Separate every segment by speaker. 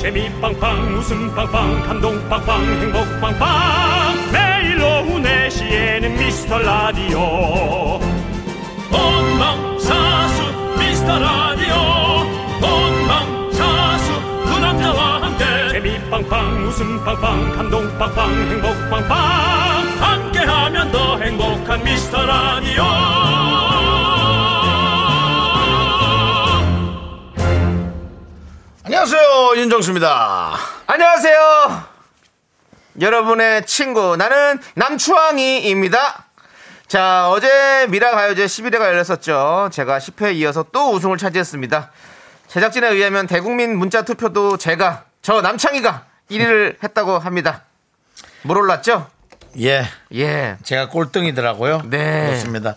Speaker 1: 재미 빵빵 웃음 빵빵 감동 빵빵 행복 빵빵 매일 오후 4시에는 미스터 라디오 본방사수 미스터 라디오 본방사수 그 남자와 함께 재미 빵빵 웃음 빵빵 감동 빵빵 행복 빵빵 함께하면 더 행복한 미스터 라디오
Speaker 2: 안녕하세요 윤정수입니다.
Speaker 3: 안녕하세요. 여러분의 친구 나는 남추왕이입니다. 자 어제 미라 가요제 11회가 열렸었죠. 제가 10회에 이어서 또 우승을 차지했습니다. 제작진에 의하면 대국민 문자 투표도 제가 저 남창희가 1위를 했다고 합니다. 물 올랐죠?
Speaker 2: 예,
Speaker 3: 예.
Speaker 2: 제가 꼴등이더라고요.
Speaker 3: 네.
Speaker 2: 그렇습니다.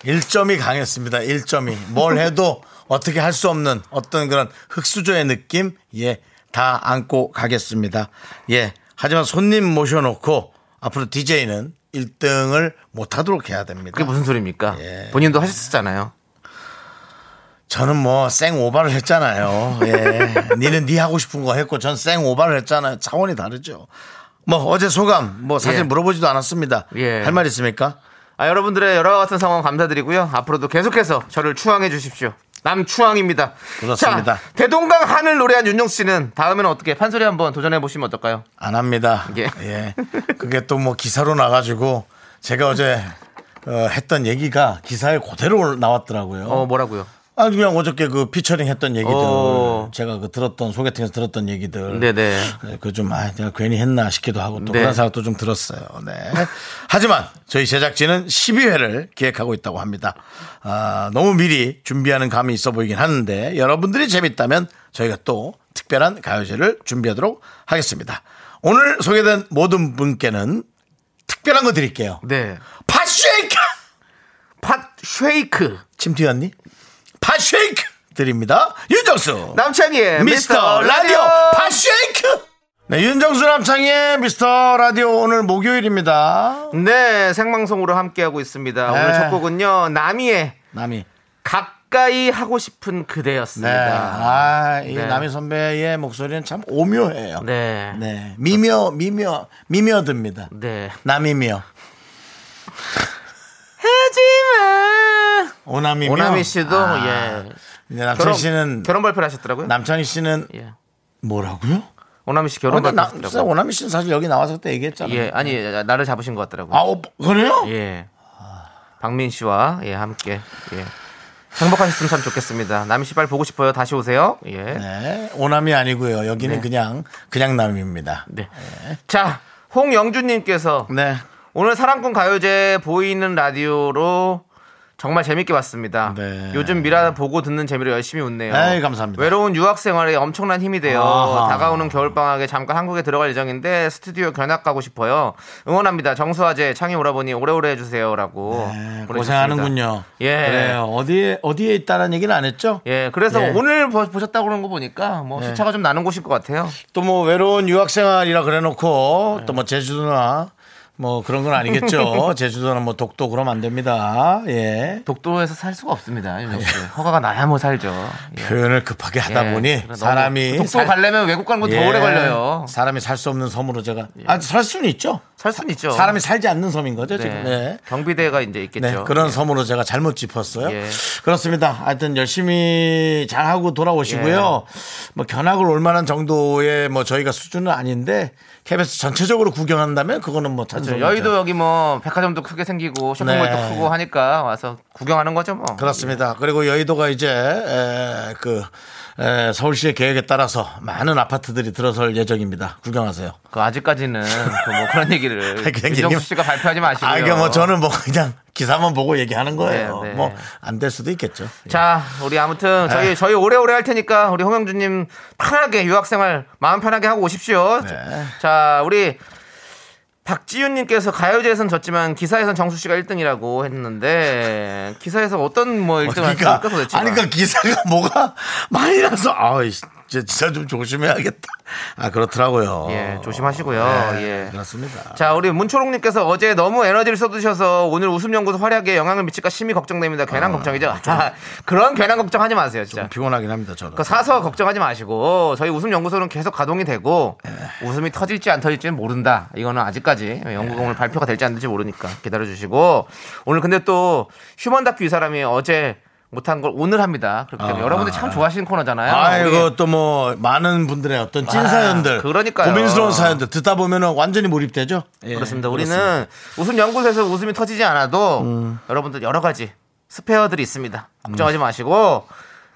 Speaker 2: 1점이 강했습니다. 1점이 뭘 해도 어떻게 할 수 없는 어떤 그런 흙수저의 느낌 예 다 안고 가겠습니다. 예 하지만 손님 모셔놓고 앞으로 DJ는 1등을 못하도록 해야 됩니다.
Speaker 3: 그게 무슨 소리입니까?
Speaker 2: 예.
Speaker 3: 본인도 하셨잖아요.
Speaker 2: 저는 뭐 생 오바를 했잖아요. 예. 니는 니 하고 싶은 거 했고 전 생 오바를 했잖아요. 차원이 다르죠. 뭐 어제 소감 뭐 사실
Speaker 3: 예.
Speaker 2: 물어보지도 않았습니다.
Speaker 3: 예.
Speaker 2: 할 말 있습니까?
Speaker 3: 아, 여러분들의 여러 같은 상황 감사드리고요. 앞으로도 계속해서 저를 추앙해 주십시오. 남추앙입니다.
Speaker 2: 그렇습니다.
Speaker 3: 자, 대동강 한을 노래한 윤종 씨는 다음에는 어떻게 판소리 한번 도전해 보시면 어떨까요?
Speaker 2: 안 합니다.
Speaker 3: 예.
Speaker 2: 예. 그게 또 뭐 기사로 나가지고 제가 어제 어, 했던 얘기가 기사에 그대로 올- 나왔더라고요.
Speaker 3: 어, 뭐라고요?
Speaker 2: 아 그냥 어저께 그 피처링 했던 얘기들
Speaker 3: 어.
Speaker 2: 제가 그 들었던 소개팅에서 들었던 얘기들
Speaker 3: 네네.
Speaker 2: 그좀 아, 내가 괜히 했나 싶기도 하고 또
Speaker 3: 네.
Speaker 2: 그런 생각도 좀 들었어요. 네. 하지만 저희 제작진은 12회를 기획하고 있다고 합니다. 아, 너무 미리 준비하는 감이 있어 보이긴 하는데 여러분들이 재밌다면 저희가 또 특별한 가요제를 준비하도록 하겠습니다. 오늘 소개된 모든 분께는 특별한 거 드릴게요.
Speaker 3: 네.
Speaker 2: 팥쉐이크!
Speaker 3: 팟 쉐이크.
Speaker 2: 침 튀었니? 팥쉐이크! 드립니다. 윤정수!
Speaker 3: 남창희의
Speaker 2: 미스터 라디오 파쉐이크 네, 윤정수 남창희의 미스터 라디오 오늘 목요일입니다
Speaker 3: 네, 생방송으로 함께하고 있습니다. 오늘
Speaker 2: 네.
Speaker 3: 첫 곡은요, 남이의
Speaker 2: 남이
Speaker 3: 가까이 하고 싶은
Speaker 2: 네.
Speaker 3: 그대였습니다.
Speaker 2: 아, 이
Speaker 3: 네.
Speaker 2: 남희 선배의 목소리는 참 오묘해요
Speaker 3: 네. 네.
Speaker 2: 네. 미묘 미묘 미묘듭니다 남이미요
Speaker 3: 하지만.
Speaker 2: 오남이미요
Speaker 3: 오나미 씨도,
Speaker 2: 아,
Speaker 3: 예.
Speaker 2: 이제 남창희 씨는
Speaker 3: 결혼 발표를 하셨더라고요.
Speaker 2: 남창희 씨는
Speaker 3: 예.
Speaker 2: 뭐라고요?
Speaker 3: 오나미 씨
Speaker 2: 어,
Speaker 3: 결혼
Speaker 2: 나- 나-
Speaker 3: 발표했더라고요.
Speaker 2: 오남이 씨는 사실 여기 나와서 그때 얘기했잖아요
Speaker 3: 예, 아니 나를 잡으신 것 같더라고요.
Speaker 2: 아 어, 그래요?
Speaker 3: 예. 박민 씨와 예, 함께 예. 행복하셨으면 참 좋겠습니다. 남희 씨빨 보고 싶어요. 다시 오세요. 예. 네.
Speaker 2: 네, 오남이 아니고요 여기는
Speaker 3: 네.
Speaker 2: 그냥 그냥 남입니다
Speaker 3: 자, 홍영준 님께서
Speaker 2: 네.
Speaker 3: 오늘 사랑꾼 가요제 보이는 라디오로 정말 재밌게 봤습니다.
Speaker 2: 네.
Speaker 3: 요즘 미라 보고 듣는 재미로 열심히 웃네요.
Speaker 2: 에이, 감사합니다.
Speaker 3: 외로운 유학 생활에 엄청난 힘이 돼요.
Speaker 2: 아하.
Speaker 3: 다가오는 겨울 방학에 잠깐 한국에 들어갈 예정인데 스튜디오 견학 가고 싶어요. 응원합니다. 정수아재 창희 오라버니 오래오래 해주세요라고
Speaker 2: 네,
Speaker 3: 보내주셨습니다.
Speaker 2: 고생하는군요.
Speaker 3: 예.
Speaker 2: 그래요. 어디에 어디에 있다는 얘기는 안 했죠?
Speaker 3: 예, 그래서
Speaker 2: 예.
Speaker 3: 오늘 보- 보셨다고 그러는 거 보니까 뭐 시차가 좀 나는 곳일 것 같아요.
Speaker 2: 또 뭐 외로운 유학생활이라 그래놓고 또 뭐 제주도나 뭐 그런 건 아니겠죠. 제주도나 뭐 독도 그러면 안 됩니다. 예.
Speaker 3: 독도에서 살 수가 없습니다. 이런 거. 허가가 나야 뭐 살죠. 예.
Speaker 2: 표현을 급하게 하다
Speaker 3: 예,
Speaker 2: 보니
Speaker 3: 그래, 너무
Speaker 2: 사람이
Speaker 3: 독도
Speaker 2: 살-
Speaker 3: 가려면 외국 가는 건더
Speaker 2: 예.
Speaker 3: 오래 걸려요.
Speaker 2: 사람이 살 수 없는 섬으로 제가 아 살 수는 있죠.
Speaker 3: 살 수는 있죠.
Speaker 2: 사람이 살지 않는 섬인 거죠
Speaker 3: 네.
Speaker 2: 지금. 네.
Speaker 3: 경비대가 이제 있겠죠.
Speaker 2: 네, 그런 섬으로 제가 잘못 짚었어요.
Speaker 3: 예.
Speaker 2: 그렇습니다. 하여튼 열심히 잘하고 돌아오시고요.
Speaker 3: 예.
Speaker 2: 뭐 견학을 올 만한 정도의 뭐 저희가 수준은 아닌데 KBS 전체적으로 구경한다면 그거는 뭐
Speaker 3: 그렇죠.
Speaker 2: 탄소
Speaker 3: 여의도 여기 뭐 백화점도 크게 생기고 쇼핑몰도
Speaker 2: 네.
Speaker 3: 크고 하니까 와서 구경하는 거죠 뭐.
Speaker 2: 그렇습니다. 그리고 여의도가 이제 에, 그 에, 서울시의 계획에 따라서 많은 아파트들이 들어설 예정입니다. 구경하세요.
Speaker 3: 그 아직까지는 그뭐 그런 얘기를 윤정수 씨가 발표하지 마시고요.
Speaker 2: 아, 그러니까 뭐 저는 뭐 그냥 기사만 보고 얘기하는 거예요.
Speaker 3: 네, 네.
Speaker 2: 뭐 안 될 수도 있겠죠.
Speaker 3: 자, 우리 아무튼 저희
Speaker 2: 네.
Speaker 3: 저희 오래오래 할 테니까 우리 홍영주님 편하게 유학생활 마음 편하게 하고 오십시오.
Speaker 2: 네.
Speaker 3: 자, 우리 박지윤님께서 가요제에선 졌지만 기사에선 정수 씨가 1등이라고 했는데 기사에서 어떤 뭐 1등을
Speaker 2: 그러니까,
Speaker 3: 했습니까 도대체?
Speaker 2: 아니, 그러니까 기사가 뭐가 많이 나서, 아이, 이제 진짜 좀 조심해야겠다. 아 그렇더라고요. 네,
Speaker 3: 예, 조심하시고요. 예.
Speaker 2: 그렇습니다.
Speaker 3: 자, 우리 문초롱님께서 어제 너무 에너지를 쏟으셔서 오늘 웃음연구소 활약에 영향을 미칠까 심히 걱정됩니다. 괜한
Speaker 2: 아,
Speaker 3: 걱정이죠? 그런 괜한 걱정하지 마세요, 진짜.
Speaker 2: 피곤하긴 합니다 저는.
Speaker 3: 그 사서 걱정하지 마시고 저희 웃음 연구소는 계속 가동이 되고
Speaker 2: 예.
Speaker 3: 웃음이 터질지 안 터질지는 모른다. 이거는 아직까지 연구가
Speaker 2: 예.
Speaker 3: 오늘 발표가 될지 안 될지 모르니까 기다려 주시고 오늘 근데 또 휴먼 다큐 이 사람이 어제 못한 걸 오늘 합니다. 그렇기 때문에
Speaker 2: 아.
Speaker 3: 여러분들 참 좋아하시는 코너잖아요. 예.
Speaker 2: 아이고 또 뭐 많은 분들의 어떤 찐
Speaker 3: 아,
Speaker 2: 사연들,
Speaker 3: 그러니까요.
Speaker 2: 고민스러운 사연들 듣다 보면 완전히 몰입되죠. 예,
Speaker 3: 그렇습니다. 우리는
Speaker 2: 그렇습니다.
Speaker 3: 웃음 연구소에서 웃음이 터지지 않아도 여러분들 여러 가지 스페어들이 있습니다.
Speaker 2: 음.
Speaker 3: 걱정하지 마시고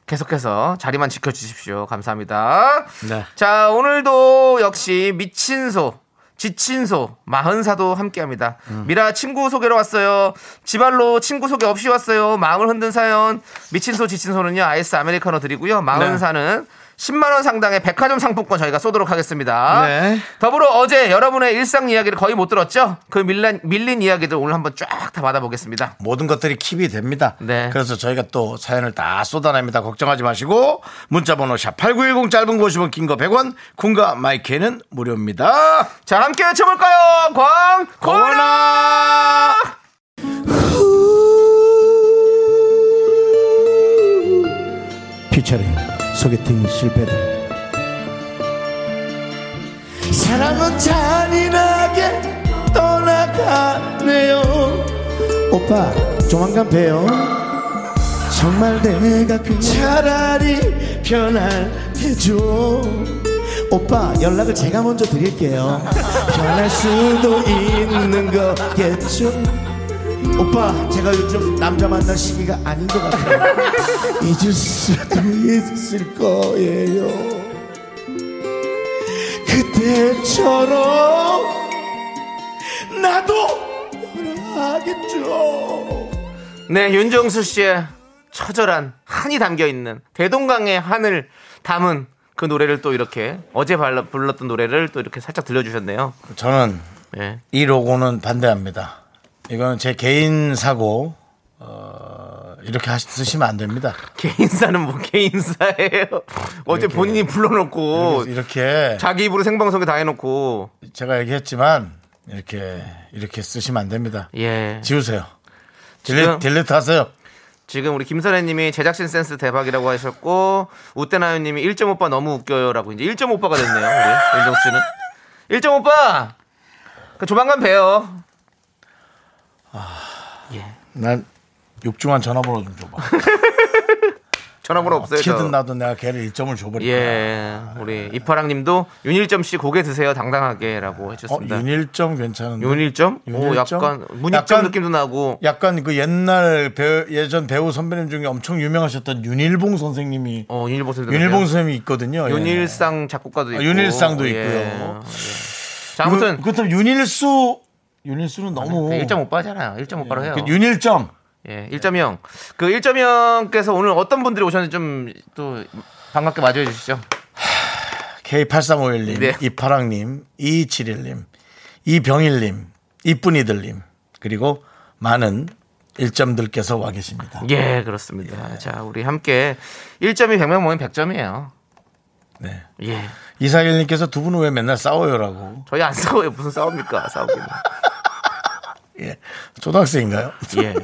Speaker 3: 계속해서 자리만 지켜주십시오. 감사합니다.
Speaker 2: 네.
Speaker 3: 자, 오늘도 역시 미친 소. 지친 소, 마흔사도 함께 합니다.
Speaker 2: 음.
Speaker 3: 미라 친구 소개로 왔어요. 지발로 친구 소개 없이 왔어요. 마음을 흔든 사연. 미친 소, 지친 소는요, 아이스 아메리카노 드리고요. 마흔사는
Speaker 2: 네.
Speaker 3: 10만원 상당의 백화점 상품권 저희가 쏘도록 하겠습니다.
Speaker 2: 네.
Speaker 3: 아, 더불어 어제 여러분의 일상 이야기를 거의 못 들었죠? 그 밀린, 밀린 이야기들 오늘 한번 쫙 다 받아보겠습니다.
Speaker 2: 모든 것들이 킵이 됩니다.
Speaker 3: 네.
Speaker 2: 그래서 저희가 또 사연을 다 쏟아냅니다. 걱정하지 마시고 문자번호 샵8910 짧은 거 50원 긴 거 100원 콩과 마이크는 무료입니다.
Speaker 3: 자, 함께 외쳐볼까요? 광, 고나!
Speaker 4: 피처링 소개팅 실패들 사랑은 잔인하게 떠나가네요 오빠 조만간 봬요 정말 내가 그 차라리 편할해줘 오빠 연락을 제가 먼저 드릴게요 변할 수도 있는 거겠죠 오빠 제가 요즘 남자 만날 시기가 아닌 것 같아요 잊을 수도 있을 거예요. 그때처럼 나도 하겠죠.
Speaker 3: 네, 윤정수 씨의 처절한 한이 담겨 있는 대동강의 한을 담은 그 노래를 또 이렇게 어제 발라- 불렀던 노래를 또 이렇게 살짝 들려주셨네요.
Speaker 2: 저는
Speaker 3: 예.
Speaker 2: 이 로고는 반대합니다. 이거는 제 개인 사고 어, 이렇게 하- 쓰시면 안 됩니다.
Speaker 3: 개인사는 뭐 개인사예요. 어제 본인이 불러놓고
Speaker 2: 이렇게
Speaker 3: 자기 입으로 생방송에 다 해놓고
Speaker 2: 제가 얘기했지만 이렇게 이렇게 쓰시면 안 됩니다.
Speaker 3: 예.
Speaker 2: 지우세요.
Speaker 3: 지금-
Speaker 2: 딜리, 딜리트 하세요.
Speaker 3: 지금 우리 김선혜님이 제작진 센스 대박이라고 하셨고 우때나요님이 1.5빠 너무 웃겨요라고 이제 1.5빠가 됐네요. 우리 윤정 씨는 1.5빠 그 조만간 봬요. 예.
Speaker 2: 난 육중한 전화번호 좀 줘봐.
Speaker 3: 전화번호 없어요. 네, 저.
Speaker 2: 아, 어떻게든 나도 내가 걔를 일점을 줘버릴 거야.
Speaker 3: 예. 우리 이파랑님도 윤일점 씨 고개 드세요 당당하게라고
Speaker 2: 어,
Speaker 3: 해주셨습니다.
Speaker 2: 윤일점 괜찮은데.
Speaker 3: 윤일점? 오
Speaker 2: 윤일점?
Speaker 3: 약간 문일점
Speaker 2: 약간-
Speaker 3: 느낌도 나고
Speaker 2: 약간 그 옛날 배우, 예전 배우 선배님 중에 엄청 유명하셨던 윤일봉 선생님이
Speaker 3: 어 윤일보 선생도
Speaker 2: 윤일봉 선생님이 있거든요. 예.
Speaker 3: 윤일상 작곡가도 있고
Speaker 2: 아, 윤일상도
Speaker 3: 예.
Speaker 2: 있고요.
Speaker 3: 예. 자
Speaker 2: 그-
Speaker 3: 아무튼 그 네,
Speaker 2: 그렇다면 윤일수 윤일수는 너무
Speaker 3: 1.5빠잖아요. 1.5빠로 해요.
Speaker 2: 그 윤일점
Speaker 3: 예, 1.0. 그 1.0께서 오늘 어떤 분들이 오셨는지 좀 또 반갑게 맞이해 주시죠.
Speaker 2: K8351님,
Speaker 3: 네.
Speaker 2: 이파랑님, 2271님, 이병일님, 이쁜이들님 그리고 많은 일점들께서 와 계십니다.
Speaker 3: 예, 그렇습니다. 자, 우리 함께 1점이 100명 모이면 100점이에요.
Speaker 2: 네.
Speaker 3: 예.
Speaker 2: 이사일님께서 두 분은 왜 맨날 싸워요라고.
Speaker 3: 저희 안 싸워요. 무슨 싸웁니까? 싸우기는.
Speaker 2: 예. 초등학생인가요?
Speaker 3: 예.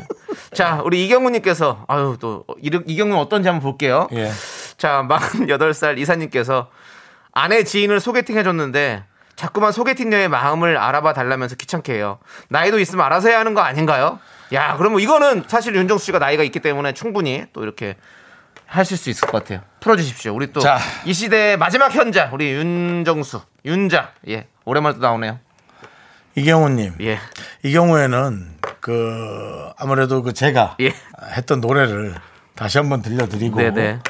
Speaker 3: 자, 우리 이경훈님께서, 아유, 또, 이- 이경훈 어떤지 한번 볼게요.
Speaker 2: 예.
Speaker 3: 자, 48살 이사님께서 아내 지인을 소개팅 해줬는데 자꾸만 소개팅녀의 마음을 알아봐 달라면서 귀찮게 해요. 나이도 있으면 알아서 해야 하는 거 아닌가요? 야, 그러면 이거는 사실 윤정수 씨가 나이가 있기 때문에 충분히 또 이렇게 하실 수 있을 것 같아요. 풀어주십시오. 우리 또
Speaker 2: 자.
Speaker 3: 이 시대의 마지막 현자, 우리 윤정수, 윤자. 예, 오랜만에 또 나오네요.
Speaker 2: 이경호님.
Speaker 3: 예.
Speaker 2: 이 경우에는 그 아무래도 그 제가
Speaker 3: 예.
Speaker 2: 했던 노래를 다시 한번 들려드리고
Speaker 3: 네네.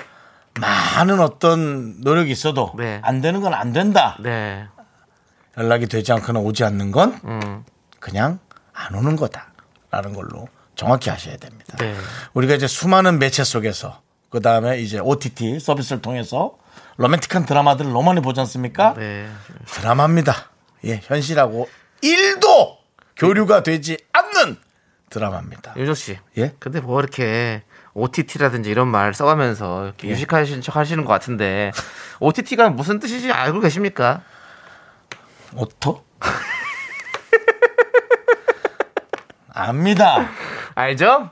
Speaker 2: 많은 어떤 노력이 있어도
Speaker 3: 네.
Speaker 2: 안 되는 건 안 된다.
Speaker 3: 네.
Speaker 2: 연락이 되지 않거나 오지 않는 건
Speaker 3: 음.
Speaker 2: 그냥 안 오는 거다라는 걸로 정확히 아셔야 됩니다.
Speaker 3: 네.
Speaker 2: 우리가 이제 수많은 매체 속에서 그 다음에 이제 OTT 서비스를 통해서 로맨틱한 드라마들을 너무 많이 보지 않습니까?
Speaker 3: 네.
Speaker 2: 드라마입니다. 예, 현실하고 일도 교류가 되지 않는 드라마입니다.
Speaker 3: 윤정 씨.
Speaker 2: 예?
Speaker 3: 근데 뭐 이렇게 OTT라든지 이런 말 써가면서 이렇게 유식하신 척 하시는 것 같은데 OTT가 무슨 뜻인지 알고 계십니까?
Speaker 2: 오토? 압니다.
Speaker 3: 알죠?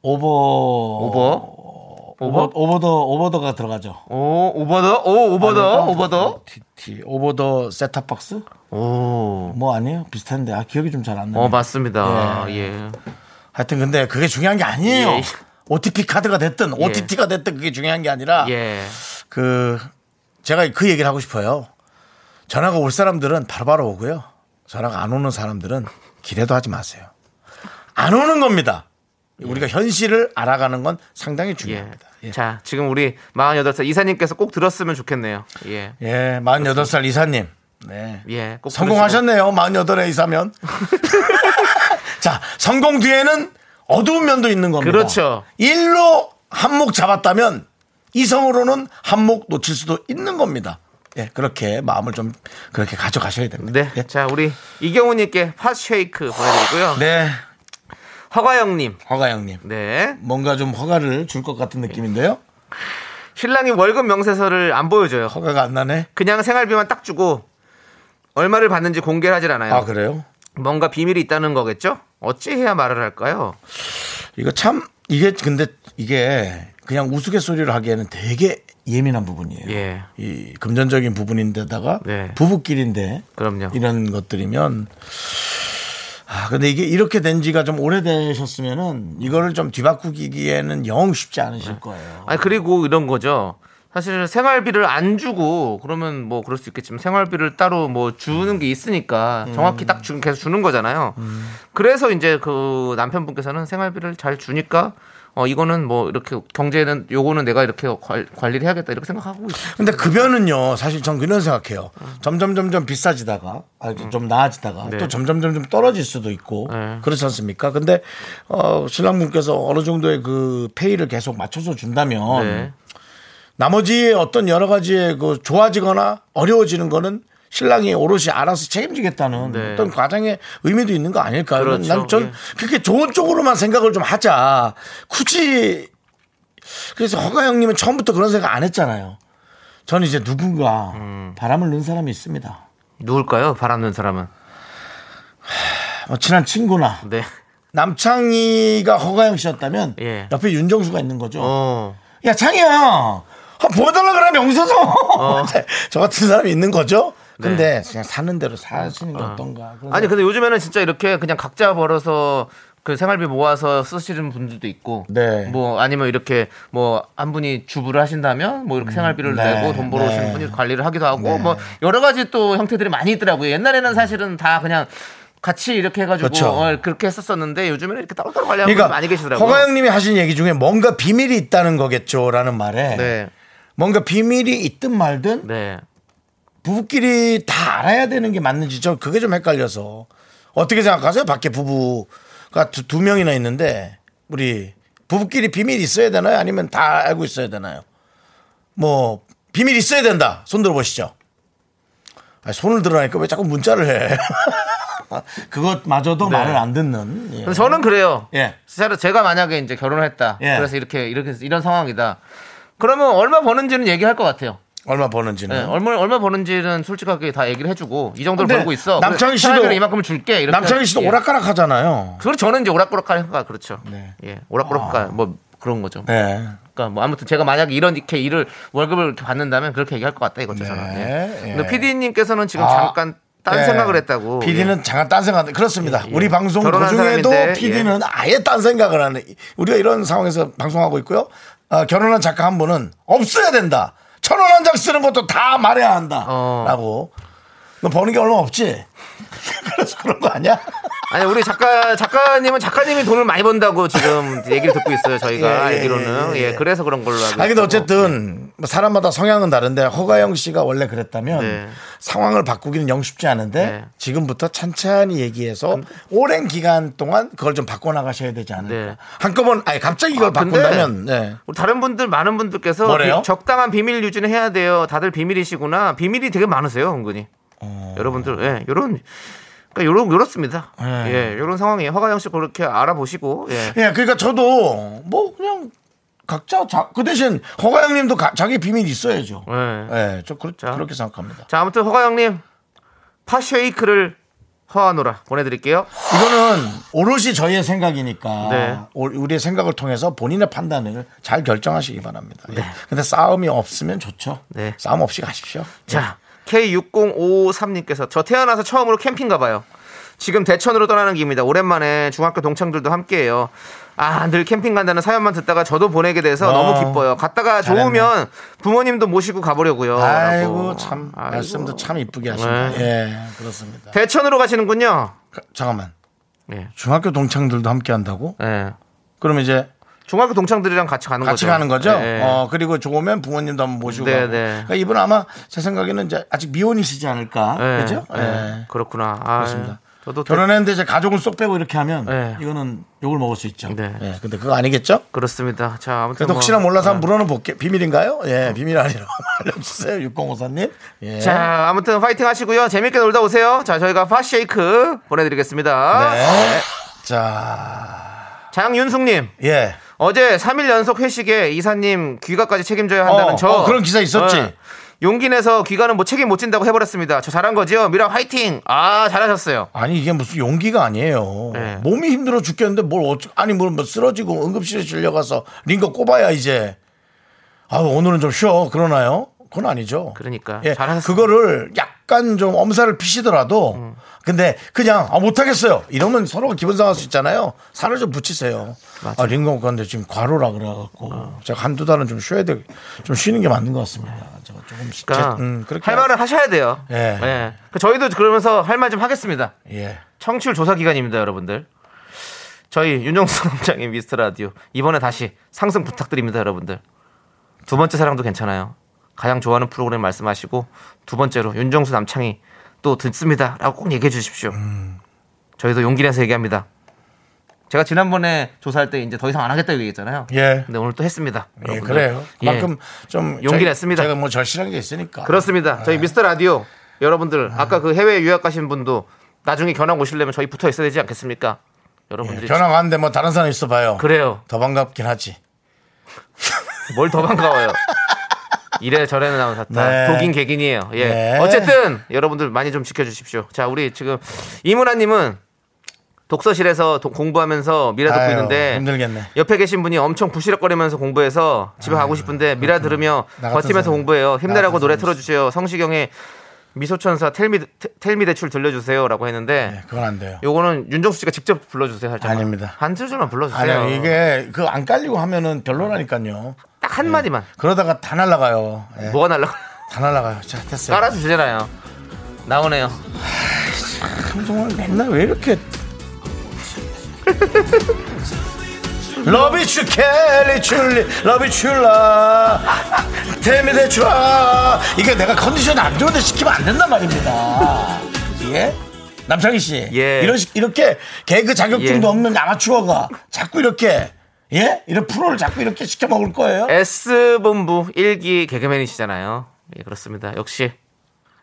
Speaker 2: 오버
Speaker 3: 오버.
Speaker 2: 오버
Speaker 3: 어, 오버.
Speaker 2: 오버더 오버더가 들어가죠.
Speaker 3: 오 오버더. 오 아, 오버더. 오버더.
Speaker 2: OTT. 오버더 셋탑 박스?
Speaker 3: 오.
Speaker 2: 뭐 아니에요? 비슷한데 아 기억이 좀 잘 안 나요.
Speaker 3: 어 맞습니다. 예.
Speaker 2: 하여튼 근데 그게 중요한 게 아니에요.
Speaker 3: 예.
Speaker 2: OTT 카드가 됐든 OTT가 됐든 그게 중요한 게 아니라
Speaker 3: 예.
Speaker 2: 그 제가 그 얘기를 하고 싶어요. 전화가 올 사람들은 바로바로 오고요. 전화가 안 오는 사람들은 기대도 하지 마세요. 안 오는 겁니다. 우리가 현실을 알아가는 건 상당히
Speaker 3: 예.
Speaker 2: 중요합니다. 예.
Speaker 3: 자, 지금 우리 48살 이사님께서 꼭 들었으면 좋겠네요. 예.
Speaker 2: 예, 48살 이사님. 네.
Speaker 3: 예. 꼭
Speaker 2: 성공하셨네요. 48에 이사면. 자, 성공 뒤에는 어두운 면도 있는 겁니다.
Speaker 3: 그렇죠.
Speaker 2: 일로 한몫 잡았다면 이성으로는 한몫 놓칠 수도 있는 겁니다. 예, 그렇게 마음을 좀 그렇게 가져가셔야 됩니다.
Speaker 3: 네.
Speaker 2: 예.
Speaker 3: 자, 우리 이경우님께 팥쉐이크 보내드리고요.
Speaker 2: 네,
Speaker 3: 허가영님.
Speaker 2: 허가영님.
Speaker 3: 네.
Speaker 2: 뭔가 좀 허가를 줄 것 같은 느낌인데요.
Speaker 3: 신랑이 월급 명세서를 안 보여줘요.
Speaker 2: 허가가 안 나네.
Speaker 3: 그냥 생활비만 딱 주고 얼마를 받는지 공개를 하질 않아요.
Speaker 2: 아, 그래요?
Speaker 3: 뭔가 비밀이 있다는 거겠죠? 어찌 해야 말을 할까요?
Speaker 2: 이거 참 이게 근데 이게 그냥 우스갯소리를 하기에는 되게 예민한 부분이에요.
Speaker 3: 예.
Speaker 2: 이 금전적인 부분인데다가
Speaker 3: 네.
Speaker 2: 부부끼리인데
Speaker 3: 그럼요.
Speaker 2: 이런 것들이면 아 근데 이게 이렇게 된 지가 좀 오래되셨으면은 이거를 좀 뒤바꾸기에는 영 쉽지
Speaker 3: 네.
Speaker 2: 않으실 거예요.
Speaker 3: 아니 그리고 이런 거죠. 사실 생활비를 안 주고 그러면 뭐 그럴 수 있겠지만 생활비를 따로 뭐 주는 게 있으니까 정확히 딱 주, 계속 주는 거잖아요. 그래서 이제 그 남편분께서는 생활비를 잘 주니까 어 이거는 뭐 이렇게 경제는 요거는 내가 이렇게 관, 관리를 해야겠다 이렇게 생각하고 있어요.
Speaker 2: 근데 급여는요 사실 전 그런 생각해요. 점점 점점 비싸지다가 아, 좀 나아지다가
Speaker 3: 네.
Speaker 2: 또 점점 점점 떨어질 수도 있고
Speaker 3: 네.
Speaker 2: 그렇지 않습니까? 근데 어, 신랑분께서 어느 정도의 그 페이를 계속 맞춰서 준다면
Speaker 3: 네.
Speaker 2: 나머지 어떤 여러 가지의 그 좋아지거나 어려워지는 거는 신랑이 오롯이 알아서 책임지겠다는
Speaker 3: 네.
Speaker 2: 어떤 과정의 의미도 있는 거 아닐까요?
Speaker 3: 그렇죠.
Speaker 2: 난전
Speaker 3: 예.
Speaker 2: 그렇게 좋은 쪽으로만 생각을 좀 하자. 굳이 그래서 허가 형님은 처음부터 그런 생각 안 했잖아요. 저는 이제 누군가
Speaker 3: 음.
Speaker 2: 바람을 넣은 사람이 있습니다.
Speaker 3: 누굴까요? 바람는 사람은.
Speaker 2: 뭐 친한 친구나
Speaker 3: 네.
Speaker 2: 남창희가 허가영 씨였다면
Speaker 3: 예.
Speaker 2: 옆에 윤정수가 있는 거죠.
Speaker 3: 어.
Speaker 2: 야 창희야 아, 보여달라 그러면 여기서서
Speaker 3: 어.
Speaker 2: 네, 저 같은 사람이 있는 거죠 근데 그냥 사는 대로 사시는 게 어떤가
Speaker 3: 네.
Speaker 2: 그런
Speaker 3: 아니
Speaker 2: 생각-
Speaker 3: 근데 요즘에는 진짜 이렇게 그냥 각자 벌어서 그 생활비 모아서 쓰시는 분들도 있고
Speaker 2: 네.
Speaker 3: 뭐 아니면 이렇게 뭐 한 분이 주부를 하신다면 뭐 이렇게 생활비를
Speaker 2: 네,
Speaker 3: 내고 돈 벌어 오시는
Speaker 2: 네.
Speaker 3: 분이 관리를 하기도 하고 뭐 여러 가지 또 형태들이 많이 있더라고요 옛날에는 사실은 다 그냥 같이 이렇게 해가지고
Speaker 2: 그렇죠.
Speaker 3: 어, 그렇게 했었었는데 요즘에는 이렇게 따로따로 관리하는 분이
Speaker 2: 그러니까
Speaker 3: 많이 계시더라고요
Speaker 2: 허가영님이 하신 얘기 중에 뭔가 비밀이 있다는 거겠죠라는 말에
Speaker 3: 네.
Speaker 2: 뭔가 비밀이 있든 말든
Speaker 3: 네.
Speaker 2: 부부끼리 다 알아야 되는 게 맞는지 저 그게 좀 헷갈려서 어떻게 생각하세요 밖에 부부가 두, 두 명이나 있는데 우리 부부끼리 비밀 있어야 되나요 아니면 다 알고 있어야 되나요 뭐 비밀 있어야 된다 손 들어보시죠 아, 손을 들으라니까 왜 자꾸 문자를 해 그것마저도 말을 안 듣는 예.
Speaker 3: 근데 저는 네. 그래요.
Speaker 2: 예.
Speaker 3: 진짜로 제가 만약에 이제 결혼을 했다.
Speaker 2: 예.
Speaker 3: 그래서 이렇게 이렇게 이런 상황이다. 그러면 얼마 버는지는 얘기할 것 같아요.
Speaker 2: 얼마
Speaker 3: 네,
Speaker 2: 버는지는
Speaker 3: 얼마 얼마 버는지는 솔직하게 다 얘기를 해주고 이 정도를
Speaker 2: 근데
Speaker 3: 벌고 있어.
Speaker 2: 네. 남창희
Speaker 3: 그래,
Speaker 2: 씨도-
Speaker 3: 차라리 이만큼을 줄게. 이렇게
Speaker 2: 남창희 씨도
Speaker 3: 예.
Speaker 2: 오락가락 하잖아요
Speaker 3: 그걸 저는 이제 오락가락할까 그렇죠.
Speaker 2: 네.
Speaker 3: 예, 오락가락할까 뭐 그런 거죠.
Speaker 2: 네.
Speaker 3: 그러니까 뭐 아무튼 제가 만약에 이런 이렇게 일을 월급을 이렇게 받는다면 그렇게 얘기할 것 같다 이거죠.
Speaker 2: 네,
Speaker 3: 저는. 예.
Speaker 2: 예.
Speaker 3: 근데 PD님께서는 지금
Speaker 2: 아,
Speaker 3: 잠깐 딴
Speaker 2: 예.
Speaker 3: 생각을 했다고. 예.
Speaker 2: PD는 잠깐 딴 생각, 그렇습니다. 우리 방송
Speaker 3: 결혼한
Speaker 2: 도중에도
Speaker 3: 사람인데,
Speaker 2: PD는 아예 딴 생각을 하는, 우리가 이런 상황에서 방송하고 있고요. 어, 결혼한 작가 한 분은 없어야 된다. 천 원 한 장 쓰는 것도 다 말해야 한다.
Speaker 3: 어.
Speaker 2: 라고. 너 버는 게 얼마 없지? 그래서 그런 거 아니야?
Speaker 3: 아니 우리 작가 작가님은 작가님이 돈을 많이 번다고 지금 얘기를 듣고 있어요 저희가
Speaker 2: 예, 예,
Speaker 3: 알기로는
Speaker 2: 예,
Speaker 3: 예,
Speaker 2: 예.
Speaker 3: 그래서 그런 걸로 알고
Speaker 2: 아니, 근데
Speaker 3: 있고.
Speaker 2: 어쨌든 뭐 사람마다 성향은 다른데 허가영 씨가 원래 그랬다면
Speaker 3: 네.
Speaker 2: 상황을 바꾸기는 영 쉽지 않은데
Speaker 3: 네. 그
Speaker 2: 지금부터 찬찬히 얘기해서 오랜 기간 동안 그걸 좀 바꿔나가셔야 되지 않을까.
Speaker 3: 네.
Speaker 2: 한꺼번에, 아니, 갑자기 이걸
Speaker 3: 아, 근데
Speaker 2: 바꾼다면. 네.
Speaker 3: 우리 다른 분들 많은 분들께서
Speaker 2: 뭐래요?
Speaker 3: 비- 적당한 비밀 유지는 해야
Speaker 2: 어.
Speaker 3: 돼요. 다들 비밀이시구나. 비밀이 되게 많으세요, 은근히. 여러분들, 예, 이런 그러니까 요런 요렇습니다. 예, 요런 상황이에요. 허가영 씨 그렇게 알아보시고 예.
Speaker 2: 예, 그러니까 저도 뭐 그냥 각자 자, 그 대신 허가영님도 가- 자기 비밀 있어야죠.
Speaker 3: 예.
Speaker 2: 예, 저 그렇,
Speaker 3: 자.
Speaker 2: 그렇게 생각합니다.
Speaker 3: 자, 아무튼 허가영님 파쉐이크를 허하노라 보내드릴게요.
Speaker 2: 이거는 오롯이 저희의 생각이니까
Speaker 3: 네.
Speaker 2: 오- 우리의 생각을 통해서 본인의 판단을 잘 결정하시기 바랍니다. 예. 근데 싸움이 없으면 좋죠.
Speaker 3: 네.
Speaker 2: 싸움 없이 가십시오. 예.
Speaker 3: 자, K60553님께서 저 태어나서 처음으로 캠핑 가봐요. 지금 대천으로 떠나는 길입니다. 오랜만에 중학교 동창들도 함께해요. 아, 늘 캠핑 간다는 사연만 듣다가 저도 보내게 돼서
Speaker 2: 어,
Speaker 3: 너무 기뻐요. 갔다가
Speaker 2: 잘했네.
Speaker 3: 좋으면 부모님도 모시고 가보려고요.
Speaker 2: 예. 아이고
Speaker 3: 라고.
Speaker 2: 참
Speaker 3: 어, 뭐, 아이고. 네.
Speaker 2: 말씀도 참 이쁘게 하십니다. 예, 그렇습니다.
Speaker 3: 대천으로 가시는군요.
Speaker 2: 가- 잠깐만.
Speaker 3: 예.
Speaker 2: 중학교 동창들도 함께 한다고?
Speaker 3: 예.
Speaker 2: 그럼 이제
Speaker 3: 중학교 동창들이랑 같이 가는
Speaker 2: 같이
Speaker 3: 거죠.
Speaker 2: 가는 거죠.
Speaker 3: 예.
Speaker 2: 어, 그리고 좋으면 부모님도 한번 모시고.
Speaker 3: 네,
Speaker 2: 가고.
Speaker 3: 네.
Speaker 2: 그러니까 이분 아마 제 생각에는 이제 아직 미혼이시지 않을까.
Speaker 3: 예.
Speaker 2: 그죠?
Speaker 3: 예.
Speaker 2: 예.
Speaker 3: 그렇구나. 아,
Speaker 2: 그렇습니다.
Speaker 3: 저도 결혼
Speaker 2: 결혼했는데 이제 가족을 쏙 빼고 이렇게 하면
Speaker 3: 네.
Speaker 2: 이거는 욕을 먹을 수 있죠.
Speaker 3: 네.
Speaker 2: 예. 근데 그거 아니겠죠?
Speaker 3: 그렇습니다. 자, 아무튼
Speaker 2: 그래도
Speaker 3: 뭐-
Speaker 2: 혹시나 몰라서 한번 물어는 볼게. 비밀인가요? 예, 비밀 아니라고 알려주세요. 6054님. 예.
Speaker 3: 자, 아무튼 파이팅 하시고요. 재밌게 놀다 오세요. 자, 저희가 팟쉐이크 보내드리겠습니다.
Speaker 2: 네. 자,
Speaker 3: 장윤숙님,
Speaker 2: 예.
Speaker 3: 어제 3일 연속 회식에 이사님 귀가까지 책임져야 한다는
Speaker 2: 어,
Speaker 3: 저.
Speaker 2: 어, 그런 기사 있었지.
Speaker 3: 어, 용기 내서 귀가는 뭐 책임 못 진다고 해버렸습니다. 저 잘한 거지요? 미라 화이팅! 아, 잘하셨어요.
Speaker 2: 아니 이게 무슨 용기가 아니에요.
Speaker 3: 네.
Speaker 2: 몸이 힘들어 죽겠는데 뭘 어쩌 아니 뭘 뭐 쓰러지고 응급실에 실려가서 링거 꼽아야 이제 아 오늘은 좀 쉬어 그러나요? 그건 아니죠.
Speaker 3: 그러니까.
Speaker 2: 예,
Speaker 3: 잘하셨습니다. 음.
Speaker 2: 그거를 약간 좀 엄살을 피시더라도 근데 그냥 아, 못하겠어요 이러면 서로가 기분 상할 수 있잖아요. 살을 좀 붙이세요. 아 링거 꼽았는데 지금 과로라 그래갖고
Speaker 3: 아.
Speaker 2: 제가 한두 달은 좀 쉬어야 돼좀 쉬는 게 맞는 것 같습니다. 제가 조금 시-
Speaker 3: 그러니까
Speaker 2: 제- 음, 그렇게
Speaker 3: 할 말을 하셔야 돼요.
Speaker 2: 예.
Speaker 3: 그 저희도 그러면서 할 말 좀 하겠습니다.
Speaker 2: 예.
Speaker 3: 청취율 조사 기간입니다, 여러분들. 저희 윤정수 남장의 미스터 라디오 이번에 다시 상승 부탁드립니다, 여러분들. 두 번째 사랑도 괜찮아요. 가장 좋아하는 프로그램 말씀하시고 두 번째로 윤정수 남창이 또 듣습니다라고 꼭 얘기해 주십시오. 저희도 용기 내서 얘기합니다. 제가 지난번에 조사할 때 이제 더 이상 안 하겠다 얘기했잖아요.
Speaker 2: 예.
Speaker 3: 근데 오늘 또 했습니다.
Speaker 2: 예,
Speaker 3: 여러분들.
Speaker 2: 그래요. 그만큼 좀
Speaker 3: 용기
Speaker 2: 저희-
Speaker 3: 냈습니다.
Speaker 2: 제가 뭐 절실한 게 있으니까.
Speaker 3: 그렇습니다. 저희 미스터 라디오 여러분들 아까 그 해외 유학 가신 분도 나중에 견학 오시려면 저희 붙어 있어야 되지 않겠습니까? 여러분들이
Speaker 2: 변화가 안돼 뭐 다른 사람 있어 봐요.
Speaker 3: 그래요.
Speaker 2: 더 반갑긴 하지.
Speaker 3: 뭘 더 반가워요. 이래 저래 나온 사탕.
Speaker 2: 네.
Speaker 3: 독인 개긴이에요. 예.
Speaker 2: 네.
Speaker 3: 어쨌든 여러분들 많이 좀 지켜주십시오. 자, 우리 지금 이문아님은 독서실에서 도- 공부하면서 미라 듣고
Speaker 2: 아유,
Speaker 3: 있는데
Speaker 2: 힘들겠네.
Speaker 3: 옆에 계신 분이 엄청 부시럭거리면서 공부해서 집에 가고 싶은데 미라 들으며
Speaker 2: 음, 그렇죠. 나 같은
Speaker 3: 버티면서
Speaker 2: 사람.
Speaker 3: 공부해요.
Speaker 2: 나
Speaker 3: 힘내라고
Speaker 2: 같은
Speaker 3: 노래
Speaker 2: 사람.
Speaker 3: 틀어주세요. 성시경의 미소천사 텔미 테- 텔미 대출 들려주세요라고 했는데
Speaker 2: 네, 그건 안 돼요.
Speaker 3: 요거는 윤정수 씨가 직접 불러주세요. 살짝
Speaker 2: 아닙니다.
Speaker 3: 한 줄만 불러주세요.
Speaker 2: 아니요 이게 네. 그 안 깔리고 하면은 별로라니까요.
Speaker 3: 딱 한 마디만.
Speaker 2: 그러다가 다 날라가요. 예,
Speaker 3: 뭐가 날라?
Speaker 2: 다 날라가요. 자 됐어요.
Speaker 3: 깔아주시잖아요. 나오네요.
Speaker 2: 참, 정말 맨날 왜 이렇게 러비 츄 캐리 츄리 러비 츄라 데미 대추라 이게 내가 컨디션이 안 좋은데 시키면 안 된단 말입니다 예? 남창희 씨
Speaker 3: 예.
Speaker 2: 이런 식- 이렇게 개그 자격증도
Speaker 3: 예.
Speaker 2: 없는 아마추어가 자꾸 이렇게 예? 이런 프로를 자꾸 이렇게 시켜 먹을 거예요
Speaker 3: S 본부 1기 개그맨이시잖아요. 예, 그렇습니다. 역시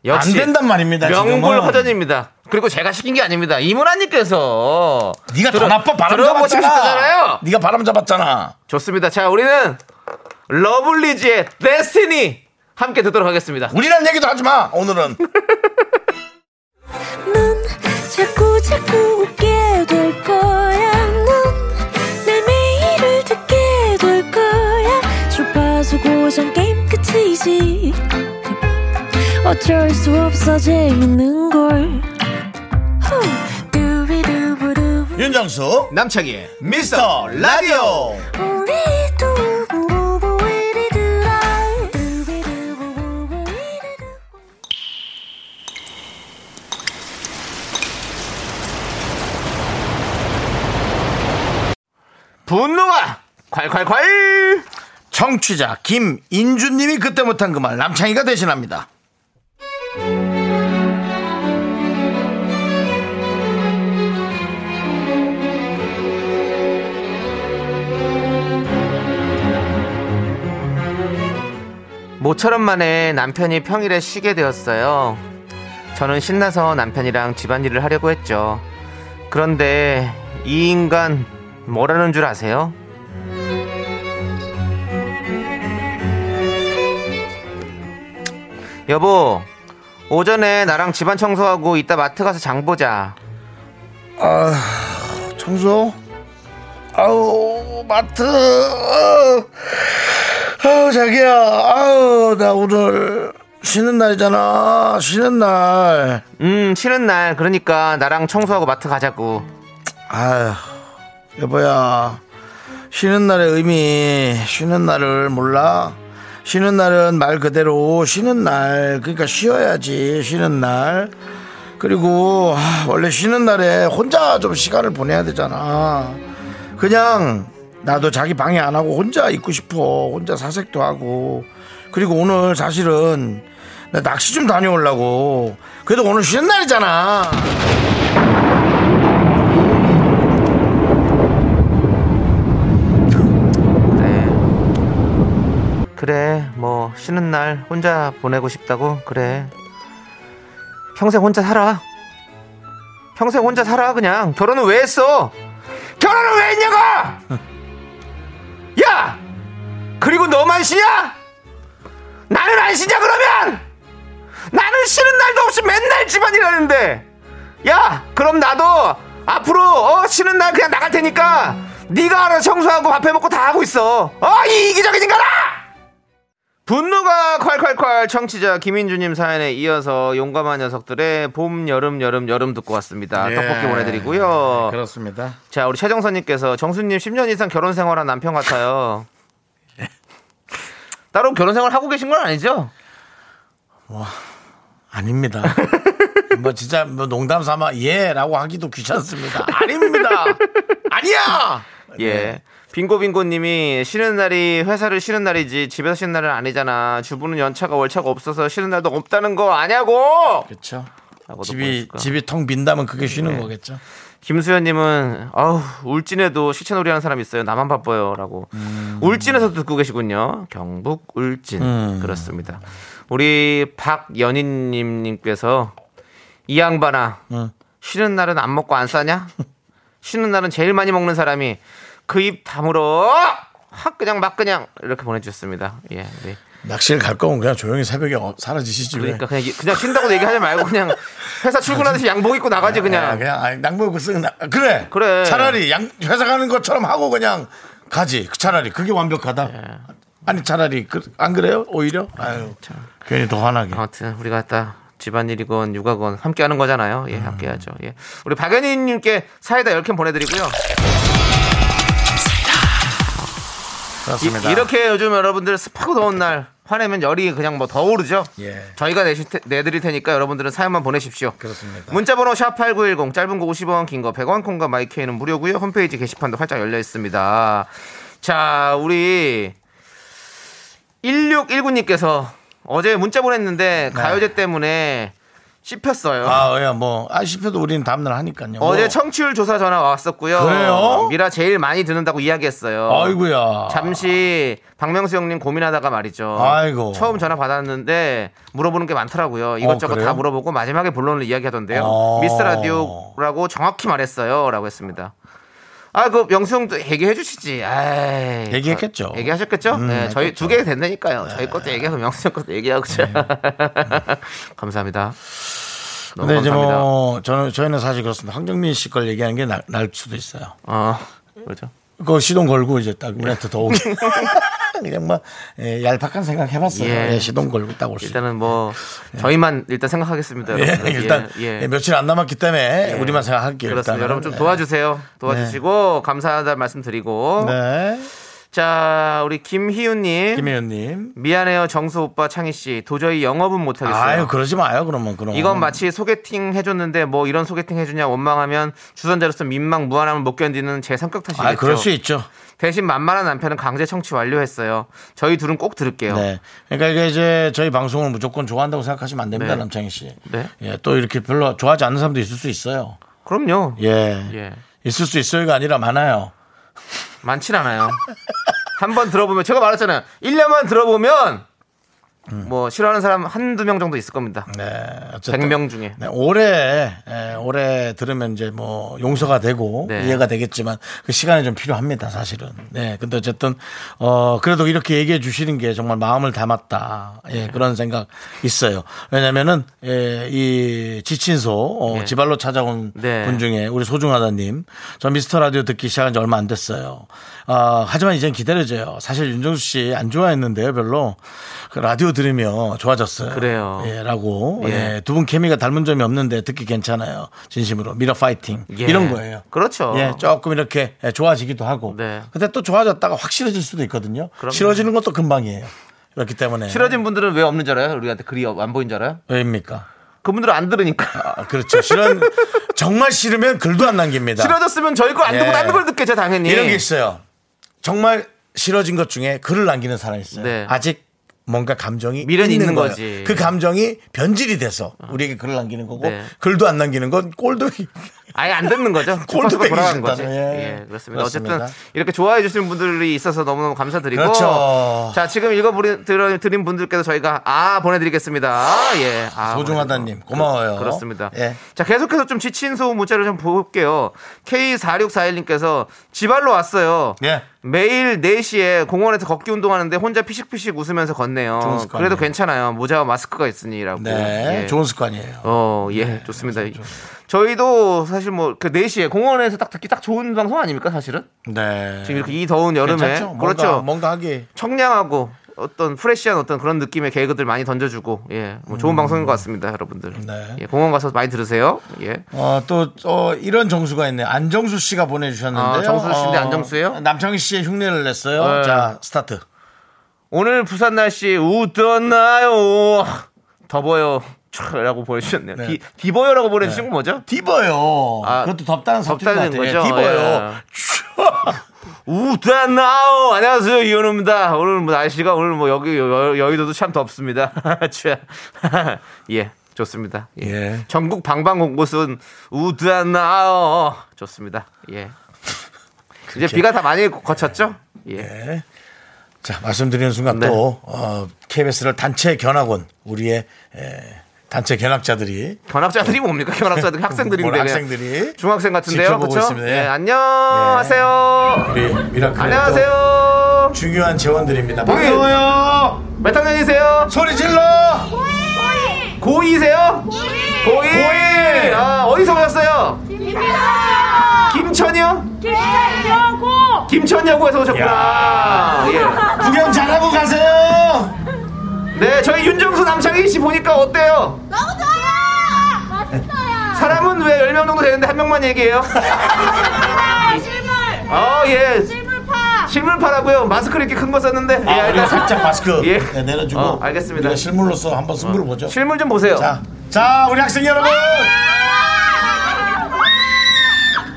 Speaker 3: 역시
Speaker 2: 안 된단 말입니다
Speaker 3: 명불
Speaker 2: 지금은.
Speaker 3: 허전입니다. 그리고 제가 시킨 게 아닙니다. 이문아님께서
Speaker 2: 네가 더
Speaker 3: 들어-
Speaker 2: 나빠 바람
Speaker 3: 들어보고
Speaker 2: 잡았잖아
Speaker 3: 싶으시잖아요.
Speaker 2: 네가 바람 잡았잖아
Speaker 3: 좋습니다. 자, 우리는 러블리즈의 데스티니 함께 듣도록 하겠습니다.
Speaker 2: 우리란 얘기도 하지 마 오늘은
Speaker 5: 넌 자꾸 자꾸 웃게 될 거야. 넌내 매일을 듣게 될 거야. 주파수 고정 게임 끝이지. 어쩔 수 없어 재밌는 걸. 후. 두비두부두.
Speaker 2: 윤정수
Speaker 3: 남창희의
Speaker 2: 미스터 라디오
Speaker 5: 우리 두부부부 우리 두라. 두비두부부부 우리 두부.
Speaker 3: 분노가 콸콸콸!
Speaker 2: 청취자 김인주님이 그때 못한 그 말 남창희가 대신합니다
Speaker 3: 모처럼 만에 남편이 평일에 쉬게 되었어요. 저는 신나서 남편이랑 집안일을 하려고 했죠. 그런데 이 인간 뭐라는 줄 아세요? 여보, 오전에 나랑 집안 청소하고 이따 마트 가서 장 보자.
Speaker 2: 청소? 아우, 마트. 아우, 자기야. 아우, 나 오늘 쉬는 날이잖아. 쉬는 날.
Speaker 3: 음, 쉬는 날, 그러니까 나랑 청소하고 마트 가자고.
Speaker 2: 아휴, 여보야. 쉬는 날의 의미, 쉬는 날을 몰라? 쉬는 날은 말 그대로 쉬는 날. 그러니까 쉬어야지, 쉬는 날. 그리고, 아, 원래 쉬는 날에 혼자 좀 시간을 보내야 되잖아. 그냥, 나도 자기 방해 안 하고 혼자 있고 싶어. 혼자 사색도 하고. 그리고 오늘 사실은, 나 낚시 좀 다녀오려고. 그래도 오늘 쉬는 날이잖아.
Speaker 3: 그래. 그래, 뭐, 쉬는 날 혼자 보내고 싶다고? 그래. 평생 혼자 살아. 평생 혼자 살아, 그냥. 결혼은 왜 했어? 결혼은 왜 했냐고! 야! 그리고 너만 쉬냐? 나는 안 쉬냐, 그러면! 나는 쉬는 날도 없이 맨날 집안일 하는데! 야! 그럼 나도 앞으로, 어, 쉬는 날 그냥 나갈 테니까! 네가 알아 청소하고 밥해 먹고 다 하고 있어! 어, 이 이기적인 인간아! 분노가 콸콸콸 청취자 김인주님 사연에 이어서 용감한 녀석들의 봄, 여름, 여름, 여름 듣고 왔습니다.
Speaker 2: 예. 네,
Speaker 3: 떡볶이 보내드리고요.
Speaker 2: 그렇습니다.
Speaker 3: 자, 우리 최정선님께서 정수님 10년 이상 결혼 생활한 남편 같아요. 따로 결혼 생활 하고 계신 건 아니죠?
Speaker 2: 아닙니다. 뭐 진짜 뭐 농담 삼아 예라고 하기도 귀찮습니다. 아닙니다. 아니야.
Speaker 3: 예. 빙고빙고님이 쉬는 날이 회사를 쉬는 날이지 집에서 쉬는 날은 아니잖아. 주부는 연차가 월차가 없어서 쉬는 날도 없다는 거 아냐고.
Speaker 2: 그렇죠.
Speaker 3: 라고도 네.
Speaker 2: 집이
Speaker 3: 보내주셨고요.
Speaker 2: 집이 텅 빈다면 그게 쉬는 거겠죠.
Speaker 3: 김수현님은 아우 울진에도 시체놀이하는 사람 있어요. 나만 바빠요라고.
Speaker 2: 음.
Speaker 3: 울진에서 듣고 계시군요. 경북 울진 그렇습니다. 우리 박연인님님께서 이 양반아 쉬는 날은 안 먹고 안 싸냐? 쉬는 날은 제일 많이 먹는 사람이 그 입 다물어 확 그냥 막 그냥 이렇게 보내주셨습니다. 예, 우리
Speaker 2: 낚시를 갈 거면 그냥 조용히 새벽에 어- 사라지시지 왜.
Speaker 3: 그러니까 그냥 그냥 쉰다고 얘기하지 말고 그냥 회사 출근하듯이 양복 입고 나가지
Speaker 2: 아,
Speaker 3: 그냥.
Speaker 2: 그냥 아니, 낭보고 쓰는 나- 그래.
Speaker 3: 그래.
Speaker 2: 차라리 양 회사 가는 것처럼 하고 그냥 가지. 차라리 그게 완벽하다.
Speaker 3: 예.
Speaker 2: 아니 차라리 그, 안 그래요? 오히려 아유 괜히 더 화나게.
Speaker 3: 아무튼 우리가 다 집안일이건 육아건 함께 하는 거잖아요. 예,
Speaker 2: 음.
Speaker 3: 함께 하죠. 예. 우리 박연희 님께 사이다 10캔 보내 드리고요.
Speaker 2: 그렇습니다.
Speaker 3: 이렇게 요즘 여러분들 습하고 더운 날 화내면 열이 그냥 뭐 더 오르죠.
Speaker 2: 예.
Speaker 3: 저희가 내실 테- 내드릴 테니까 여러분들은 사연만 보내십시오.
Speaker 2: 그렇습니다.
Speaker 3: 문자번호 샵 #8910 짧은 거 50원, 긴 거 100원, 콩과 마이크는 무료고요. 홈페이지 게시판도 활짝 열려 있습니다. 자, 우리 1619님께서 어제 문자 보냈는데 가요제 때문에 씹혔어요.
Speaker 2: 네. 아, 예, 뭐, 아, 씹혀도 우리는 다음날 하니까요.
Speaker 3: 어제
Speaker 2: 뭐.
Speaker 3: 청취율 조사 전화 왔었고요.
Speaker 2: 그래요?
Speaker 3: 미라 제일 많이 듣는다고 이야기했어요.
Speaker 2: 아이고야.
Speaker 3: 잠시 박명수 형님 고민하다가 말이죠.
Speaker 2: 아이고.
Speaker 3: 처음 전화 받았는데 물어보는 게 많더라고요. 이것저것
Speaker 2: 그래요?
Speaker 3: 다 물어보고 마지막에 본론을 이야기하던데요.
Speaker 2: 어.
Speaker 3: 미스 라디오라고 정확히 말했어요라고 했습니다. 아, 그 명수 형도 얘기해 주시지. 아이.
Speaker 2: 얘기했겠죠.
Speaker 3: 얘기하셨겠죠?
Speaker 2: 음,
Speaker 3: 네, 저희
Speaker 2: 알겠죠. 네.
Speaker 3: 두 개 된다니까요. 저희 것도 얘기하고 명수 형 것도 얘기하고. 감사합니다. 너무
Speaker 2: 근데 이제
Speaker 3: 감사합니다.
Speaker 2: 뭐, 저는, 저희는 사실 그렇습니다. 황정민 씨 걸 얘기하는 게 날, 날 수도 있어요.
Speaker 3: 어. 그렇죠.
Speaker 2: 그거 시동 걸고 이제 딱 우리한테 더 오게. 그냥 막, 예, 얄팍한 생각 해봤어요.
Speaker 3: 예.
Speaker 2: 예, 시동 걸고 딱 올 수 있다.
Speaker 3: 일단은 뭐 저희만 일단 생각하겠습니다.
Speaker 2: 예,
Speaker 3: 여러분들.
Speaker 2: 일단,
Speaker 3: 예, 예.
Speaker 2: 예, 며칠 안 남았기 때문에 우리만 생각할게요.
Speaker 3: 그렇습니다.
Speaker 2: 일단은. 예.
Speaker 3: 여러분 좀 도와주세요. 도와주시고 감사하다 말씀드리고
Speaker 2: 네.
Speaker 3: 자 우리 김희윤님
Speaker 2: 김혜연님.
Speaker 3: 미안해요 정수 오빠 창희 씨 도저히 영업은 못하겠어요.
Speaker 2: 아유, 그러지 마요, 그러면. 그럼.
Speaker 3: 이건 마치 소개팅 해줬는데 뭐 이런 소개팅 해주냐 원망하면 주선자로서 민망 무한함을 못 견디는 제 성격 탓이겠죠.
Speaker 2: 아, 그럴 수 있죠.
Speaker 3: 대신 만만한 남편은 강제 청취 완료했어요. 저희 둘은 꼭 들을게요.
Speaker 2: 네. 그러니까 이게 이제 저희 방송을 무조건 좋아한다고 생각하시면 안 됩니다,
Speaker 3: 네.
Speaker 2: 남창희 씨.
Speaker 3: 네.
Speaker 2: 예, 또 이렇게 별로 좋아하지 않는 사람도 있을 수 있어요.
Speaker 3: 그럼요.
Speaker 2: 예.
Speaker 3: 예.
Speaker 2: 있을 수 있어요가 아니라 많아요.
Speaker 3: 많진 않아요. 한 번 들어보면 제가 말했잖아요. 1년만 들어보면 뭐 싫어하는 사람 한두 명 정도 있을 겁니다.
Speaker 2: 네, 어쨌든
Speaker 3: 100명 중에.
Speaker 2: 네, 올해 예, 올해 들으면 이제 뭐 용서가 되고
Speaker 3: 네.
Speaker 2: 이해가 되겠지만 그 시간이 좀 필요합니다 사실은. 네, 근데 어쨌든 어 그래도 이렇게 얘기해 주시는 게 정말 마음을 담았다. 예,
Speaker 3: 네.
Speaker 2: 그런 생각 있어요. 왜냐면은 예, 이 지친 소 어,
Speaker 3: 네.
Speaker 2: 지발로 찾아온
Speaker 3: 네.
Speaker 2: 분 중에 우리 소중하다님 저 미스터 라디오 듣기 시작한 지 얼마 안 됐어요. 아, 하지만 이젠 기다려져요. 사실 윤정수 씨 안 좋아했는데요, 별로 그 라디오 들으며 좋아졌어요.
Speaker 3: 그래요.
Speaker 2: 예, 라고.
Speaker 3: 예.
Speaker 2: 두 분 케미가 닮은 점이 없는데 듣기 괜찮아요. 진심으로. 미러 파이팅.
Speaker 3: 예.
Speaker 2: 이런 거예요.
Speaker 3: 그렇죠.
Speaker 2: 예, 조금 이렇게 예, 좋아지기도 하고.
Speaker 3: 네.
Speaker 2: 근데 또 좋아졌다가 확 싫어질 수도 있거든요.
Speaker 3: 그럼요.
Speaker 2: 싫어지는 것도 금방이에요. 그렇기 때문에.
Speaker 3: 싫어진 분들은 왜 없는 줄 알아요? 우리한테 글이 안 보인 줄 알아요?
Speaker 2: 왜입니까?
Speaker 3: 그분들은 안 들으니까.
Speaker 2: 아, 그렇죠. 싫은, 정말 싫으면 글도 안 남깁니다.
Speaker 3: 싫어졌으면 저희 거 안
Speaker 2: 예.
Speaker 3: 듣고 다른 걸 듣겠죠, 당연히.
Speaker 2: 이런 게 있어요. 정말 싫어진 것 중에 글을 남기는 사람이 있어요.
Speaker 3: 네.
Speaker 2: 아직 뭔가 감정이
Speaker 3: 미련이
Speaker 2: 있는
Speaker 3: 있는
Speaker 2: 거예요.
Speaker 3: 거지.
Speaker 2: 그 감정이 변질이 돼서 우리에게 글을 남기는 거고
Speaker 3: 네.
Speaker 2: 글도 안 남기는 건 꼴도
Speaker 3: 아예 안 듣는 거죠.
Speaker 2: 꼴도
Speaker 3: 라
Speaker 2: 빼기
Speaker 3: 간
Speaker 2: 싫다는,
Speaker 3: 거지.
Speaker 2: 예.
Speaker 3: 예, 그렇습니다. 어쨌든
Speaker 2: 그렇습니다.
Speaker 3: 이렇게 좋아해 주시는 분들이 있어서 너무너무 감사드리고.
Speaker 2: 그렇죠.
Speaker 3: 자, 지금 읽어 드린 분들께서 저희가 아 보내드리겠습니다. 예. 아,
Speaker 2: 소중하다님,
Speaker 3: 보내드리고.
Speaker 2: 고마워요.
Speaker 3: 그, 그렇습니다.
Speaker 2: 예.
Speaker 3: 자, 계속해서 좀 지친 소음 문자를 좀 볼게요. K4641님께서 지발로 왔어요.
Speaker 2: 예.
Speaker 3: 매일 4시에 공원에서 걷기 운동하는데 혼자 피식피식 웃으면서
Speaker 2: 좋은
Speaker 3: 걷네요.
Speaker 2: 습관이에요.
Speaker 3: 그래도 괜찮아요. 모자와 마스크가 있으니라고.
Speaker 2: 네,
Speaker 3: 예.
Speaker 2: 좋은 네. 습관이에요.
Speaker 3: 어, 예, 좋습니다. 저희도 사실 뭐 그 4시에 공원에서 딱 듣기 딱 좋은 방송 아닙니까, 사실은?
Speaker 2: 네.
Speaker 3: 지금 이렇게 이 더운 여름에
Speaker 2: 괜찮죠? 뭔가,
Speaker 3: 그렇죠.
Speaker 2: 뭔가 하기
Speaker 3: 청량하고 어떤 프레시한 어떤 그런 느낌의 개그들 많이 던져주고 예, 뭐 좋은 방송인 것 같습니다, 여러분들.
Speaker 2: 음. 네.
Speaker 3: 예, 공원 가서 많이 들으세요. 예.
Speaker 2: 어, 또, 어, 이런 정수가 있네요. 안정수 씨가 보내주셨는데요. 어,
Speaker 3: 아, 정수 씨인데 안정수예요?
Speaker 2: 남창희 씨의 흉내를 냈어요.
Speaker 3: 네.
Speaker 2: 자, 스타트.
Speaker 3: 오늘 부산 날씨 웃었나요? 더워요. 촤라고 보내주셨네요.
Speaker 2: 네.
Speaker 3: 디, 디버요라고 보내주신 건 뭐죠?
Speaker 2: 디버요.
Speaker 3: 아,
Speaker 2: 그것도 덥다는 사투리
Speaker 3: 덥다는
Speaker 2: 같아요.
Speaker 3: 거죠?
Speaker 2: 디버요.
Speaker 3: 예. 우다나오 안녕하세요 이현우입니다 오늘 뭐 날씨가 오늘 뭐 여기 여, 여의도도 참 덥습니다 자, 예 좋습니다 예.
Speaker 2: 예.
Speaker 3: 전국 방방곳곳은 우다나오 좋습니다 예 이제 비가 다 많이 거쳤죠 예
Speaker 2: 네. 자, 말씀드리는 순간
Speaker 3: 네.
Speaker 2: 또, 어, KBS를 단체 견학원, 우리의 에, 단체 견학자들이
Speaker 3: 견학자들이 뭡니까 견학자들 학생들인데
Speaker 2: 뭘
Speaker 3: 그냥
Speaker 2: 학생들이
Speaker 3: 중학생 같은데요
Speaker 2: 지켜보고
Speaker 3: 그렇죠
Speaker 2: 있습니다. 예. 네.
Speaker 3: 예 안녕하세요
Speaker 2: 우리 미라클
Speaker 3: 안녕하세요
Speaker 2: 중요한 재원들입니다.
Speaker 3: 우리-
Speaker 2: 반가워요.
Speaker 3: 몇 학년이세요
Speaker 2: 소리 질러.
Speaker 3: 고2세요 고이!
Speaker 2: 고이!
Speaker 3: 아, 어디서 오셨어요? 김천이요? 김천 여고에서 오셨구나. 예.
Speaker 2: 구경 잘하고 가세요.
Speaker 3: 네, 저희 윤정수 남창희 씨 보니까 어때요? 사람은 왜 10명 정도 되는데 한 명만 얘기해요?
Speaker 6: 네.
Speaker 3: 아, 예. 실물파라고요. 마스크를 이렇게 큰 거 썼는데.
Speaker 2: 아,
Speaker 3: 예,
Speaker 2: 우리가
Speaker 3: 일단
Speaker 2: 살짝 마스크
Speaker 3: 예.
Speaker 2: 네, 내려주고
Speaker 3: 어, 알겠습니다. 어.
Speaker 2: 우리가 실물로서 한번 승부를 보죠.
Speaker 3: 실물 좀 보세요.
Speaker 2: 자, 자, 우리 학생 여러분.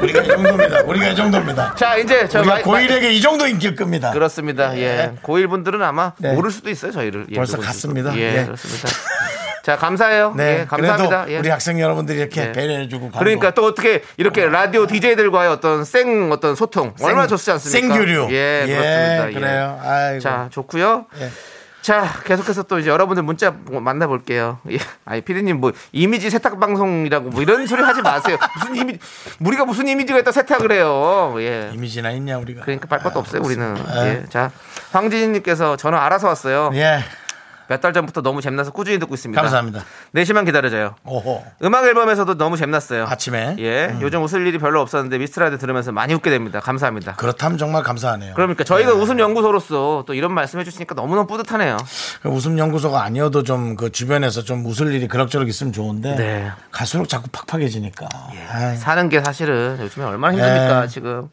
Speaker 2: 우리가 이 정도입니다. 우리가 이 정도입니다.
Speaker 3: 자, 이제 저
Speaker 2: 우리가
Speaker 3: 마이-
Speaker 2: 고일에게 이 정도 인기일 겁니다.
Speaker 3: 그렇습니다. 예. 고1 분들은 아마
Speaker 2: 네.
Speaker 3: 모를 수도 있어요, 저희를. 예,
Speaker 2: 벌써
Speaker 3: 누군지.
Speaker 2: 갔습니다.
Speaker 3: 예,
Speaker 2: 예.
Speaker 3: 그렇습니다. 자, 감사해요.
Speaker 2: 네,
Speaker 3: 예, 감사합니다.
Speaker 2: 그래도
Speaker 3: 예.
Speaker 2: 우리 학생 여러분들이 이렇게
Speaker 3: 예.
Speaker 2: 배려해주고 가고.
Speaker 3: 그러니까 또 어떻게 이렇게 라디오 DJ들과의 어떤 생 어떤 소통
Speaker 2: 아. 생-
Speaker 3: 얼마나 좋지 않습니까?
Speaker 2: 생교류.
Speaker 3: 예, 그렇습니다. 예.
Speaker 2: 그래요. 아이고.
Speaker 3: 자, 좋고요.
Speaker 2: 예.
Speaker 3: 자, 계속해서 또 이제 여러분들 문자 만나 볼게요. 예. 아니, 피디님 뭐 이미지 세탁 방송이라고 뭐 이런 소리 하지 마세요. 무슨 이미 우리가 무슨 이미지가 있다 세탁을 해요. 예.
Speaker 2: 이미지나 있냐 우리가.
Speaker 3: 그러니까 발것도 없어요, 우리는.
Speaker 2: 아.
Speaker 3: 예. 자, 황진희 님께서 저는 알아서 왔어요.
Speaker 2: 예,
Speaker 3: 몇 달 전부터 너무 잼나서 꾸준히 듣고 있습니다.
Speaker 2: 감사합니다.
Speaker 3: 4시만 기다려줘요.
Speaker 2: 오호.
Speaker 3: 음악 앨범에서도 너무 잼났어요.
Speaker 2: 아침에. 음.
Speaker 3: 예, 요즘 웃을 일이 별로 없었는데 미스트라드 들으면서 많이 웃게 됩니다. 감사합니다.
Speaker 2: 그렇다면 예. 정말 감사하네요.
Speaker 3: 그러니까 저희가 웃음 연구소로서 또 이런 말씀해 주시니까 너무너무 뿌듯하네요.
Speaker 2: 그 웃음 연구소가 아니어도 좀 그 주변에서 좀 웃을 일이 그럭저럭 있으면 좋은데
Speaker 3: 네. 예.
Speaker 2: 갈수록 자꾸 팍팍해지니까. 아이,
Speaker 3: 사는 게 사실은 요즘에 얼마나 힘듭니까
Speaker 2: 예.
Speaker 3: 지금.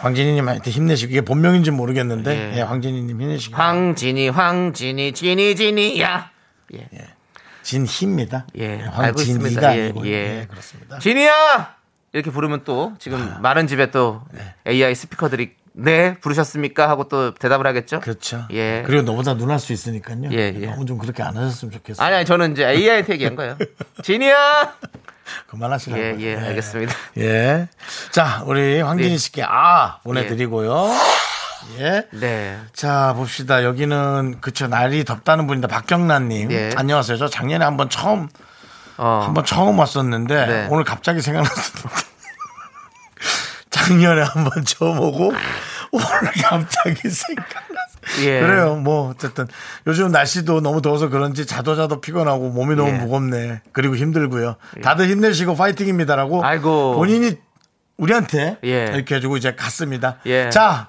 Speaker 2: 황진희님한테 힘내시고 이게 본명인지 는 모르겠는데
Speaker 3: 예.
Speaker 2: 예, 황진희님 힘내시고
Speaker 3: 황진이, 황진이, 진이, 진이야.
Speaker 2: 진희입니다.
Speaker 3: 예, 알고 있습니다.
Speaker 2: 황진희가
Speaker 3: 예,
Speaker 2: 아니고
Speaker 3: 예.
Speaker 2: 예, 그렇습니다.
Speaker 3: 진이야! 이렇게 부르면 또
Speaker 2: 아.
Speaker 3: 지금 많은 집에 또
Speaker 2: 네.
Speaker 3: AI 스피커들이 네 부르셨습니까 하고 또 대답을 하겠죠.
Speaker 2: 그렇죠.
Speaker 3: 예.
Speaker 2: 그리고 너보다 눈할 수 있으니까요.
Speaker 3: 예, 예.
Speaker 2: 너무 좀 그렇게 안 하셨으면 좋겠어요.
Speaker 3: 아니 아니 저는 이제 AI한테 얘기한 거예요. 진이야.
Speaker 2: 그만하시라고.
Speaker 3: 예, 예, 알겠습니다.
Speaker 2: 예. 자, 우리 황진희
Speaker 3: 네.
Speaker 2: 씨께 아 보내드리고요. 예.
Speaker 3: 네.
Speaker 2: 자, 봅시다. 여기는, 그쵸, 날이 덥다는 분인데, 박경란님.
Speaker 3: 예.
Speaker 2: 안녕하세요. 저 작년에 한번 처음,
Speaker 3: 어.
Speaker 2: 한번 처음 왔었는데,
Speaker 3: 네.
Speaker 2: 오늘 갑자기 생각났어요. 작년에 한번 처음 오고, 오늘 갑자기 생각났어요.
Speaker 3: 예.
Speaker 2: 그래요. 뭐, 어쨌든. 요즘 날씨도 너무 더워서 그런지 자도자도 피곤하고, 몸이 너무
Speaker 3: 예.
Speaker 2: 무겁네. 그리고 힘들고요. 다들 힘내시고, 파이팅입니다라고.
Speaker 3: 아이고.
Speaker 2: 본인이 우리한테
Speaker 3: 예.
Speaker 2: 이렇게 해주고 이제 갔습니다.
Speaker 3: 예.
Speaker 2: 자,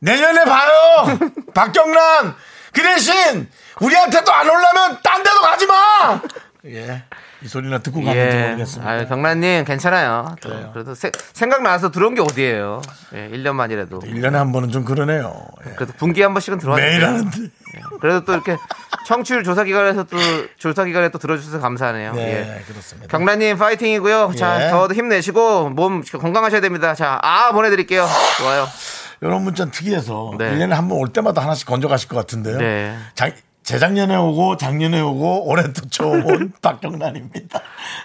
Speaker 2: 내년에 봐요! 박경란! 그 대신, 우리한테도 안 오려면 딴 데도 가지 마! 예. 이 소리나 듣고 가는지 모르겠습니다.
Speaker 3: 예. 아유, 경란님, 괜찮아요. 또
Speaker 2: 그래요.
Speaker 3: 그래도 세- 생각나서 들어온 게 어디예요. 예, 1년만이라도.
Speaker 2: 1년에 한 번은 좀 그러네요. 예.
Speaker 3: 그래도 예. 분기에 한 번씩은 들어왔는데.
Speaker 2: 매일 하는데.
Speaker 3: 그래도 또 이렇게 청취율 조사기관에서 또, 조사기관에 또 들어주셔서 감사하네요.
Speaker 2: 네,
Speaker 3: 예.
Speaker 2: 그렇습니다.
Speaker 3: 경란님 파이팅이고요.
Speaker 2: 예.
Speaker 3: 자, 더 힘내시고 몸 건강하셔야 됩니다. 자, 아 보내드릴게요. 좋아요.
Speaker 2: 이런 문자는 특이해서
Speaker 3: 네.
Speaker 2: 1년에 한 번 올 때마다 하나씩 건져가실 것 같은데요.
Speaker 3: 네.
Speaker 2: 작- 재작년에 오고 작년에 오고 올해 또 처음 온 박경란입니다.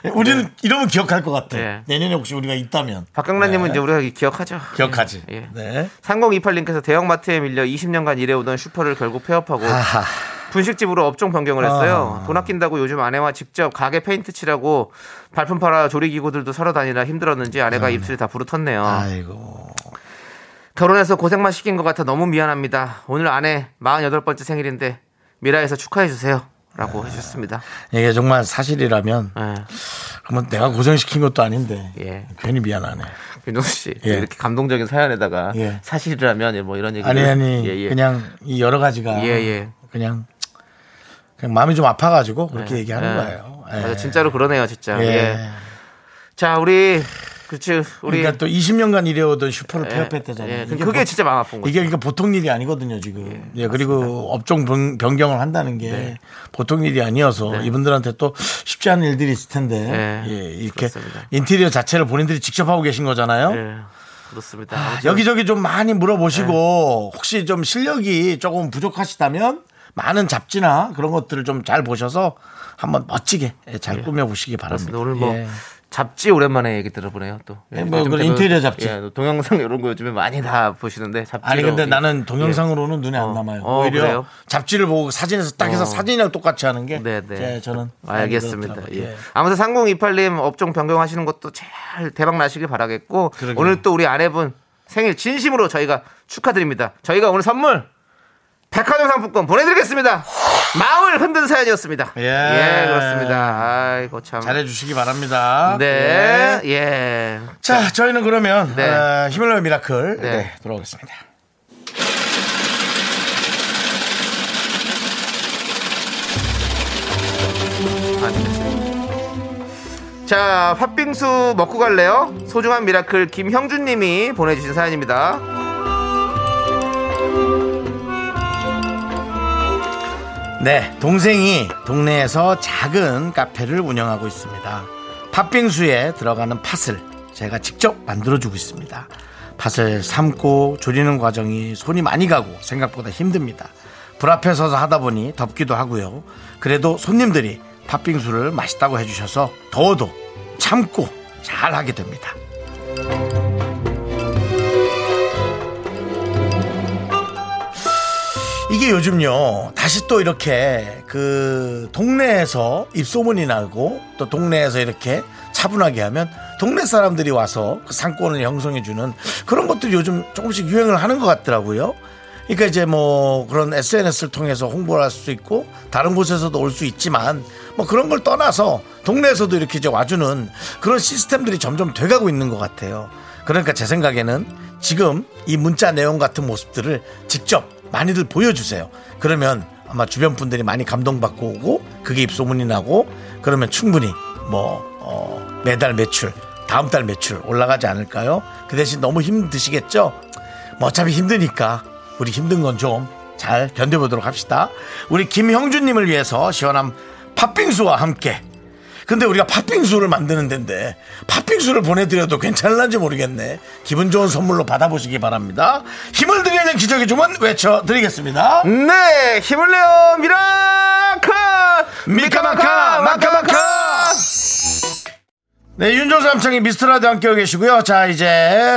Speaker 2: 예, 우리는 이러면 기억할 것 같아.
Speaker 3: 네.
Speaker 2: 내년에 혹시 우리가 있다면
Speaker 3: 박경란님은
Speaker 2: 네.
Speaker 3: 이제 우리가 기억하죠.
Speaker 2: 기억하지.
Speaker 3: 예.
Speaker 2: 네.
Speaker 3: 3028님께서 대형마트에 밀려 20년간 일해오던 슈퍼를 결국 폐업하고
Speaker 2: 아.
Speaker 3: 분식집으로 업종 변경을 했어요. 돈 아낀다고 요즘 아내와 직접 가게 페인트 칠하고 발품 팔아 조리기구들도 사러 다니라 힘들었는지 아내가 입술이 다 부르텄네요.
Speaker 2: 음. 아이고.
Speaker 3: 결혼해서 고생만 시킨 것 같아 너무 미안합니다. 오늘 아내 48번째 생일인데 미라에서 축하해 주세요.
Speaker 2: 아.
Speaker 3: 라고 해주셨습니다.
Speaker 2: 이게 정말 사실이라면
Speaker 3: 예.
Speaker 2: 그러면 내가 고생시킨 것도 아닌데
Speaker 3: 예.
Speaker 2: 괜히 미안하네.
Speaker 3: 윤정수 씨
Speaker 2: 예.
Speaker 3: 이렇게 감동적인 사연에다가
Speaker 2: 예.
Speaker 3: 사실이라면 뭐 이런 얘기
Speaker 2: 아니 아니 그냥 이 여러 가지가
Speaker 3: 예, 예.
Speaker 2: 그냥 그냥 마음이 좀 아파가지고 그렇게
Speaker 3: 예.
Speaker 2: 얘기하는
Speaker 3: 예.
Speaker 2: 거예요. 예.
Speaker 3: 맞아, 진짜로 그러네요 진짜.
Speaker 2: 예.
Speaker 3: 예. 자 우리 그치 우리
Speaker 2: 그러니까 또 20년간 일해오던 슈퍼를
Speaker 3: 예,
Speaker 2: 폐업했다잖아요.
Speaker 3: 예,
Speaker 2: 이게
Speaker 3: 그게
Speaker 2: 보-
Speaker 3: 진짜 마음 아픈 거죠.
Speaker 2: 이게 그러니까 보통 일이 아니거든요 지금. 예, 그리고 업종 변- 변경을 한다는 게
Speaker 3: 네.
Speaker 2: 보통 일이 아니어서 이분들한테 또 쉽지 않은 일들이 있을 텐데
Speaker 3: 예,
Speaker 2: 예, 이렇게
Speaker 3: 그렇습니다.
Speaker 2: 인테리어 자체를 본인들이 직접 하고 계신 거잖아요.
Speaker 3: 예, 그렇습니다. 아무튼
Speaker 2: 여기저기 좀 많이 물어보시고
Speaker 3: 네.
Speaker 2: 혹시 좀 실력이 조금 부족하시다면 많은 잡지나 그런 것들을 좀 잘 보셔서 한번 멋지게 잘 꾸며 보시기 바랍니다.
Speaker 3: 예. 오늘 뭐
Speaker 2: 예.
Speaker 3: 잡지 오랜만에 얘기 들어보네요 또.
Speaker 2: 예,
Speaker 3: 예,
Speaker 2: 뭐
Speaker 3: 요즘
Speaker 2: 그런
Speaker 3: 되게-
Speaker 2: 인테리어 잡지.
Speaker 3: 예, 동영상 이런 거 요즘에 많이 다 보시는데 잡지.
Speaker 2: 아니 근데 나는 동영상으로는 눈에 안
Speaker 3: 예. 어.
Speaker 2: 남아요.
Speaker 3: 어,
Speaker 2: 오히려
Speaker 3: 그래요?
Speaker 2: 잡지를 보고 사진에서 딱 해서
Speaker 3: 어.
Speaker 2: 사진이랑 똑같이 하는 게
Speaker 3: 네네. 아,
Speaker 2: 제- 저는
Speaker 3: 알겠습니다.
Speaker 2: 그렇더라고요.
Speaker 3: 예. 아무튼 3028님 업종 변경하시는 것도 잘 대박 나시길 바라겠고
Speaker 2: 그러게요.
Speaker 3: 오늘 또 우리 아내분 생일 진심으로 저희가 축하드립니다. 저희가 오늘 선물 백화점 상품권 보내드리겠습니다. 마음을 흔든 사연이었습니다.
Speaker 2: 예.
Speaker 3: 그렇습니다. 아이고 참.
Speaker 2: 잘해 주시기 바랍니다.
Speaker 3: 네,
Speaker 2: 예.
Speaker 3: 예.
Speaker 2: 자, 저희는 그러면
Speaker 3: 네.
Speaker 2: 어, 히말라야 미라클
Speaker 3: 네.
Speaker 2: 네, 돌아오겠습니다.
Speaker 3: 자, 팥빙수 먹고 갈래요? 소중한 미라클 김형준님이 보내주신 사연입니다.
Speaker 2: 네, 동생이 동네에서 작은 카페를 운영하고 있습니다. 팥빙수에 들어가는 팥을 제가 직접 만들어주고 있습니다. 팥을 삶고 조리는 과정이 손이 많이 가고 생각보다 힘듭니다. 불 앞에 서서 하다 보니 덥기도 하고요. 그래도 손님들이 팥빙수를 맛있다고 해주셔서 더워도 참고 잘 하게 됩니다. 이게 요즘요 다시 또 이렇게 그 동네에서 입소문이 나고 또 동네에서 이렇게 차분하게 하면 동네 사람들이 와서 그 상권을 형성해주는 그런 것들이 요즘 조금씩 유행을 하는 것 같더라고요. 그러니까 이제 뭐 그런 SNS를 통해서 홍보를 할 수 있고 다른 곳에서도 올 수 있지만 뭐 그런 걸 떠나서 동네에서도 이렇게 이제 와주는 그런 시스템들이 점점 돼가고 있는 것 같아요. 그러니까 제 생각에는 지금 이 문자 내용 같은 모습들을 직접 많이들 보여주세요. 그러면 아마 주변 분들이 많이 감동받고 오고 그게 입소문이 나고 그러면 충분히 뭐 어, 매달 매출 다음 달 매출 올라가지 않을까요? 그 대신 너무 힘드시겠죠? 뭐 어차피 힘드니까 우리 힘든 건 좀 잘 견뎌보도록 합시다. 우리 김형준님을 위해서 시원한 팥빙수와 함께 근데 우리가 팥빙수를 만드는 데인데 팥빙수를 보내드려도 괜찮을지 모르겠네. 기분 좋은 선물로 받아보시기 바랍니다. 힘을 드리는 기적의 주문 외쳐드리겠습니다.
Speaker 3: 네, 힘을 내요 미라클
Speaker 2: 미카마카, 마카마카! 네, 윤종수 남창희 미스터라디오 함께하고 계시고요. 자, 이제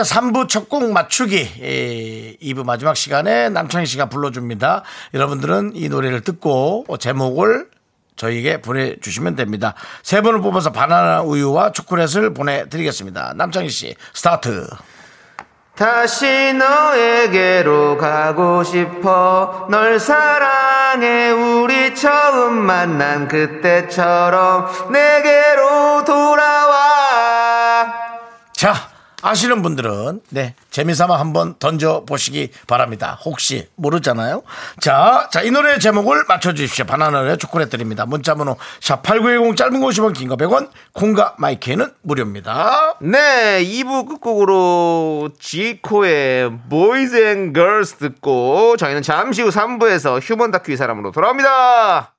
Speaker 2: 3부 첫 곡 맞추기 2부 마지막 시간에 남창희 씨가 불러줍니다. 여러분들은 이 노래를 듣고 제목을 저희에게 보내주시면 됩니다. 세 분을 뽑아서 바나나 우유와 초콜릿을 보내드리겠습니다. 남창희 씨, 스타트.
Speaker 3: 다시 너에게로 가고 싶어 널 사랑해 우리 처음 만난 그때처럼 내게로 돌아와
Speaker 2: 자, 아시는 분들은 네, 재미삼아 한번 던져 보시기 바랍니다. 혹시 모르잖아요. 자, 자, 이 노래 제목을 맞춰 주십시오. 바나나의 초콜릿 드립니다. 문자 번호 샵8910 짧은 거 50원 긴 거 100원. 콩과 마이크는 무료입니다.
Speaker 3: 네 2부 끝곡으로 지코의 보이즈 앤 걸스 듣고 저희는 잠시 후 3부에서 휴먼 다큐 이 사람으로 돌아옵니다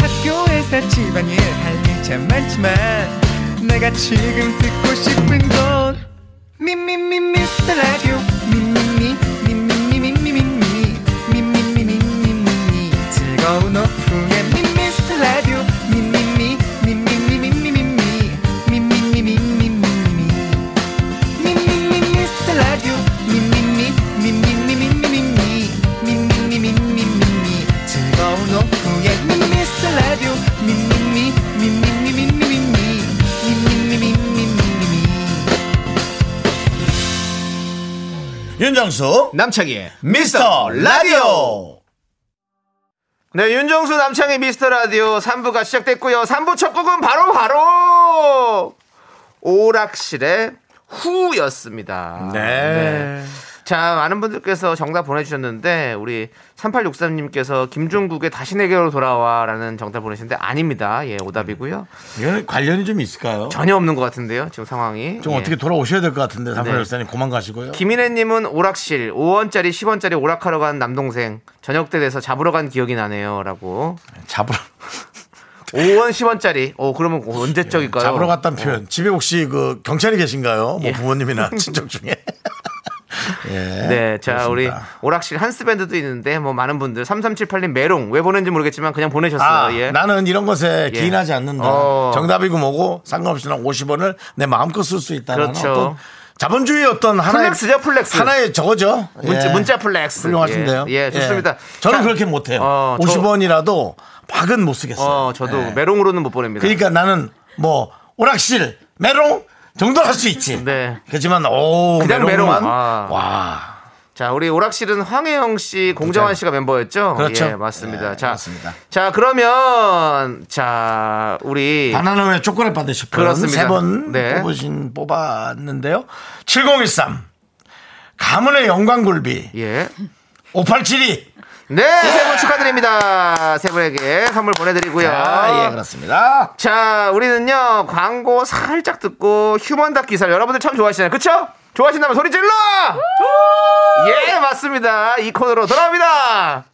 Speaker 7: 학교에서 집안일 할 일 참 많지만 내가 지금 듣고 싶은 건 미미미 미스터 라디오 미미미 미미미 미미미 미미미 미미미 미미미 즐거운 오후에 미미스터 라디오 미미미 미미미 미미미 미미미 미미미 미미미
Speaker 2: 윤정수
Speaker 3: 남창희의
Speaker 2: 미스터 라디오.
Speaker 3: 네, 윤정수 남창희 미스터 라디오 3부가 시작됐고요. 3부 첫 곡은 바로 바로 오락실의 후였습니다.
Speaker 2: 네.
Speaker 3: 자, 많은 분들께서 정답 보내주셨는데, 우리 3863님께서 김종국의 다시 내게로 돌아와 라는 정답 보내주셨는데, 아닙니다. 예, 오답이고요.
Speaker 2: 이거는 관련이 좀 있을까요? 네.
Speaker 3: 전혀 없는 것 같은데요, 지금 상황이.
Speaker 2: 좀
Speaker 3: 예.
Speaker 2: 어떻게 돌아오셔야 될 것 같은데 삼팔 열사님 고만 가시고요.
Speaker 3: 김인혜님은 오락실 5원짜리 10원짜리 오락하러 간 남동생 저녁 때 돼서 잡으러 간 기억이 나네요라고
Speaker 2: 잡으러
Speaker 3: 5원 10원짜리. 어 그러면 언제적일까요?
Speaker 2: 잡으러 갔다는 표현. 집에 혹시 그 경찰이 계신가요? 뭐
Speaker 3: 예.
Speaker 2: 부모님이나 친척 중에. 예.
Speaker 3: 네, 자
Speaker 2: 그렇습니다.
Speaker 3: 우리 오락실 한스밴드도 있는데 뭐 많은 분들 3378님 메롱 왜 보낸지 모르겠지만 그냥 보내셨어요.
Speaker 2: 아,
Speaker 3: 예.
Speaker 2: 나는 이런 것에
Speaker 3: 예.
Speaker 2: 기인하지 않는다.
Speaker 3: 어.
Speaker 2: 정답이고 뭐고 상관없이 난 50원을 내 마음껏 쓸 수 있다는
Speaker 3: 그렇죠.
Speaker 2: 어떤 자본주의 어떤 하나의
Speaker 3: 플렉스죠, 플렉스.
Speaker 2: 하나의 저거죠.
Speaker 3: 문자,
Speaker 2: 예.
Speaker 3: 문자 플렉스.
Speaker 2: 훌륭하신데요.
Speaker 3: 예, 예, 좋습니다.
Speaker 2: 저는
Speaker 3: 자,
Speaker 2: 그렇게 못해요.
Speaker 3: 어, 저-
Speaker 2: 50원이라도 박은 못 쓰겠어요.
Speaker 3: 어 저도
Speaker 2: 예.
Speaker 3: 메롱으로는 못 보냅니다.
Speaker 2: 그러니까 나는 뭐 오락실 메롱 정도 할 수 있지.
Speaker 3: 네.
Speaker 2: 그렇지만 오
Speaker 3: 그냥
Speaker 2: 메롱만
Speaker 3: 메롱. 아.
Speaker 2: 와.
Speaker 3: 자, 우리 오락실은 황혜영 씨, 공정환 씨가 멤버였죠?
Speaker 2: 그렇죠.
Speaker 3: 예, 맞습니다.
Speaker 2: 예,
Speaker 3: 자,
Speaker 2: 맞습니다.
Speaker 3: 자, 그러면 자, 우리
Speaker 2: 바나나우유 초콜릿 받으실 분
Speaker 3: 예. 그렇습니다.
Speaker 2: 세번
Speaker 3: 네.
Speaker 2: 뽑으신 뽑았는데요. 7013 가문의 영광굴비
Speaker 3: 예.
Speaker 2: 5872
Speaker 3: 네, 세 분 축하드립니다. 세 분에게 선물 보내드리고요.
Speaker 2: 아, 예 그렇습니다.
Speaker 3: 자, 우리는요, 광고 살짝 듣고 휴먼 다큐 기사를 여러분들 참 좋아하시잖아요. 그쵸? 좋아하신다면 소리 질러! 예, 맞습니다. 이 코너로 돌아옵니다.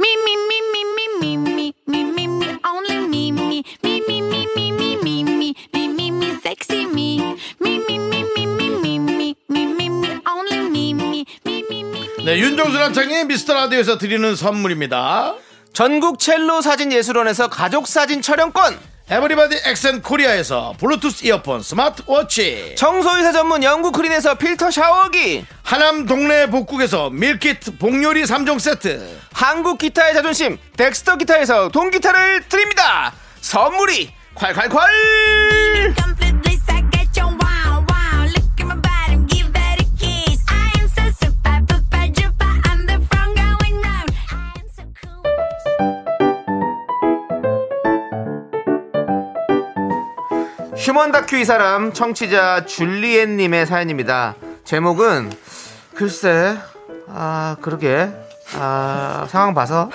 Speaker 5: Me, me, me, me, me, me, me, me, me, me, only me, me, me, me, me, me, me, me, me, me, me, me, sexy me. Me, me, me, me, me, me, me, me, me, me, only me, me, me, me, me.
Speaker 2: 네 윤종수 남창의 미스터 라디오에서 드리는 선물입니다.
Speaker 3: 전국 첼로 사진 예술원에서 가족 사진 촬영권!
Speaker 2: 에브리바디 엑센 코리아에서 블루투스 이어폰 스마트워치
Speaker 3: 청소이사 전문 영국 크린에서 필터 샤워기!
Speaker 2: 하남 동네 복국에서 밀키트 복요리 3종 세트
Speaker 3: 한국 기타의 자존심 덱스터 기타에서 동기타를 드립니다 선물이 콸콸콸
Speaker 5: Completely psycho, wow, wow. Look at my body, give that a kiss. I am so super, super duper. I'm the front going round. I am so cool.
Speaker 3: 휴먼 다큐 이 사람 청취자 줄리엣님의 사연입니다 제목은 글쎄 아 그러게 아 상황 봐서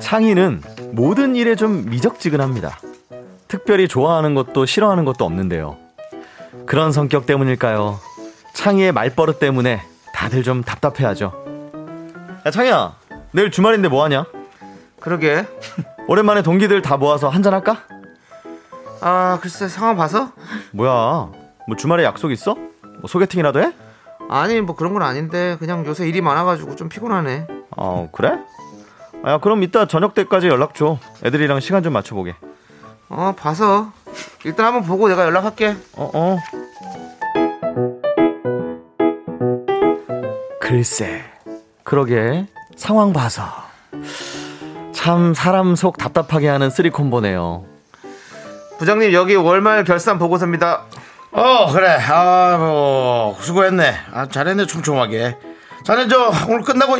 Speaker 8: 창의는 모든 일에 좀 미적지근합니다. 특별히 좋아하는 것도 싫어하는 것도 없는데요. 그런 성격 때문일까요? 창의의 말버릇 때문에 다들 좀 답답해하죠. 야, 창희야. 내일 주말인데 뭐 하냐?
Speaker 3: 그러게
Speaker 8: 오랜만에 동기들 다 모아서 한잔 할까?
Speaker 3: 아 글쎄 상황 봐서
Speaker 8: 뭐야? 뭐 주말에 약속 있어? 뭐 소개팅이라도 해?
Speaker 3: 아니 뭐 그런 건 아닌데 그냥 요새 일이 많아가지고 좀 피곤하네
Speaker 8: 어, 그래? 아, 그럼 이따 저녁 때까지 연락 줘. 애들이랑 시간 좀 맞춰보게.
Speaker 3: 어 봐서 일단 한번 보고 내가 연락할게
Speaker 8: 어, 어. 글쎄. 그러게. 상황 봐서. 참 사람 속 답답하게 하는 쓰리콤보네요.
Speaker 3: 부장님 여기 월말 결산 보고서입니다
Speaker 2: 어 그래 아뭐 수고했네 아 잘했네 촘촘하게 자네 저 오늘 끝나고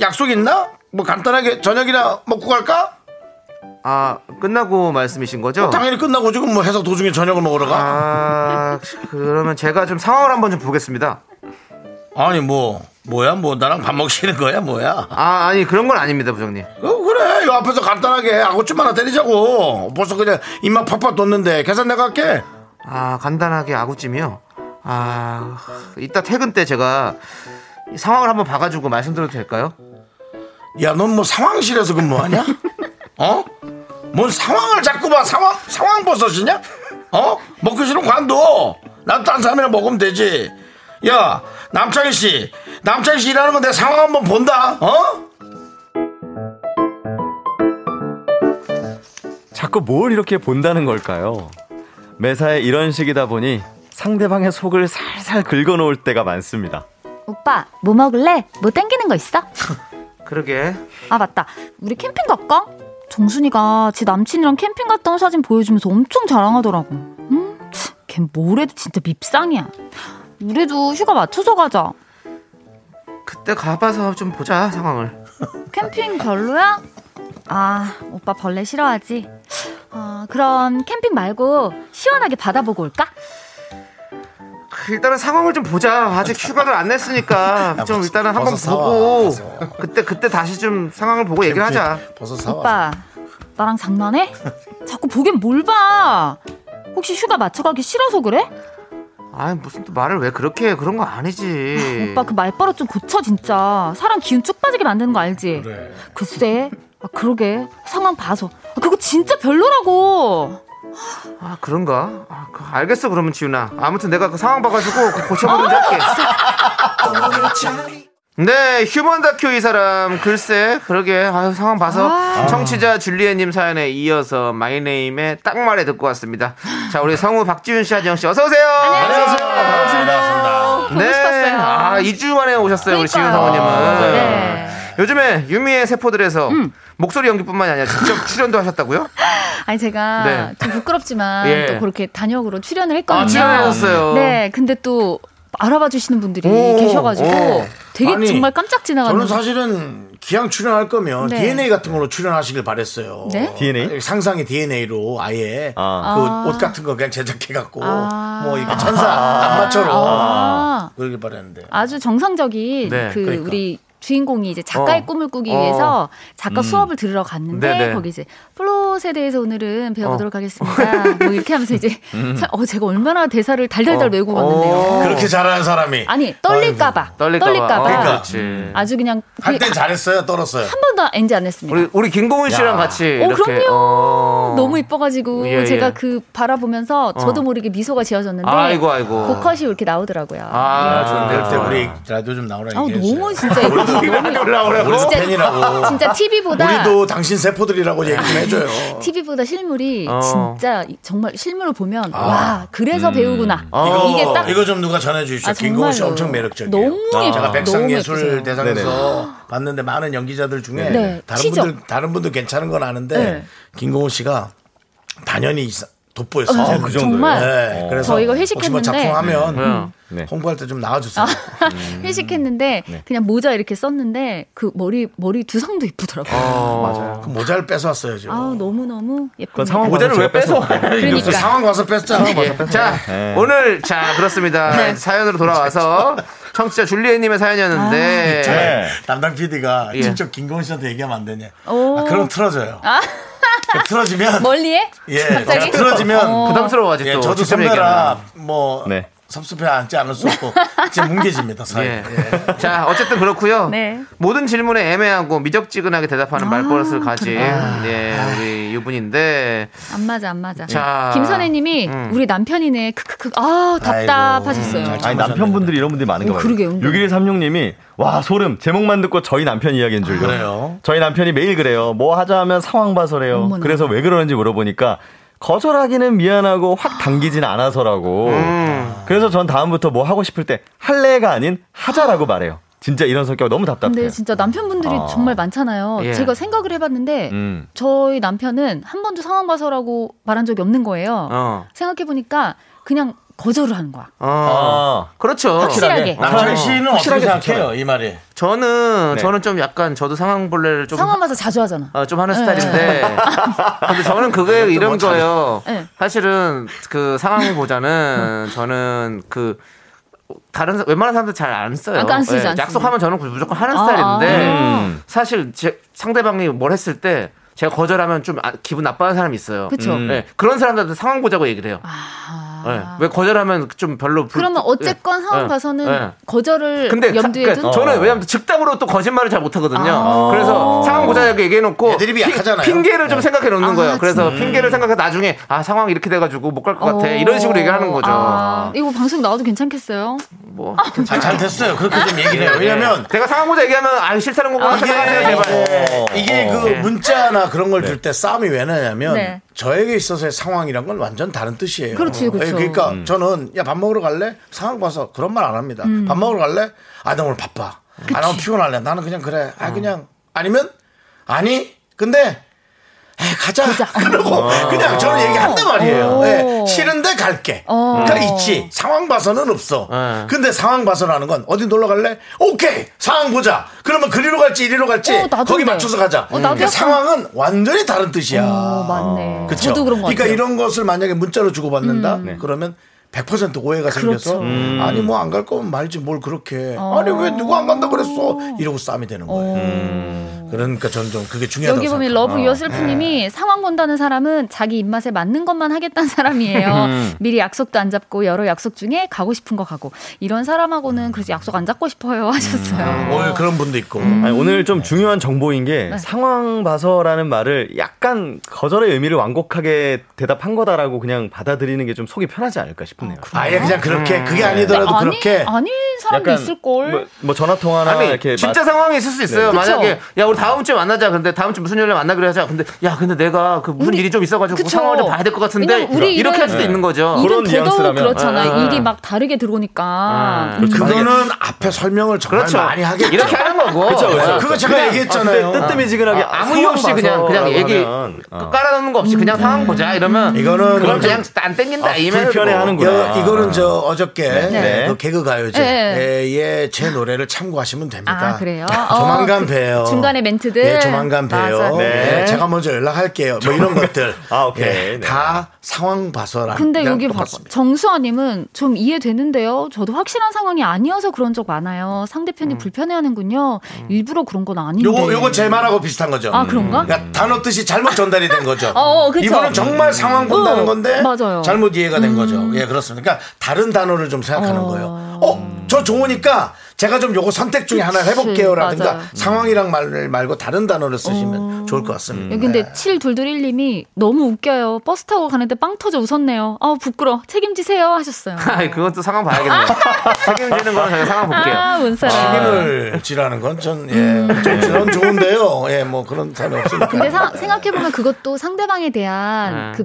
Speaker 2: 약속 있나 뭐 간단하게 저녁이나 먹고 갈까
Speaker 3: 아 끝나고 말씀이신 거죠?
Speaker 2: 어, 당연히 끝나고 지금 뭐 해서 도중에 저녁을 먹으러 가
Speaker 3: 어. 아 그러면 제가 좀 상황을 한번 좀 보겠습니다
Speaker 2: 아니 뭐 뭐야 뭐 나랑 밥 먹시는 거야 뭐야
Speaker 3: 아 아니 그런 건 아닙니다 부장님
Speaker 2: 어, 그래 요 앞에서 간단하게 아구찜 하나 때리자고 벌써 그냥 입만 팍팍 뒀는데 계산 내가 할게
Speaker 3: 아 간단하게 아구찜이요 아 이따 퇴근 때 제가 이 상황을 한번 봐가지고 말씀드려도 될까요?
Speaker 2: 야 넌 뭐 상황실에서 근무하냐 어? 뭔 상황을 자꾸 봐 상황 상황 버섯이냐 어? 먹기 싫으면 관둬 난 딴 사람이랑 먹으면 되지 야 남창희 씨 남창희 씨 일하는 거 내 상황 한번 본다 어?
Speaker 8: 자꾸 뭘 이렇게 본다는 걸까요? 매사에 이런 식이다 보니 상대방의 속을 살살 긁어놓을 때가 많습니다.
Speaker 6: 오빠, 뭐 먹을래? 뭐 땡기는 거 있어?
Speaker 3: 그러게
Speaker 6: 아, 맞다. 우리 캠핑 갈까? 정순이가 지 남친이랑 캠핑 갔다 온 사진 보여주면서 엄청 자랑하더라고. 음, 치, 걔 뭐래도 진짜 밉상이야. 우리도 휴가 맞춰서 가자.
Speaker 3: 그때 가봐서 좀 보자 상황을
Speaker 6: 캠핑 별로야? 아, 오빠 벌레 싫어하지? 아, 그럼 캠핑 말고 시원하게 바다 보고 올까?
Speaker 3: 그, 일단은 상황을 좀 보자 아직 휴가를 안 냈으니까 좀
Speaker 2: 벌써-
Speaker 3: 일단은 한번
Speaker 2: 벌써 사와,
Speaker 3: 보고
Speaker 2: 벌써.
Speaker 3: 그때 그때 다시 좀 상황을 보고 얘기를 하자
Speaker 2: 버섯 사와
Speaker 6: 오빠, 나랑 장난해? 자꾸 보긴 뭘 봐. 혹시 휴가 맞춰가기 싫어서 그래?
Speaker 3: 아 무슨 또 말을 왜 그렇게 해 그런 거
Speaker 2: 음.
Speaker 3: 아니지
Speaker 6: 오빠 그 말버릇 좀 고쳐 진짜 사람 기운 쭉 빠지게 만드는 거 알지?
Speaker 2: 그래.
Speaker 6: 글쎄 아, 그러게 상황 봐서 아, 그거 진짜 별로라고
Speaker 3: 아 그런가? 아, 그- 알겠어 그러면 지훈아 아무튼 내가 그 상황 봐가지고 그 고쳐보든지 할게 네 휴먼 다큐 이 사람 글쎄 그러게 아유, 상황 봐서 청취자 줄리엣님 사연에 이어서 마이네임의 딱 말에 듣고 왔습니다 자 우리 성우 박지훈 씨 하정 씨 어서 오세요
Speaker 2: 안녕하세요 반갑습니다 반갑습니다
Speaker 6: 보고 싶었어요
Speaker 3: 아 2주 만에 오셨어요 우리 지훈
Speaker 6: 그러니까요.
Speaker 3: 성우님은
Speaker 6: 네. 음.
Speaker 3: 요즘에 유미의 세포들에서 목소리 연기뿐만이 아니라 직접 출연도 하셨다고요?
Speaker 6: 아니 제가
Speaker 3: 네.
Speaker 6: 좀 부끄럽지만
Speaker 3: 예.
Speaker 6: 또 그렇게 단역으로 출연을 했거든요
Speaker 3: 아, 출연하셨어요.
Speaker 6: 네 근데 또 알아봐 주시는 분들이
Speaker 3: 오,
Speaker 6: 계셔가지고
Speaker 3: 오.
Speaker 6: 되게
Speaker 2: 아니,
Speaker 6: 정말
Speaker 2: 저는
Speaker 6: 깜짝 지나가는
Speaker 2: 사실은 기왕 출연할 거면
Speaker 6: 네.
Speaker 2: DNA 같은 걸로 출연하시길 바랬어요. 아,
Speaker 6: 네?
Speaker 8: DNA?
Speaker 2: 상상의 DNA로 아예
Speaker 8: 아.
Speaker 2: 그
Speaker 6: 아.
Speaker 2: 옷 같은 거 그냥 제작해갖고
Speaker 6: 아.
Speaker 2: 뭐 이게 천사 악마처럼
Speaker 6: 아.
Speaker 2: 그러길 바랬는데.
Speaker 6: 아주 정상적인
Speaker 3: 네,
Speaker 6: 그
Speaker 2: 그러니까.
Speaker 6: 우리 주인공이 이제 작가의
Speaker 3: 어.
Speaker 6: 꿈을 꾸기
Speaker 3: 어.
Speaker 6: 위해서 작가 수업을 들으러 갔는데
Speaker 3: 네네. 어.
Speaker 6: 거기 이제 플롯에 대해서 오늘은 배워보도록 하겠습니다. 뭐 이렇게 하면서 이제 참, 어 제가 얼마나 대사를 달달달
Speaker 3: 음. 어.
Speaker 6: 외우고
Speaker 3: 어.
Speaker 6: 갔는데요.
Speaker 2: 그렇게 잘하는 사람이
Speaker 6: 아니 떨릴까봐
Speaker 3: 떨릴까봐
Speaker 6: 떨릴까봐
Speaker 3: 어,
Speaker 2: 그러니까.
Speaker 3: 그렇지.
Speaker 6: 아주 그냥
Speaker 2: 할
Speaker 6: 거의
Speaker 2: 땐 잘했어요, 떨었어요.
Speaker 6: 한 번도 엔지 안 했습니다.
Speaker 3: 우리 우리 김고은 씨랑
Speaker 2: 예. 야.
Speaker 3: 같이
Speaker 6: 어,
Speaker 3: 이렇게
Speaker 6: 그럼요.
Speaker 3: 어.
Speaker 6: 너무 이뻐가지고
Speaker 3: 예,
Speaker 6: 제가
Speaker 3: 예.
Speaker 6: 그 바라보면서 저도
Speaker 3: 어.
Speaker 6: 모르게 미소가 지어졌는데
Speaker 3: 아이고 아이고.
Speaker 6: 그 컷이 이렇게 나오더라고요.
Speaker 3: 아 좋네요.
Speaker 2: 그때 우리 라디오 좀 나오라
Speaker 6: 아우
Speaker 2: 얘기했어요.
Speaker 6: 너무 진짜 이거 너무
Speaker 2: 나오라고 우리도
Speaker 6: 진짜-
Speaker 2: 팬이라고.
Speaker 6: 진짜 TV보다
Speaker 2: 우리도 당신 세포들이라고 얘기 좀 해줘요.
Speaker 6: TV보다 실물이
Speaker 3: 어. 아. 음.
Speaker 6: 진짜 이- 정말 실물로 보면 와 그래서 배우구나
Speaker 3: 어.
Speaker 6: 이게 딱
Speaker 2: 이거 좀 누가 전해주십시오.
Speaker 6: 아,
Speaker 2: 김고은 씨
Speaker 6: 정말로.
Speaker 2: 엄청 매력적이에요.
Speaker 6: 너무 예뻐
Speaker 2: 제가
Speaker 6: 너무
Speaker 2: 백상예술
Speaker 6: 예쁘세요.
Speaker 2: 대상에서 봤는데 많은 연기자들 중에
Speaker 6: 네,
Speaker 2: 다른
Speaker 6: 치죠.
Speaker 2: 분들 다른 분들 괜찮은 건 아는데
Speaker 6: 네.
Speaker 2: 김고은 씨가 단연히 이사- 돋보였어요.
Speaker 6: 어,
Speaker 2: 그 정도.
Speaker 6: 정말
Speaker 2: 네, 그래서
Speaker 6: 저희가
Speaker 2: 혹시 뭐
Speaker 6: 회식했는데 아.
Speaker 2: 작품 하면
Speaker 8: 네.
Speaker 2: 홍보할 때 좀 나와주세요.
Speaker 6: 회식했는데
Speaker 3: 음. 네.
Speaker 6: 그냥 모자 이렇게 썼는데 그 머리 머리 두상도
Speaker 3: 어.
Speaker 6: 예쁘더라고요.
Speaker 3: 맞아요.
Speaker 2: 그 모자를 뺏어왔어요 지금.
Speaker 6: 아 너무 너무 그러니까. 예쁜.
Speaker 8: 그건
Speaker 2: 어,
Speaker 8: 상황
Speaker 6: 니
Speaker 3: 모자를 왜 빼서?
Speaker 2: 그
Speaker 6: 까
Speaker 2: 상황 봐서 뭐. 뺐잖아.
Speaker 3: 자
Speaker 2: 네.
Speaker 3: 오늘 자 그렇습니다
Speaker 6: 네.
Speaker 3: 사연으로 돌아와서 청취자 줄리엣님의
Speaker 6: 아,
Speaker 3: 사연이었는데
Speaker 8: 네.
Speaker 2: 담당 PD가
Speaker 3: 예.
Speaker 2: 직접 김고은 씨한테 얘기하면 안 되냐.
Speaker 6: 오.
Speaker 2: 아, 그럼 틀어져요. 틀어지면
Speaker 6: 멀리해?
Speaker 2: 예, 제가 틀어지면
Speaker 6: 어.
Speaker 3: 부담스러워 아직도
Speaker 2: 예, 저도
Speaker 3: 직접
Speaker 2: 선배라
Speaker 3: 얘기하면.
Speaker 2: 뭐
Speaker 8: 네.
Speaker 2: 섭섭해 앉지 않을 수 없고 진짜 뭉개집니다 사이.
Speaker 3: 예.
Speaker 2: 예.
Speaker 3: 자, 어쨌든 그렇고요.
Speaker 6: 네. 아,
Speaker 3: 모든 질문에 애매하고 미적지근하게 대답하는 말버릇을 가진 예,
Speaker 2: 아.
Speaker 3: 우리 유부인데
Speaker 6: 안 맞아 안 맞아.
Speaker 3: 자.
Speaker 6: 김선혜님이
Speaker 3: 음.
Speaker 6: 우리 남편이네 크크크 아 답답하셨어요.
Speaker 2: 아이고, 음, 잘
Speaker 8: 아니 남편분들이 이런 분들이 많은가
Speaker 6: 어,
Speaker 8: 봐요.
Speaker 6: 그러게요.
Speaker 8: 6136님이 와 소름 제목만 듣고 저희 남편 이야기인 줄요.
Speaker 2: 그래요?
Speaker 8: 저희 남편이 매일 그래요. 뭐 하자 하면 상황 봐서래요.
Speaker 6: 어머나.
Speaker 8: 그래서 왜 그러는지 물어보니까 거절하기는 미안하고 확 당기진 않아서라고.
Speaker 3: 음.
Speaker 2: 음.
Speaker 8: 그래서 전 다음부터 뭐 하고 싶을 때 할래가 아닌 하자라고 말해요. 진짜 이런 성격 너무 답답해요.
Speaker 6: 근데 진짜 남편분들이
Speaker 8: 아.
Speaker 6: 정말 많잖아요.
Speaker 3: 예.
Speaker 6: 제가 생각을 해봤는데
Speaker 8: 음.
Speaker 6: 저희 남편은 한 번도 상황 봐서라고 말한 적이 없는 거예요.
Speaker 3: 어.
Speaker 6: 생각해보니까 그냥 거절을 하는 거야.
Speaker 3: 어.
Speaker 8: 아,
Speaker 3: 그렇죠.
Speaker 6: 확실하게.
Speaker 2: 남철
Speaker 3: 어.
Speaker 2: 씨는 어떻게
Speaker 8: 확실하게
Speaker 2: 생각해요 이 말이?
Speaker 3: 저는
Speaker 8: 네.
Speaker 3: 저는 좀 약간 저도 상황볼레를 좀
Speaker 6: 상황 봐서 자주 하잖아.
Speaker 3: 어, 좀 하는
Speaker 6: 네.
Speaker 3: 스타일인데. 근데 저는 그게 이런 거예요.
Speaker 6: 네. 음.
Speaker 3: 사실은 그 상황을 보자는 저는 그 다른 사- 웬만한 사람들 잘 안 써요. 네,
Speaker 6: 아까 안 쓰지 않습니다.
Speaker 3: 약속하면 저는 그 무조건 하는
Speaker 6: 아,
Speaker 3: 스타일인데
Speaker 6: 아.
Speaker 8: 음.
Speaker 3: 사실 제 상대방이 뭘 했을 때 제가 거절하면 좀 아- 기분 나빠하는 사람이 있어요.
Speaker 6: 그쵸.
Speaker 8: 음.
Speaker 3: 네, 그런 사람들한테 상황 보자고 얘기를 해요.
Speaker 6: 아.
Speaker 3: 네, 왜 거절하면 좀 별로 불...
Speaker 6: 그러면 어쨌건 상황
Speaker 3: 네.
Speaker 6: 봐서는
Speaker 3: 네.
Speaker 6: 거절을
Speaker 3: 근데 사-
Speaker 6: 염두에
Speaker 3: 그러니까
Speaker 6: 둔
Speaker 3: 저는
Speaker 8: 어.
Speaker 3: 왜냐면 즉답으로 또 거짓말을 잘 못하거든요.
Speaker 6: 아.
Speaker 3: 그래서 상황 보자고 얘기해놓고
Speaker 2: 어. 애드립이
Speaker 3: 핑-
Speaker 2: 약하잖아요. 네. 음.
Speaker 3: 핑계를 좀 생각해 놓는
Speaker 6: 아,
Speaker 3: 거예요. 그래서 핑계를 생각해 나중에 아 상황 이렇게 돼가지고 못 갈 것 같아 이런 식으로 얘기하는 거죠.
Speaker 6: 어. 아, 이거 방송 나와도 괜찮겠어요?
Speaker 3: 뭐
Speaker 2: 아, 잘 됐어요. 그렇게 좀 얘기를 해요. 네, 왜냐면
Speaker 3: 제가 상황 보자 얘기하면 아 싫다는 거구나
Speaker 2: 이게,
Speaker 6: 예,
Speaker 2: 네.
Speaker 3: 생각하세요 제발.
Speaker 2: 이게, 이게 그
Speaker 3: 네.
Speaker 2: 문자나 그런 걸 줄 때 싸움이 왜냐냐면
Speaker 6: 네.
Speaker 2: 저에게 있어서의 상황이란 건 완전 다른 뜻이에요.
Speaker 6: 그렇지,
Speaker 2: 예,
Speaker 6: 그렇죠.
Speaker 2: 그러니까 저는 야 밥 먹으러 갈래? 상황 봐서 그런 말 안 합니다. 밥 먹으러 갈래? 아, 나 오늘 바빠. 아, 나 오늘 피곤할래. 나는 그냥 그래. 아, 그냥 아니면 아니. 근데 에이, 가자. 그러고 그냥 저는 얘기한단 말이에요.
Speaker 6: 오.
Speaker 2: 예, 싫은데 갈게.
Speaker 6: 어.
Speaker 2: 그러니까 있지. 상황 봐서는 없어.
Speaker 3: 네.
Speaker 2: 근데 상황 봐서라는 건 어디 놀러 갈래? 오케이 상황 보자. 그러면 그리로 갈지 이리로 갈지
Speaker 6: 어, 나도
Speaker 2: 거기
Speaker 6: 그래.
Speaker 2: 맞춰서 가자.
Speaker 6: 어, 나도
Speaker 2: 그러니까
Speaker 6: 약간-
Speaker 2: 상황은 완전히 다른 뜻이야.
Speaker 6: 어, 맞네.
Speaker 2: 그쵸?
Speaker 6: 저도 그런 거
Speaker 2: 그러니까
Speaker 6: 같아요. 음. 네.
Speaker 2: 이런 것을 만약에 문자로 주고받는다. 그러면 100% 오해가
Speaker 6: 그렇죠.
Speaker 2: 생겨서 아니 뭐 안 갈 거면 말지 뭘 그렇게
Speaker 6: 어.
Speaker 2: 아니 왜 누구 안 간다 그랬어 이러고 싸움이 되는 거예요.
Speaker 3: 음.
Speaker 2: 그러니까 저는 좀 그게 중요하다고
Speaker 6: 어. 여기 보면
Speaker 2: 생각해요.
Speaker 6: 러브 유어 슬프님이 상황 본다는 사람은 자기 입맛에 맞는 것만 하겠다는 사람이에요. 미리 약속도 안 잡고 여러 약속 중에 가고 싶은 거 가고 이런 사람하고는 그래서 약속 안 잡고 싶어요
Speaker 3: 뭐,
Speaker 6: 하셨어요.
Speaker 2: 오늘 그런 분도 있고
Speaker 8: 아니, 오늘 좀 중요한 정보인 게 상황 봐서라는 말을 약간 거절의 의미를 완곡하게 대답한 거다라고 그냥 받아들이는 게 좀 속이 편하지 않을까 싶네요.
Speaker 2: 아예 그냥 그렇게 그게 아니더라도
Speaker 6: 아니
Speaker 2: 그렇게
Speaker 6: 아닌 사람도 있을 걸.
Speaker 8: 뭐, 뭐 전화 통화나
Speaker 3: 아니
Speaker 8: 이렇게
Speaker 3: 진짜
Speaker 8: 마-
Speaker 3: 상황이 있을 수 있어요.
Speaker 6: 네.
Speaker 3: 만약에
Speaker 6: 그쵸?
Speaker 3: 야 우리 다음 주에 만나자. 근데 다음 주 무슨 요일에 만나기로 하자. 근데 야 근데 내가 그 무슨
Speaker 6: 우리-
Speaker 3: 일이 좀 있어가지고 그
Speaker 6: 그쵸.
Speaker 3: 상황을 좀 봐야 될 것 같은데
Speaker 6: 왜냐면 우리
Speaker 3: 이렇게
Speaker 6: 이런-
Speaker 3: 할 수도 있는 거죠.
Speaker 6: 일은
Speaker 8: 그런
Speaker 6: 더더욱
Speaker 8: 뉘앙스라면.
Speaker 6: 그렇잖아.
Speaker 3: 아.
Speaker 6: 일이 막 다르게 들어오니까.
Speaker 3: 아.
Speaker 2: 그렇죠.
Speaker 6: 음.
Speaker 2: 그거는 앞에 설명을 정말
Speaker 3: 그렇죠.
Speaker 2: 많이 하겠죠.
Speaker 3: 이렇게 하는 거고.
Speaker 8: 그렇죠, 그렇죠.
Speaker 3: 어,
Speaker 2: 그거 제가
Speaker 3: 그냥-
Speaker 2: 얘기했잖아요.
Speaker 8: 네, 뜨뜨미지근하게
Speaker 3: 아, 아무 이유 없이 그냥 그냥 얘기
Speaker 8: 어.
Speaker 3: 깔아놓는 거 없이 그냥 상황 보자 이러면
Speaker 2: 이거는
Speaker 3: 그럼
Speaker 2: 좀-
Speaker 3: 그냥 안 땡긴다
Speaker 8: 음. 아,
Speaker 3: 이면
Speaker 8: 불편해하는
Speaker 2: 여-
Speaker 8: 거야.
Speaker 2: 이거는 저 어저께
Speaker 8: 네.
Speaker 2: 그 개그
Speaker 6: 네.
Speaker 2: 가요제의 제 노래를 참고하시면 됩니다.
Speaker 6: 아, 그래요?
Speaker 2: 조만간
Speaker 6: 어, 그
Speaker 2: 봬요.
Speaker 6: 중간에 멘트들.
Speaker 2: 예, 조만간
Speaker 6: 맞아.
Speaker 2: 봬요.
Speaker 8: 네.
Speaker 2: 예, 제가 먼저 연락할게요. 뭐 이런 것들. 예,
Speaker 8: 아, 오케이. 네.
Speaker 2: 다 상황 봐서라.
Speaker 6: 근데 여기 봐
Speaker 2: 봤습니다.
Speaker 6: 정수아님은 좀 이해되는데요. 저도 확실한 상황이 아니어서 그런 적 많아요. 상대편이 불편해하는군요. 일부러 그런 건 아닌데.
Speaker 2: 요거 요거 제 말하고 비슷한 거죠.
Speaker 6: 아 그런가?
Speaker 2: 그러니까 단어 뜻이 잘못 전달이 된 거죠.
Speaker 6: 어, 어, 그쵸.
Speaker 2: 이분은 정말 상황 본다는
Speaker 6: 어,
Speaker 2: 건데
Speaker 6: 맞아요. 음.
Speaker 2: 잘못 이해가 된 거죠. 예, 그렇습니다. 그러니까 다른 단어를 좀 생각하는
Speaker 6: 어.
Speaker 2: 거예요. 어, 저 좋으니까 제가 좀 요거 선택 중에 하나
Speaker 6: 그치,
Speaker 2: 해볼게요라든가
Speaker 6: 맞아요. 음.
Speaker 2: 상황이랑 말 말고 다른 단어를 쓰시면 좋을 것 같습니다.
Speaker 6: 여기 예, 근데
Speaker 2: 네.
Speaker 6: 7221님이 너무 웃겨요. 버스 타고 가는데 빵 터져 웃었네요. 아 부끄러. 책임지세요 하셨어요.
Speaker 3: 아이, 그건 또 상황 봐야겠네요. 책임지는 거는 제가 상황 볼게요.
Speaker 6: 아 원사람.
Speaker 2: 책임을 지라는 건 전 예, 전- 전 좋은데요. 예, 뭐 그런 사람이 없으니까.
Speaker 6: 음. 근데 생각해 보면 그것도 상대방에 대한
Speaker 3: 음.
Speaker 2: 아.
Speaker 6: 그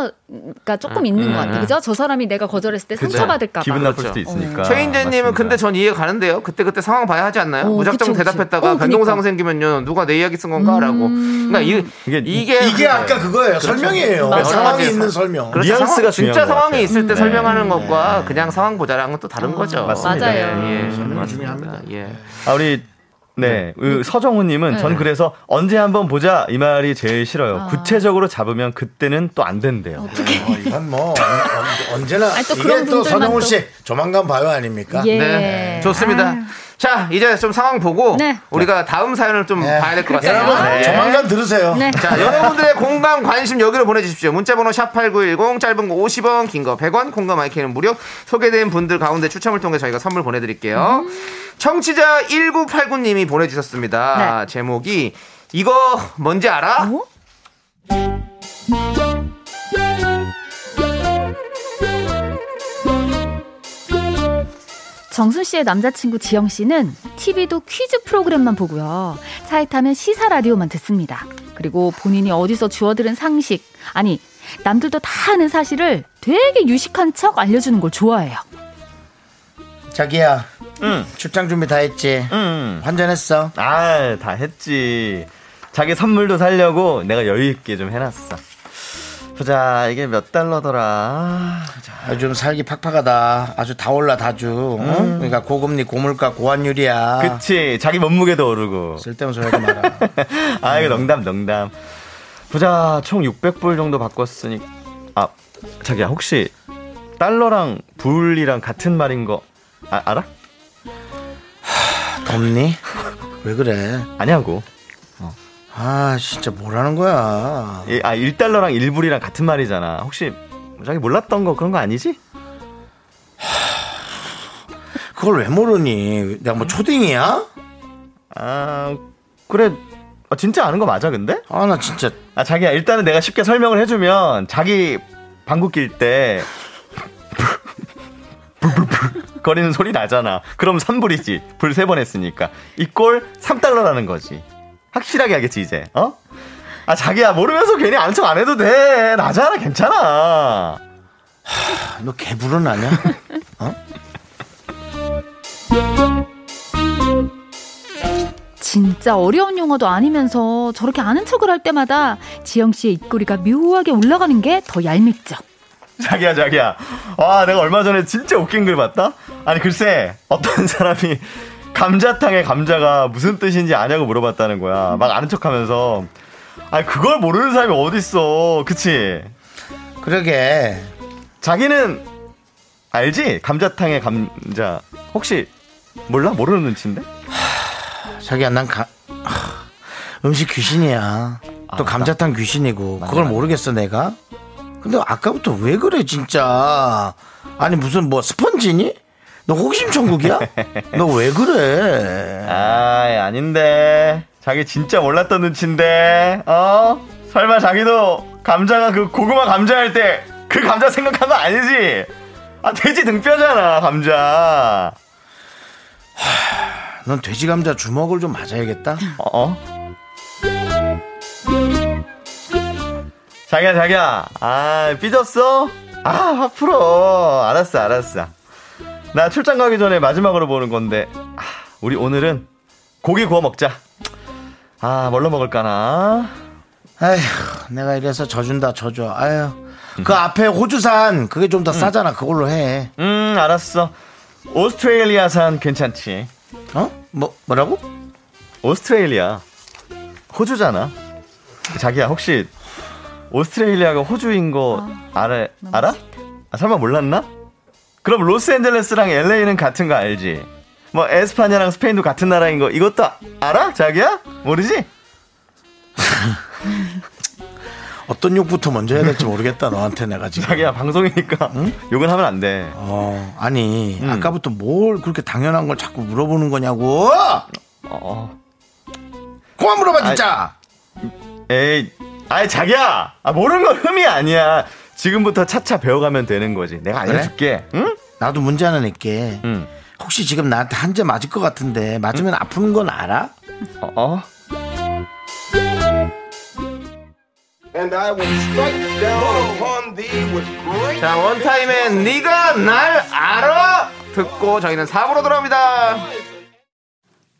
Speaker 6: 배려가 조금
Speaker 2: 음,
Speaker 6: 있는 것 같아. 그죠? 저 사람이 내가 거절했을 때 상처받을까 봐.
Speaker 8: 기분 나쁠
Speaker 3: 그렇죠.
Speaker 8: 수도 있으니까.
Speaker 3: 최인재님은 근데 전 이해 가는데요. 그때 그때 상황 봐야 하지 않나요?
Speaker 6: 오,
Speaker 3: 무작정
Speaker 6: 어, 그쵸, 그쵸.
Speaker 3: 대답했다가
Speaker 6: 오,
Speaker 3: 변동상
Speaker 6: 그니까. 음.
Speaker 3: 생기면요 누가 내 이야기 쓴 건가라고. 그러니까 이,
Speaker 8: 이게-
Speaker 3: 이게
Speaker 2: 이게 아까 그거예요.
Speaker 3: 그렇죠.
Speaker 2: 설명이에요.
Speaker 3: 맞아요.
Speaker 2: 상황이
Speaker 3: 맞아요.
Speaker 2: 있는 설명.
Speaker 3: 그렇죠.
Speaker 8: 뉘앙스가
Speaker 3: 상황-
Speaker 8: 중요한
Speaker 3: 진짜
Speaker 8: 것
Speaker 3: 상황이
Speaker 8: 같아요.
Speaker 3: 있을 때 설명하는 것과 그냥 상황 보자랑은 또 다른 거죠.
Speaker 8: 맞습니다.
Speaker 6: 어,
Speaker 8: 네.
Speaker 6: 맞아요.
Speaker 3: 예,
Speaker 2: 설명이
Speaker 3: 맞습니다.
Speaker 2: 중요합니다.
Speaker 3: 예.
Speaker 8: 아, 우리 네, 그 서정우님은 전 그래서 언제 한번 보자 이 말이 제일 싫어요. 구체적으로 잡으면 그때는 또 안
Speaker 2: 어,
Speaker 8: 된대요.
Speaker 2: 이건 뭐 언- 언- 언제나
Speaker 6: 아니, 또
Speaker 2: 이게
Speaker 6: 그런
Speaker 2: 또
Speaker 6: 분들만
Speaker 2: 서정훈
Speaker 6: 또-
Speaker 2: 씨 조만간 봐요 아닙니까?
Speaker 6: 예.
Speaker 3: 네, 좋습니다. 자, 이제 좀 상황 보고
Speaker 6: 네.
Speaker 3: 우리가 다음 사연을 좀
Speaker 2: 네.
Speaker 3: 봐야 될 것 같아요.
Speaker 2: 여러분
Speaker 3: 네.
Speaker 2: 조만간 들으세요.
Speaker 6: 네.
Speaker 3: 자, 여러분들의 공감 관심 여기로 보내주십시오. 문자번호 샵 #8910 짧은 거 50원, 긴 거 100원, 공감 아이키는 무료. 소개된 분들 가운데 추첨을 통해 저희가 선물 보내드릴게요. 청취자 1989님이 보내주셨습니다. 제목이 이거 뭔지 알아?
Speaker 6: 정순 씨의 남자친구 지영 씨는 TV도 퀴즈 프로그램만 보고요. 차에 타면 시사 라디오만 듣습니다. 그리고 본인이 어디서 주워들은 상식, 아니, 남들도 다 아는 사실을 되게 유식한 척 알려주는 걸 좋아해요.
Speaker 2: 자기야. 출장 준비 다 했지.
Speaker 8: 음.
Speaker 2: 환전했어.
Speaker 8: 아, 다 했지. 자기 선물도 살려고 내가 여유 있게 좀 해놨어. 보자, 이게 몇 달러더라. 아, 자,
Speaker 2: 요즘 살기 팍팍하다. 아주 다 올라 다주. 응? 그러니까 고금리, 고물가, 고환율이야.
Speaker 8: 음. 그치. 자기 몸무게도 오르고.
Speaker 2: 쓸데없는 소리 하지 마라.
Speaker 8: 아, 이거 농담, 농담. 보자, 총 600불 정도 바꿨으니. 아, 자기야, 혹시 달러랑 불이랑 같은 말인 거 아- 알아?
Speaker 2: 덥니? 왜 그래?
Speaker 8: 아냐고.
Speaker 2: 아 진짜 뭐라는 거야?
Speaker 8: 이- 아, 1달러랑 1불이랑 같은 말이잖아. 혹시 자기 몰랐던 거 그런 거 아니지?
Speaker 2: 그걸 왜 모르니? 내가 뭐 초딩이야?
Speaker 8: 아, 그래. 아, 진짜 아는 거 맞아, 근데?
Speaker 2: 아 나 진짜
Speaker 8: 아 자기야 일단은 내가 쉽게 설명을 해주면 자기 방귀 낄때 거리는 소리 나잖아. 그럼 3불이지. 불 세 번 했으니까. 이꼴 3달러라는 거지. 확실하게 알겠지, 이제. 어? 아, 자기야, 모르면서 괜히 아는 척 안 해도 돼. 나잖아, 괜찮아.
Speaker 2: 너 개불은 아냐?
Speaker 6: 진짜 어려운 용어도 아니면서 저렇게 아는 척을 할 때마다 지영 씨의 입꼬리가 묘하게 올라가는 게 더 얄밉죠.
Speaker 8: 자기야, 자기야. 와, 내가 얼마 전에 진짜 웃긴 글 봤다? 아니, 글쎄, 어떤 사람이 감자탕에 감자가 무슨 뜻인지 아냐고 물어봤다는 거야. 막 아는 척 하면서. 아, 그걸 모르는 사람이 어딨어. 그치?
Speaker 2: 그러게
Speaker 8: 자기는 알지? 감자탕에 감자. 혹시 몰라? 모르는 눈치인데?
Speaker 2: 자기야 난 가... 하, 음식 귀신이야. 또
Speaker 8: 아, 맞다.
Speaker 2: 감자탕 귀신이고
Speaker 8: 맞네,
Speaker 2: 그걸
Speaker 8: 맞네.
Speaker 2: 모르겠어 내가. 근데 아까부터 왜 그래 진짜? 아니 무슨 뭐 스펀지니? 너 호기심 천국이야? 너 왜 그래?
Speaker 8: 아, 아닌데. 자기 진짜 몰랐던 눈치인데. 어? 설마 자기도 감자가 그 고구마 감자 할 때 그 감자 생각한 거 아니지? 아, 돼지 등뼈잖아, 감자.
Speaker 2: 넌 돼지 감자 주먹을 좀 맞아야겠다.
Speaker 8: 어? 어? 자기야, 자기야. 아, 삐졌어? 아, 화풀어. 알았어, 알았어. 나 출장 가기 전에 마지막으로 보는 건데, 아, 우리 오늘은 고기 구워 먹자. 아, 뭘로 먹을까나?
Speaker 2: 아휴, 내가 이래서 져준다, 져줘. 아휴. 그 앞에 호주산, 그게 좀 더 싸잖아. 그걸로 해.
Speaker 8: 음, 알았어. 오스트레일리아산 괜찮지.
Speaker 2: 어? 뭐, 뭐라고?
Speaker 8: 오스트레일리아. 호주잖아. 자기야, 혹시 오스트레일리아가 호주인 거 알아? 알아? 아, 설마 몰랐나? 그럼 로스앤젤레스랑 LA는 같은 거 알지? 뭐 에스파냐랑 스페인도 같은 나라인 거 이것도 알아? 자기야? 모르지?
Speaker 2: 어떤 욕부터 먼저 해야 될지 모르겠다, 너한테 내가 지금.
Speaker 8: 자기야, 방송이니까 욕은 하면 안 돼.
Speaker 2: 어, 아니, 아까부터 뭘 그렇게 당연한 걸 자꾸 물어보는 거냐고!
Speaker 8: 어.
Speaker 2: 그만 물어봐, 진짜!
Speaker 8: 에이, 아이 자기야, 아, 모르는 건 흠이 아니야. 지금부터 차차 배워가면 되는 거지. 내가
Speaker 2: 그래?
Speaker 8: 알려줄게. 응?
Speaker 2: 나도 문제 하나 낼게.
Speaker 8: 응.
Speaker 2: 혹시 지금 나한테 한 대 맞을 것 같은데, 맞으면 아픈 건 알아?
Speaker 8: 어, 어?
Speaker 3: 자, 원타임의 네가 날 알아? 듣고 저희는 4부로 돌아옵니다.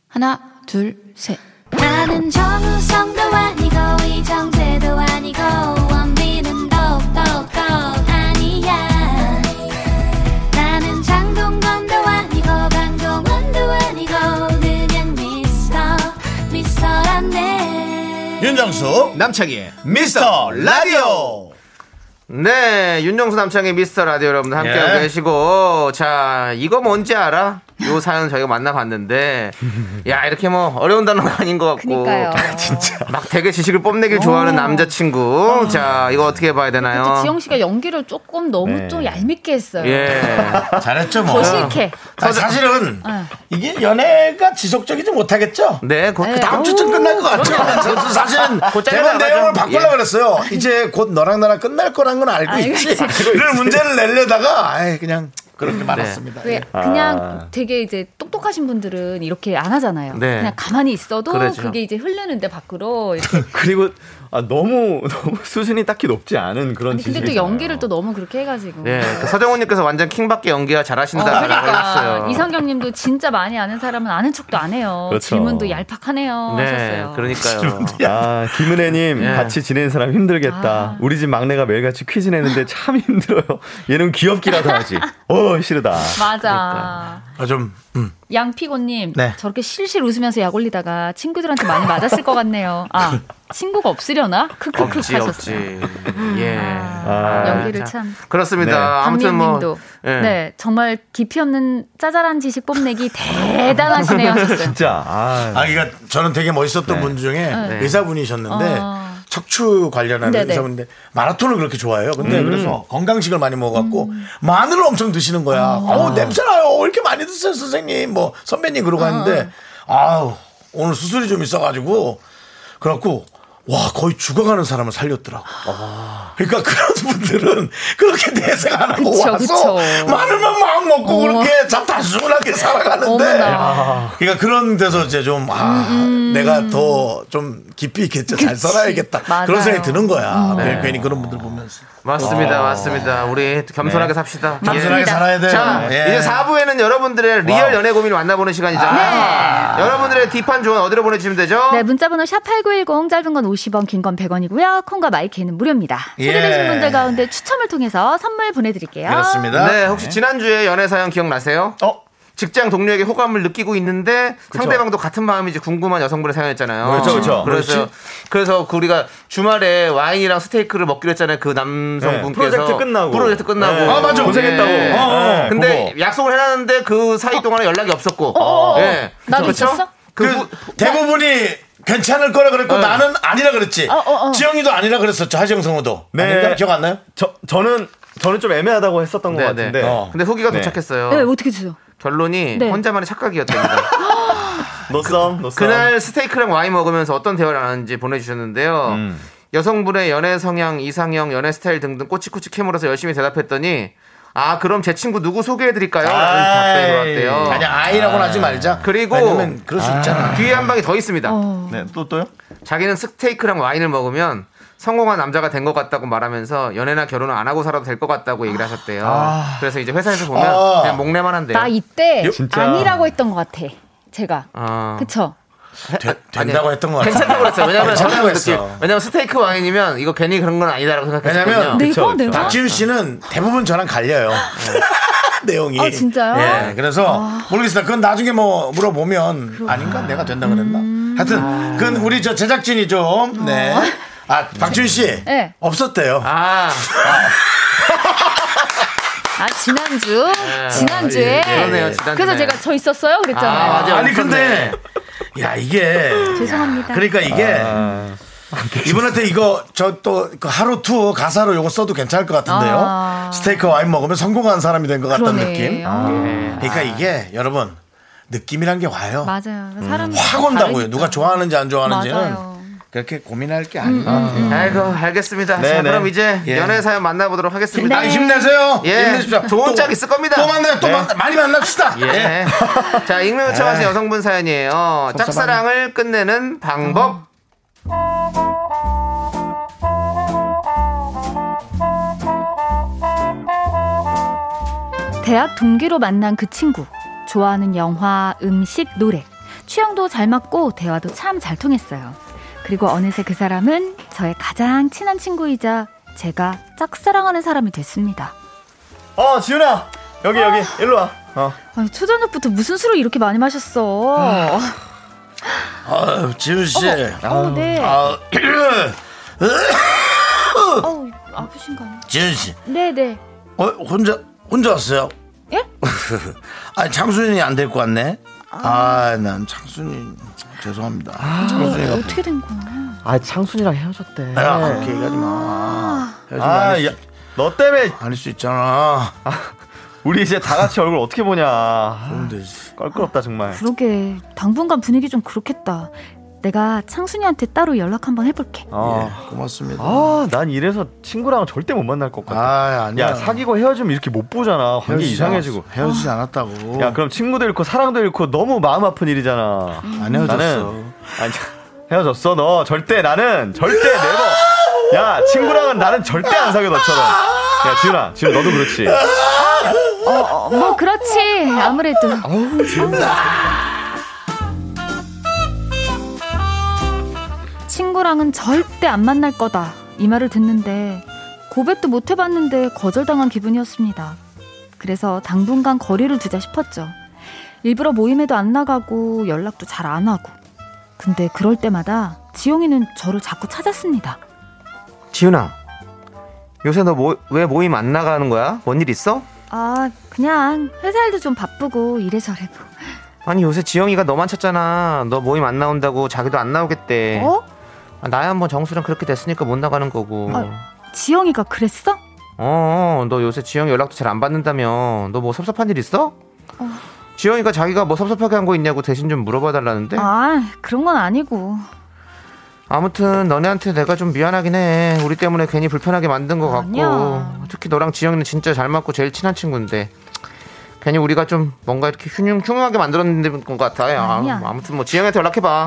Speaker 9: 하나, 둘, 셋.
Speaker 5: 나는 정우성도 아니고 이정재도 아니고 원빈은 더욱더 아니야 나는 장동건도 아니고 강동원도 아니고 그냥 미스터 미스터란데
Speaker 2: 윤정수,
Speaker 3: 남창희의
Speaker 2: 미스터 라디오!
Speaker 3: 네, 윤정수 남창의 미스터 라디오 여러분들 함께하고
Speaker 2: 예.
Speaker 3: 계시고, 자, 이거 뭔지 알아? 요 사연 저희가 만나봤는데 야 이렇게 뭐 어려운 단어가 아닌 것 같고
Speaker 6: 그니까요.
Speaker 3: 진짜 막 되게 지식을 뽐내길 좋아하는 남자친구 자 이거 어떻게 봐야
Speaker 6: 그때
Speaker 3: 되나요?
Speaker 6: 지영 씨가 연기를 조금 너무
Speaker 8: 네.
Speaker 6: 좀 얄밉게 했어요.
Speaker 3: 예
Speaker 2: 잘했죠 뭐.
Speaker 6: 더 싫게.
Speaker 2: 아니, 사실은
Speaker 6: 네.
Speaker 2: 이게 연애가 지속적이지 못하겠죠.
Speaker 3: 네, 그, 그
Speaker 6: 네.
Speaker 3: 다음
Speaker 2: 다음
Speaker 3: 주
Speaker 2: 주쯤 끝날 것 같죠. 아, 그렇죠. 저도 사실은
Speaker 3: 곧
Speaker 2: 대
Speaker 3: 잘라나가죠.
Speaker 2: 본 내용을
Speaker 3: 예.
Speaker 2: 바꾸려고 그랬어요. 이제 곧 너랑 나랑 끝날 거란 건 알고
Speaker 6: 알고
Speaker 2: 있지.
Speaker 6: 있지.
Speaker 2: 이런 문제를 내려다가 아이, 그냥
Speaker 3: 음,
Speaker 2: 그렇게 말았습니다.
Speaker 3: 네.
Speaker 6: 왜
Speaker 3: 아.
Speaker 6: 그냥 되게 이제 똑똑하신 분들은 이렇게 안 하잖아요.
Speaker 3: 네. 그렇죠.
Speaker 6: 그냥 가만히 있어도
Speaker 3: 그러죠.
Speaker 6: 그게 이제 흐르는데 밖으로. 이렇게.
Speaker 8: 그리고 아, 너무 너무 수준이 딱히 높지 않은 그런
Speaker 6: 근데, 근데 또
Speaker 8: 지식이잖아요.
Speaker 6: 연기를 또 너무 그렇게 해가지고.
Speaker 3: 네, 그 서정훈님께서 완전 킹밖에 연기가
Speaker 6: 어,
Speaker 3: 잘하신다라고
Speaker 6: 그러니까
Speaker 3: 해주셨어요.
Speaker 6: 이상경님도 진짜 많이 아는 사람은 아는 척도 안 해요.
Speaker 8: 그렇죠.
Speaker 6: 질문도 얄팍하네요.
Speaker 3: 네,
Speaker 6: 하셨어요.
Speaker 3: 그러니까요.
Speaker 8: 아 김은혜님
Speaker 3: 예.
Speaker 8: 같이 지내는 사람 힘들겠다.
Speaker 6: 아.
Speaker 8: 우리 집 막내가 매일같이 퀴즈 내는데 참 힘들어요. 얘는 귀엽기라도 하지. 어 싫다.
Speaker 6: 맞아.
Speaker 3: 그러니까.
Speaker 2: 아, 좀 음.
Speaker 6: 양피고님
Speaker 2: 네.
Speaker 6: 저렇게 실실 웃으면서 약 올리다가 친구들한테 많이 맞았을 것 같네요. 아 친구가 없으려나? 크크크
Speaker 3: 없지 없지.
Speaker 6: 하셨어요.
Speaker 3: 예.
Speaker 6: 아,
Speaker 3: 아,
Speaker 6: 연기를
Speaker 3: 자,
Speaker 6: 참.
Speaker 3: 그렇습니다.
Speaker 8: 네.
Speaker 3: 아무튼 뭐
Speaker 6: 박민님도
Speaker 3: 예.
Speaker 6: 네 정말 깊이 없는 짜잘한 지식 뽐내기 대단하시네요. 하셨어요.
Speaker 8: 진짜 아,
Speaker 2: 아, 그러니까 저는 되게 멋있었던
Speaker 8: 네.
Speaker 2: 분 중에
Speaker 6: 네.
Speaker 2: 의사분이셨는데
Speaker 6: 어.
Speaker 2: 척추 관련한
Speaker 6: 네네.
Speaker 2: 의사분인데 마라톤을 그렇게 좋아해요. 근데 그래서 건강식을 많이 먹어갖고
Speaker 6: 음.
Speaker 2: 마늘을 엄청 드시는 거야.
Speaker 6: 아.
Speaker 2: 어우 냄새나요. 왜 이렇게 많이 드세요 선생님. 뭐 선배님 그러고
Speaker 6: 어,
Speaker 2: 하는데 아우 오늘 수술이 좀 있어가지고 그래갖고 와 거의 죽어가는 사람을 살렸더라고. 그러니까 그런 분들은 그렇게 내색 안 하고
Speaker 6: 그쵸,
Speaker 2: 와서
Speaker 6: 그쵸.
Speaker 2: 마늘만 막 먹고
Speaker 6: 어.
Speaker 2: 그렇게 참 단순하게 살아가는데
Speaker 6: 어머나. 음,
Speaker 2: 그러니까 그런 데서 이제 좀, 아, 내가 더 좀 깊이 있겠죠. 잘 살아야겠다. 그런
Speaker 6: 맞아요. 음.
Speaker 2: 생각이 드는 거야. 네.
Speaker 3: 네.
Speaker 2: 괜히- 괜히 그런 분들 보면서.
Speaker 3: 맞습니다, 맞습니다. 우리 겸손하게 삽시다. 예.
Speaker 2: 단순하게 살아야 돼요.
Speaker 3: 자,
Speaker 2: 예.
Speaker 3: 이제 4부에는 여러분들의 리얼
Speaker 2: 와우.
Speaker 3: 연애 고민을 만나보는 시간이잖아요. 여러분들의 딥한 조언 어디로 보내주시면 되죠?
Speaker 6: 네, 문자번호 샵8910 짧은 건 50원, 긴 건 100원이고요. 콩과 마이크는 무료입니다.
Speaker 2: 예.
Speaker 6: 소개되신 분들 가운데 추첨을 통해서 선물 보내드릴게요.
Speaker 2: 그렇습니다.
Speaker 3: 네, 혹시 지난주에 연애 사연 기억나세요?
Speaker 2: 어?
Speaker 3: 직장 동료에게 호감을 느끼고 있는데 상대방도 같은 마음인지 궁금한 여성분의 사연이었잖아요.
Speaker 8: 그렇죠, 그렇죠.
Speaker 3: 래서 그래서 그 우리가 주말에 와인이랑 스테이크를 먹기로 했잖아요. 그 남성분께서
Speaker 8: 네, 프로젝트 끝나고.
Speaker 3: 프로젝트 끝나고
Speaker 8: 네. 아, 맞아. 고생했다고.
Speaker 3: 예.
Speaker 8: 어, 어,
Speaker 3: 근데
Speaker 8: 그거.
Speaker 3: 약속을 해놨는데 그 사이 동안에 연락이 없었고. 예.
Speaker 6: 어, 나도
Speaker 3: 그렇죠?
Speaker 6: 있었어?
Speaker 3: 그
Speaker 2: 그
Speaker 3: 부- 어.
Speaker 2: 대부분이 괜찮을 거라 그랬고 나는 아니라 그랬지.
Speaker 6: 어, 어.
Speaker 2: 지영이도 아니라 그랬었죠. 하지영 성우도.
Speaker 8: 네.
Speaker 2: 아닌가? 기억 안 나요?
Speaker 8: 저 저는 저는 좀 애매하다고 했었던 것
Speaker 3: 네, 네.
Speaker 8: 같은데
Speaker 2: 어.
Speaker 3: 근데 후기가
Speaker 8: 네.
Speaker 3: 도착했어요.
Speaker 6: 네, 어떻게 주세요?
Speaker 3: 결론이
Speaker 6: 네.
Speaker 3: 혼자만의 착각이었답니다.
Speaker 8: 노썸 노썸.
Speaker 3: 그날 스테이크랑 와인 먹으면서 어떤 대화를 하는지 보내주셨는데요.
Speaker 8: 음.
Speaker 3: 여성분의 연애 성향, 이상형, 연애 스타일 등등 꼬치꼬치 캐물어서 열심히 대답했더니 아 그럼 제 친구 누구 소개해드릴까요? 라는 답변이 왔대요.
Speaker 2: 아니 아이라고는 하지 말자.
Speaker 3: 그리고-
Speaker 2: 왜냐면 그럴 수 있잖아.
Speaker 3: 뒤에 한 방이 더 있습니다.
Speaker 8: 네또 또요?
Speaker 3: 자기는 스테이크랑 와인을 먹으면 성공한 남자가 된 것 같다고 말하면서 연애나 결혼을 안 하고 살아도 될 것 같다고 얘기를 하셨대요. 그래서 이제 회사에서 보면
Speaker 2: 아.
Speaker 3: 그냥 목내만 네. 한대요.
Speaker 6: 나 이때
Speaker 8: 진짜.
Speaker 6: 아니라고 했던 것 같아. 제가.
Speaker 3: 아.
Speaker 6: 그쵸?
Speaker 2: 되- 된다고
Speaker 3: 아니,
Speaker 2: 했던 것 같아.
Speaker 3: 괜찮다고 그랬어요. 왜냐면
Speaker 2: 괜찮다고
Speaker 3: 저는
Speaker 2: 했어.
Speaker 3: 느낌- 왜냐면 스테이크 와인이면 이거 괜히 그런 건 아니다라고 생각했거든요.
Speaker 2: 왜냐면
Speaker 6: 내가?
Speaker 8: 그쵸.
Speaker 6: 내가?
Speaker 2: 박지윤 씨는 대부분 저랑 갈려요. 내용이.
Speaker 6: 아, 진짜요? 아.
Speaker 2: 예, 그래서 모르겠어요. 그건 나중에 뭐 물어보면 아닌가? 내가 된다 그랬나?
Speaker 6: 음. 아.
Speaker 2: 하여튼 그건 우리 저 제작진이
Speaker 6: 어.
Speaker 2: 좀 네. 아, 박지윤 씨.
Speaker 6: 네.
Speaker 2: 없었대요.
Speaker 3: 아,
Speaker 6: 아, 지난주? 지난주에?
Speaker 3: 예, 예, 그러네요, 지난주에.
Speaker 6: 그래서 제가 저 있었어요? 그랬잖아요.
Speaker 3: 아, 맞아요. 없었네.
Speaker 2: 아니
Speaker 3: 아.
Speaker 2: 근데 야, 이게
Speaker 6: 죄송합니다.
Speaker 2: 그러니까 이게 이분한테 이거 저 또그 하루 투어 가사로 요거 써도 괜찮을 것 같은데요.
Speaker 6: 아.
Speaker 2: 스테이크 와인 먹으면 성공한 사람이 된 것 같다는
Speaker 6: 그러네.
Speaker 2: 느낌.
Speaker 6: 아,
Speaker 2: 그러니까 이게 여러분 느낌이란 게 와요.
Speaker 6: 맞아요.
Speaker 3: 음.
Speaker 6: 사람
Speaker 2: 확 온다고요. 누가 좋아하는지 안 좋아하는지는
Speaker 6: 맞아요.
Speaker 2: 그렇게 고민할 게 아닌
Speaker 3: 음,
Speaker 2: 것 같아요.
Speaker 3: 아이고 알겠습니다.
Speaker 8: 네,
Speaker 3: 자,
Speaker 8: 네.
Speaker 3: 그럼 이제
Speaker 2: 음. 예.
Speaker 3: 연애 사연 만나보도록 하겠습니다.
Speaker 2: 아,
Speaker 6: 네.
Speaker 2: 힘내세요.
Speaker 3: 예.
Speaker 2: 힘내십시오.
Speaker 3: 좋은
Speaker 2: 또-
Speaker 3: 짝 있을 겁니다.
Speaker 2: 또 만나요. 또
Speaker 8: 네.
Speaker 2: 만- 많이 만납시다.
Speaker 3: 예.
Speaker 2: 예. 아.
Speaker 3: 자, 익명 요청하신 여성분 사연이에요. 짝사랑을 끝내는 방법.
Speaker 6: 대학 동기로 만난 그 친구. 좋아하는 영화, 음식, 노래. 취향도 잘 맞고 대화도 참 잘 통했어요. 그리고 어느새 그 사람은 저의 가장 친한 친구이자 제가 짝사랑하는 사람이 됐습니다.
Speaker 8: 어 지윤아 여기 여기 일로 와. 어.
Speaker 6: 아니, 초저녁부터 무슨 술을 이렇게 많이 마셨어?
Speaker 2: 아, 지훈 씨.
Speaker 6: 어, 네.
Speaker 2: 아,
Speaker 6: 어우, 아프신가요?
Speaker 2: 지훈 씨.
Speaker 6: 네, 네.
Speaker 2: 어, 혼자 혼자 왔어요?
Speaker 6: 예?
Speaker 2: 아 창순이 안 될 것 같네. 아 난 창순이 죄송합니다. 창순이가
Speaker 6: 어떻게 된 거야?
Speaker 8: 아 창순이랑 헤어졌대.
Speaker 2: 야 그렇게 얘기하지 마. 헤어진 거
Speaker 8: 아,
Speaker 2: 아닐
Speaker 8: 야,
Speaker 2: 수-
Speaker 8: 너 때문에
Speaker 2: 아닐 수 있잖아.
Speaker 8: 우리 이제 다 같이 얼굴 어떻게 보냐. 아,
Speaker 2: 그러면 되지.
Speaker 8: 껄끄럽다 정말.
Speaker 6: 그러게 당분간 분위기 좀 그렇겠다. 내가 창순이한테 따로 연락 한번 해볼게.
Speaker 2: 예,
Speaker 8: 어.
Speaker 2: 고맙습니다.
Speaker 8: 아, 난 이래서 친구랑 절대 못 만날 것 같아.
Speaker 2: 아 아니야.
Speaker 8: 야, 사귀고 헤어지면 이렇게 못 보잖아. 관계
Speaker 2: 헤어지지
Speaker 8: 이상해지고.
Speaker 2: 않았- 헤어지지 않았다고.
Speaker 8: 야, 그럼 친구도 잃고 사랑도 잃고 너무 마음 아픈 일이잖아.
Speaker 2: 안 헤어졌어.
Speaker 8: 나는 아니, 헤어졌어 너 절대 나는 절대 네버 야 친구랑은 나는 절대 안 사귀어 너처럼 야 지훈아 지훈 너도 그렇지
Speaker 6: 뭐 그렇지 아무래도 친구랑은 절대 안 만날 거다 이 말을 듣는데 고백도 못 해봤는데 거절당한 기분이었습니다 그래서 당분간 거리를 두자 싶었죠 일부러 모임에도 안 나가고 연락도 잘 안 하고 근데 그럴 때마다 지용이는 저를 자꾸 찾았습니다
Speaker 3: 지윤아, 요새 너 뭐, 왜 모임 안 나가는 거야? 뭔 일 있어?
Speaker 6: 아 그냥 회사 일도 좀 바쁘고 이래저래고
Speaker 3: 아니 요새 지영이가 너만 찾잖아. 너 모임 안 나온다고 자기도 안 나오겠대.
Speaker 6: 어?
Speaker 3: 아, 나야 뭐 정수랑 그렇게 됐으니까 못 나가는 거고.
Speaker 6: 아유. 지영이가 그랬어?
Speaker 3: 어, 너 요새 지영이 연락도 잘 안 받는다며. 너 뭐 섭섭한 일 있어? 지영이가 자기가 뭐 섭섭하게 한 거 있냐고 대신 좀 물어봐 달라는데.
Speaker 6: 아 그런 건 아니고
Speaker 3: 아무튼 너네한테 내가 좀 미안하긴 해. 우리 때문에 괜히 불편하게 만든 것 같고.
Speaker 6: 아니야.
Speaker 3: 특히 너랑 지영이는 진짜 잘 맞고 제일 친한 친구인데. 괜히 우리가 좀 뭔가 이렇게 흉흉하게 만들었는 것 같아. 요
Speaker 6: 아니야.
Speaker 3: 아무튼 뭐 지영이한테 연락해봐.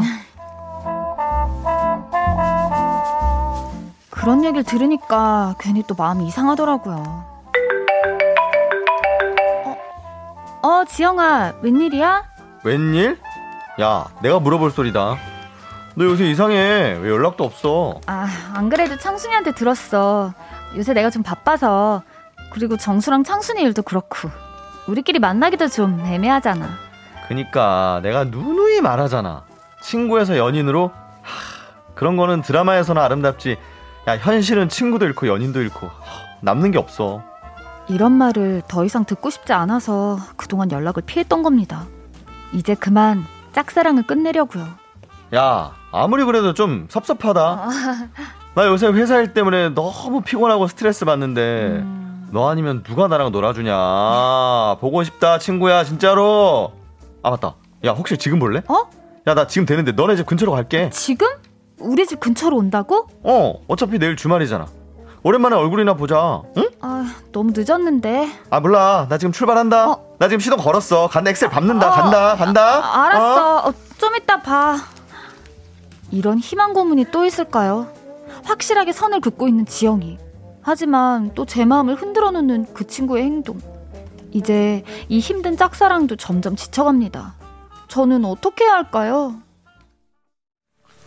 Speaker 6: 그런 얘기를 들으니까 괜히 또 마음이 이상하더라고요. 어, 어 지영아, 웬일이야?
Speaker 8: 웬일? 야 내가 물어볼 소리다 너 요새 이상해 왜 연락도 없어
Speaker 6: 아, 안 그래도 창순이한테 들었어. 요새 내가 좀 바빠서. 그리고 정수랑 창순이 일도 그렇고. 우리끼리 만나기도 좀 애매하잖아.
Speaker 8: 그니까 내가 누누이 말하잖아 친구에서 연인으로 하, 그런 거는 드라마에서나 아름답지 야 현실은 친구도 잃고 연인도 잃고 하, 남는 게 없어
Speaker 6: 이런 말을 더 이상 듣고 싶지 않아서 그동안 연락을 피했던 겁니다. 이제 그만 짝사랑을 끝내려고요.
Speaker 8: 야 아무리 그래도 좀 섭섭하다 나 요새 회사 일 때문에 너무 피곤하고 스트레스 받는데 너 아니면 누가 나랑 놀아주냐 보고 싶다 친구야 진짜로 아 맞다 야 혹시 지금 볼래?
Speaker 6: 어?
Speaker 8: 야 나 지금 되는데 너네 집 근처로 갈게
Speaker 6: 지금? 우리 집 근처로 온다고?
Speaker 8: 어 어차피 내일 주말이잖아 오랜만에 얼굴이나 보자 응?
Speaker 6: 아, 너무 늦었는데.
Speaker 8: 아 몰라 나 지금 출발한다
Speaker 6: 어.
Speaker 8: 나 지금 시동 걸었어 간다 엑셀 밟는다 간다 간다
Speaker 6: 아, 알았어. 어, 좀 이따 봐. 이런 희망 고문이 또 있을까요? 확실하게 선을 긋고 있는 지영이. 하지만 또 제 마음을 흔들어 놓는 그 친구의 행동. 이제 이 힘든 짝사랑도 점점 지쳐갑니다. 저는 어떻게 해야 할까요?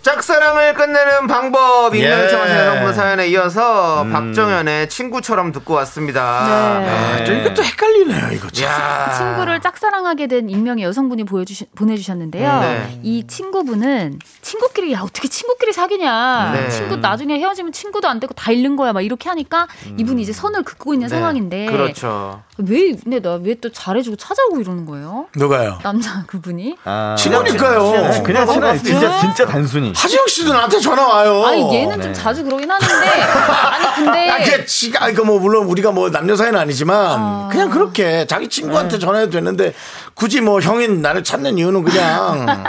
Speaker 3: 짝사랑을 끝내는 방법 익명
Speaker 2: 예.
Speaker 3: 요청하신 여러분 사연에 이어서
Speaker 8: 음.
Speaker 3: 박정현의 친구처럼 듣고 왔습니다.
Speaker 6: 네.
Speaker 8: 예.
Speaker 2: 아, 저 이것도 헷갈리네요 이거 참.
Speaker 3: 야.
Speaker 6: 친구를 짝사랑하게 된 인명의 여성분이 보여주시, 보내주셨는데요.
Speaker 3: 네.
Speaker 6: 이 친구분은 친구끼리 야 어떻게 친구끼리 사귀냐.
Speaker 3: 네.
Speaker 6: 친구 나중에 헤어지면 친구도 안 되고 다 잃는 거야. 막 이렇게 하니까
Speaker 2: 음.
Speaker 6: 이분이 이제 선을 긋고 있는
Speaker 3: 네.
Speaker 6: 상황인데
Speaker 3: 그렇죠.
Speaker 6: 왜 근데 나 왜 또 잘해주고 찾아오고 이러는 거예요?
Speaker 2: 누가요?
Speaker 6: 남자 그분이
Speaker 8: 아,
Speaker 2: 친구니까요.
Speaker 8: 그냥 친한 진짜 진짜 단순히
Speaker 2: 하지영 씨도 나한테 전화 와요.
Speaker 6: 아니 얘는 좀 자주 그러긴 하는데 아니 근데
Speaker 2: 네. 아, 그게 지가, 그니까 뭐, 물론 우리가 뭐 남녀 사이는 아니지만, 그냥 그렇게 자기
Speaker 6: 네.
Speaker 2: 친구한테 전화해도 되는데, 굳이 뭐 형인 나를 찾는 이유는 그냥,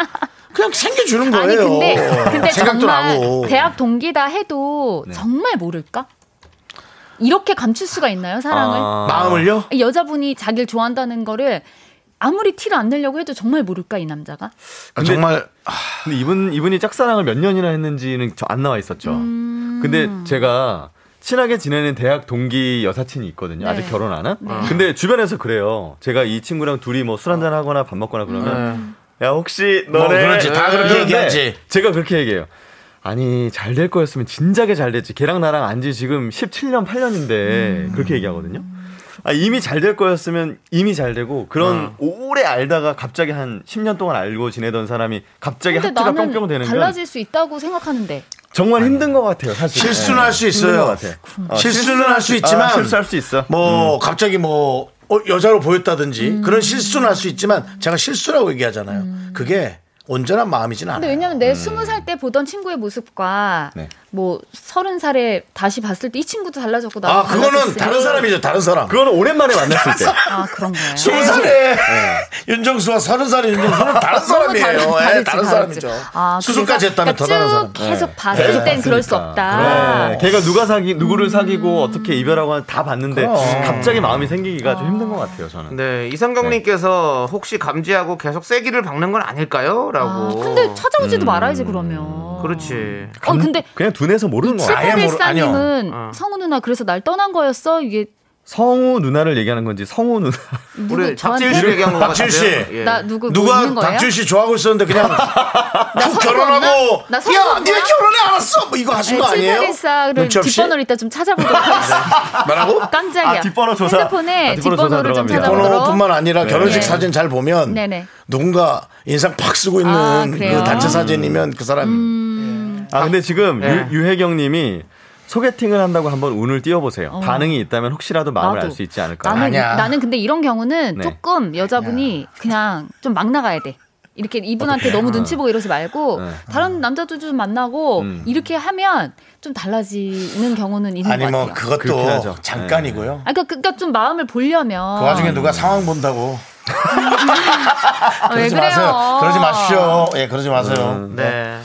Speaker 2: 그냥 생겨주는 거예요.
Speaker 6: 아니 근데 근데
Speaker 2: 생각도
Speaker 6: 정말
Speaker 2: 나고. 네.
Speaker 6: 대학 동기다 해도 정말 모를까? 이렇게 감출 수가 있나요 사랑을?
Speaker 2: 아. 마음을요?
Speaker 6: 이 여자분이 자기를 좋아한다는 거를 아무리 티를 안 내려고 해도 정말 모를까 이 남자가?
Speaker 2: 아, 정말,
Speaker 8: 근데 이분 이분이 짝사랑을 몇 년이나 했는지는 저 안 나와 있었죠.
Speaker 6: 음.
Speaker 8: 근데 제가 친하게 지내는 대학 동기 여사친이 있거든요. 아직
Speaker 6: 네.
Speaker 8: 결혼 안 한. 근데 주변에서 그래요. 제가 이 친구랑 둘이 뭐 술 한잔 하거나 밥 먹거나 그러면 야 혹시
Speaker 2: 뭐,
Speaker 8: 너네
Speaker 2: 그렇지. 다 그렇게
Speaker 8: 그런데
Speaker 2: 얘기하지.
Speaker 8: 제가 그렇게 얘기해요. 아니 잘 될 거였으면 진작에 잘 됐지. 걔랑 나랑 안지 지금 17년 8년인데
Speaker 2: 음.
Speaker 8: 그렇게 얘기하거든요. 아, 이미 잘 될 거였으면 이미 잘 되고 그런
Speaker 2: 음.
Speaker 8: 오래 알다가 갑자기 한 10년 동안 알고 지내던 사람이 갑자기
Speaker 6: 근데
Speaker 8: 하트가
Speaker 6: 나는
Speaker 8: 뿅뿅 되는 건
Speaker 6: 달라질 수 있다고 생각하는데
Speaker 8: 정말 힘든 것 같아요. 사실
Speaker 2: 실수는 할 수
Speaker 8: 네. 힘든
Speaker 2: 있어요.
Speaker 8: 것 같아. 어,
Speaker 2: 실수는 할 수 있지만,
Speaker 8: 아, 실수할 수 있어.
Speaker 2: 뭐, 갑자기 뭐, 어, 여자로 보였다든지 그런 실수는 할 수 있지만 제가 실수라고 얘기하잖아요. 그게 온전한 마음이진 않아요.
Speaker 10: 근데 왜냐면 내 스무 살 때 보던 친구의 모습과
Speaker 8: 네.
Speaker 10: 뭐 서른 살에 다시 봤을 때 이 친구도 달라졌고 나도
Speaker 2: 아, 그거는
Speaker 10: 달라졌으니.
Speaker 2: 다른 사람이죠, 다른 사람.
Speaker 8: 그거는 오랜만에 만났을 때.
Speaker 6: 아, 그런 거예요.
Speaker 2: 스무 살에 윤정수와 서른 살의 윤정수는 다른 사람이에요.
Speaker 6: 다르-
Speaker 2: 예, 다른
Speaker 6: 다르지, 다르지.
Speaker 2: 사람이죠.
Speaker 6: 아,
Speaker 2: 수술까지 했다면 더 다른 사람. 예. 네.
Speaker 10: 그러니까 쭉 계속 봤을 땐 그럴 수 없다.
Speaker 8: 네, 걔가 누가 사기 누구를
Speaker 2: 음.
Speaker 8: 사귀고 어떻게 이별하고 하는 다 봤는데 갑자기 마음이 생기기가 좀 힘든 것 같아요. 저는.
Speaker 3: 네, 이성경님께서 혹시 감지하고 계속 세기를 박는 건 아닐까요? 라고.
Speaker 6: 아, 근데
Speaker 2: 음.
Speaker 6: 찾아오지도 말아야지 그러면.
Speaker 3: 그렇지.
Speaker 6: 어, 근데
Speaker 8: 그냥 둔해서 모르는 거
Speaker 2: 뭐
Speaker 8: 같아요.
Speaker 2: 아예 모르- 아니요.
Speaker 6: 칠팔백사님은
Speaker 3: 어.
Speaker 6: 성우 누나 그래서 날 떠난 거였어 이게
Speaker 8: 성우 누나를 얘기하는 건지 성우 누나.
Speaker 6: 누구
Speaker 3: 우리
Speaker 6: 저한테
Speaker 3: 박지윤 씨 얘기한 거 같아요. 예. 네.
Speaker 2: 박지윤 씨.
Speaker 6: 나 누구 뭐
Speaker 2: 누가
Speaker 6: 있는 거예요?
Speaker 2: 박지윤 씨 좋아하고 있었는데 그냥 훅
Speaker 6: 성공
Speaker 2: 결혼하고
Speaker 6: 없나? 나 성공
Speaker 2: 야,
Speaker 6: 없나?
Speaker 2: 니네 결혼해 알았어. 뭐
Speaker 6: 네,
Speaker 2: 이거 하신 거 아니에요?
Speaker 10: 7814를
Speaker 2: 눈치 없이 네.
Speaker 10: 뒷번호를 이따 좀 찾아보도록 하겠습니다.
Speaker 2: 말하고
Speaker 10: 깜짝이야.
Speaker 8: 아, 뒷번호 조사.
Speaker 10: 핸드폰에
Speaker 8: 아, 뒷번호 조사
Speaker 10: 뒷번호를 좀
Speaker 8: 들어갑니다.
Speaker 10: 찾아보도록.
Speaker 2: 번호뿐만 아니라
Speaker 10: 네.
Speaker 2: 결혼식 사진 잘 보면
Speaker 10: 네네.
Speaker 2: 누군가 인상 팍 쓰고 있는
Speaker 10: 아, 그래요?
Speaker 2: 그 단체 사진이면 그 사람.
Speaker 6: 음.
Speaker 8: 아 근데 지금
Speaker 6: 네.
Speaker 3: 예.
Speaker 8: 유, 혜경님이 소개팅을 한다고 한번 운을 띄워보세요. 반응이 있다면 혹시라도 마음을
Speaker 6: 어. 나도.
Speaker 8: 알 수 있지 않을까.
Speaker 6: 나는
Speaker 2: 아니야.
Speaker 6: 나는 근데 이런 경우는
Speaker 8: 네.
Speaker 6: 조금 여자분이 그냥 좀 막 나가야 돼. 이렇게 이분한테 너무
Speaker 2: 어.
Speaker 6: 눈치 보고 이러지 말고
Speaker 8: 네.
Speaker 6: 다른 남자도 좀 만나고
Speaker 8: 음.
Speaker 6: 이렇게 하면 좀 달라지는 경우는 있는
Speaker 2: 아니
Speaker 6: 것
Speaker 2: 뭐
Speaker 6: 같아요.
Speaker 8: 그렇긴 하죠. 네,
Speaker 2: 그것도 잠깐이고요.
Speaker 6: 아, 그러니까, 그러니까 좀 마음을 보려면
Speaker 2: 그 와중에 누가 상황 본다고
Speaker 6: 아, 왜
Speaker 2: 그러지
Speaker 6: 그래요?
Speaker 2: 마세요. 그러지 마십시오. 예, 그러지 마세요.
Speaker 8: 음.
Speaker 3: 네.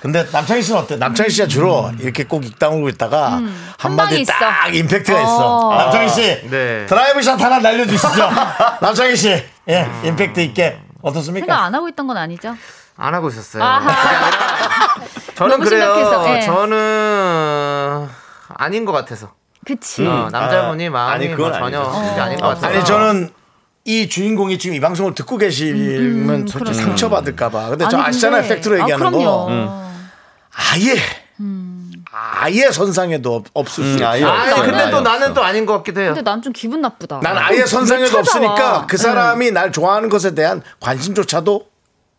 Speaker 2: 근데 남창희 씨는 어때? 남창희 씨가 주로 이렇게 꼭 익다물고 있다가 한마디
Speaker 6: 음. 한 방에 있어.
Speaker 2: 딱 임팩트가 있어.
Speaker 6: 어.
Speaker 2: 남창희 씨,
Speaker 3: 네.
Speaker 2: 드라이브 샷 하나 날려주시죠. 남창희 씨, 예, 임팩트 있게 어떻습니까?
Speaker 6: 생각 안 하고 있던 건 아니죠?
Speaker 3: 안 하고 있었어요.
Speaker 6: 아하.
Speaker 3: 저는
Speaker 6: 너무
Speaker 3: 그래요.
Speaker 6: 심각해서, 예.
Speaker 3: 저는 아닌 것 같아서.
Speaker 2: 음.
Speaker 6: 그치.
Speaker 3: 어, 남자분이
Speaker 8: 아,
Speaker 3: 마음이
Speaker 8: 아니, 그건
Speaker 3: 뭐 전혀
Speaker 8: 아니죠.
Speaker 3: 진짜 아닌 것 같아요.
Speaker 2: 아니 저는 이 주인공이 지금 이 방송을 듣고 계시면 솔직히 상처받을까봐. 근데 네, 저
Speaker 6: 음, 그렇죠. 아니,
Speaker 2: 아시잖아요.
Speaker 6: 근데-
Speaker 2: 팩트로 얘기하는
Speaker 6: 아, 그럼요. 음.
Speaker 2: 거. 음. 아예, 아예 선상에도 없, 없을 수
Speaker 8: 음,
Speaker 2: 있어요.
Speaker 8: 아예
Speaker 3: 아니,
Speaker 8: 없어요.
Speaker 3: 근데 또
Speaker 8: 아예
Speaker 3: 나는
Speaker 8: 없어요.
Speaker 3: 또 아닌 것 같기도 해요.
Speaker 6: 근데 난 좀 기분 나쁘다.
Speaker 2: 난
Speaker 3: 음.
Speaker 2: 아예 선상에도
Speaker 6: 왜 찾아와? 음.
Speaker 2: 없으니까 그 사람이 날 좋아하는 것에 대한 관심조차도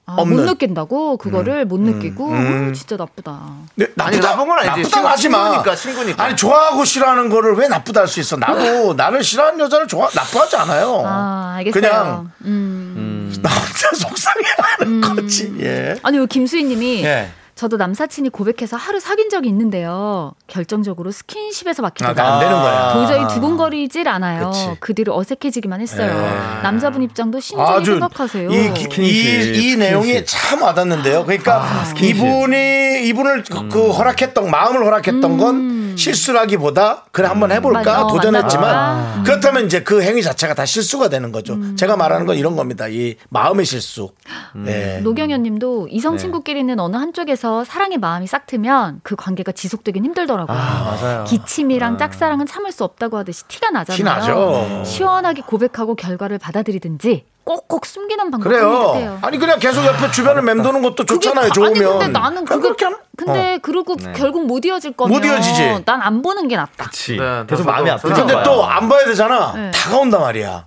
Speaker 6: 아,
Speaker 2: 없는. 음.
Speaker 6: 못 느낀다고 그거를 못 느끼고 어, 진짜 나쁘다.
Speaker 2: 네,
Speaker 3: 아니, 나쁜 건 아니지.
Speaker 2: 나쁘다고 하지 마.
Speaker 3: 친구니까, 친구니까.
Speaker 2: 아니 좋아하고 싫어하는 거를 왜 나쁘다 할 수 있어? 나도 나를 싫어하는 여자를 좋아 나쁘하지 않아요.
Speaker 6: 아, 알겠어요.
Speaker 2: 그냥
Speaker 6: 음.
Speaker 2: 나 혼자 속상해하는 거지. 예.
Speaker 6: 아니, 요 김수희님이
Speaker 2: 예.
Speaker 6: 저도 남사친이 고백해서 하루 사귄 적이 있는데요. 결정적으로 스킨십에서
Speaker 2: 아,
Speaker 6: 바뀌더라고요.
Speaker 2: 나안 되는 거야.
Speaker 6: 도저히 두근거리질 않아요.
Speaker 2: 그치. 예.
Speaker 6: 그 뒤로 어색해지기만 했어요. 남자분 입장도 신중히
Speaker 2: 아주
Speaker 6: 생각하세요.
Speaker 2: 이, 이,
Speaker 8: 스킨십,
Speaker 2: 이 내용이
Speaker 8: 스킨십.
Speaker 2: 참 와닿는데요. 그러니까
Speaker 8: 스킨십.
Speaker 2: 이분이 이분을 그- 그 허락했던 마음을 허락했던 건 실수라기보다 그래 한번 해볼까
Speaker 6: 맞아, 음.
Speaker 2: 도전했지만
Speaker 6: 만나볼까?
Speaker 2: 그렇다면 이제 그 행위 자체가 다 실수가 되는 거죠. 제가 말하는 건 이런 겁니다. 이 마음의 실수. 예.
Speaker 6: 노경현님도
Speaker 2: 네.
Speaker 6: 이성 친구끼리는 어느 한쪽에서 사랑의 마음이 싹 트면 그 관계가 지속되긴 힘들더라고요.
Speaker 8: 맞아요.
Speaker 6: 기침이랑 짝사랑은 참을 수 없다고 하듯이 티가 나잖아요.
Speaker 2: 네. 티 나죠.
Speaker 6: 시원하게 고백하고 결과를 받아들이든지 꼭꼭 숨기는 방법이
Speaker 2: 그래요.
Speaker 6: 있으세요.
Speaker 2: 아니 그냥 계속 옆에 주변을 맴도는 것도 좋잖아요. 좋으면.
Speaker 6: 아니 근데
Speaker 2: 그냥
Speaker 6: 나는 그게
Speaker 2: 그렇게 하면-
Speaker 6: 근데 그러고 결국 못 이어질 거면
Speaker 2: 네. 못 이어지지.
Speaker 6: 난 안 보는 게 낫다.
Speaker 8: 그치.
Speaker 3: 네,
Speaker 8: 계속
Speaker 3: 저도-
Speaker 8: 마음이
Speaker 3: 저도-
Speaker 8: 아프죠.
Speaker 2: 근데 또 안 봐야 되잖아.
Speaker 6: 네.
Speaker 2: 다가온단 말이야.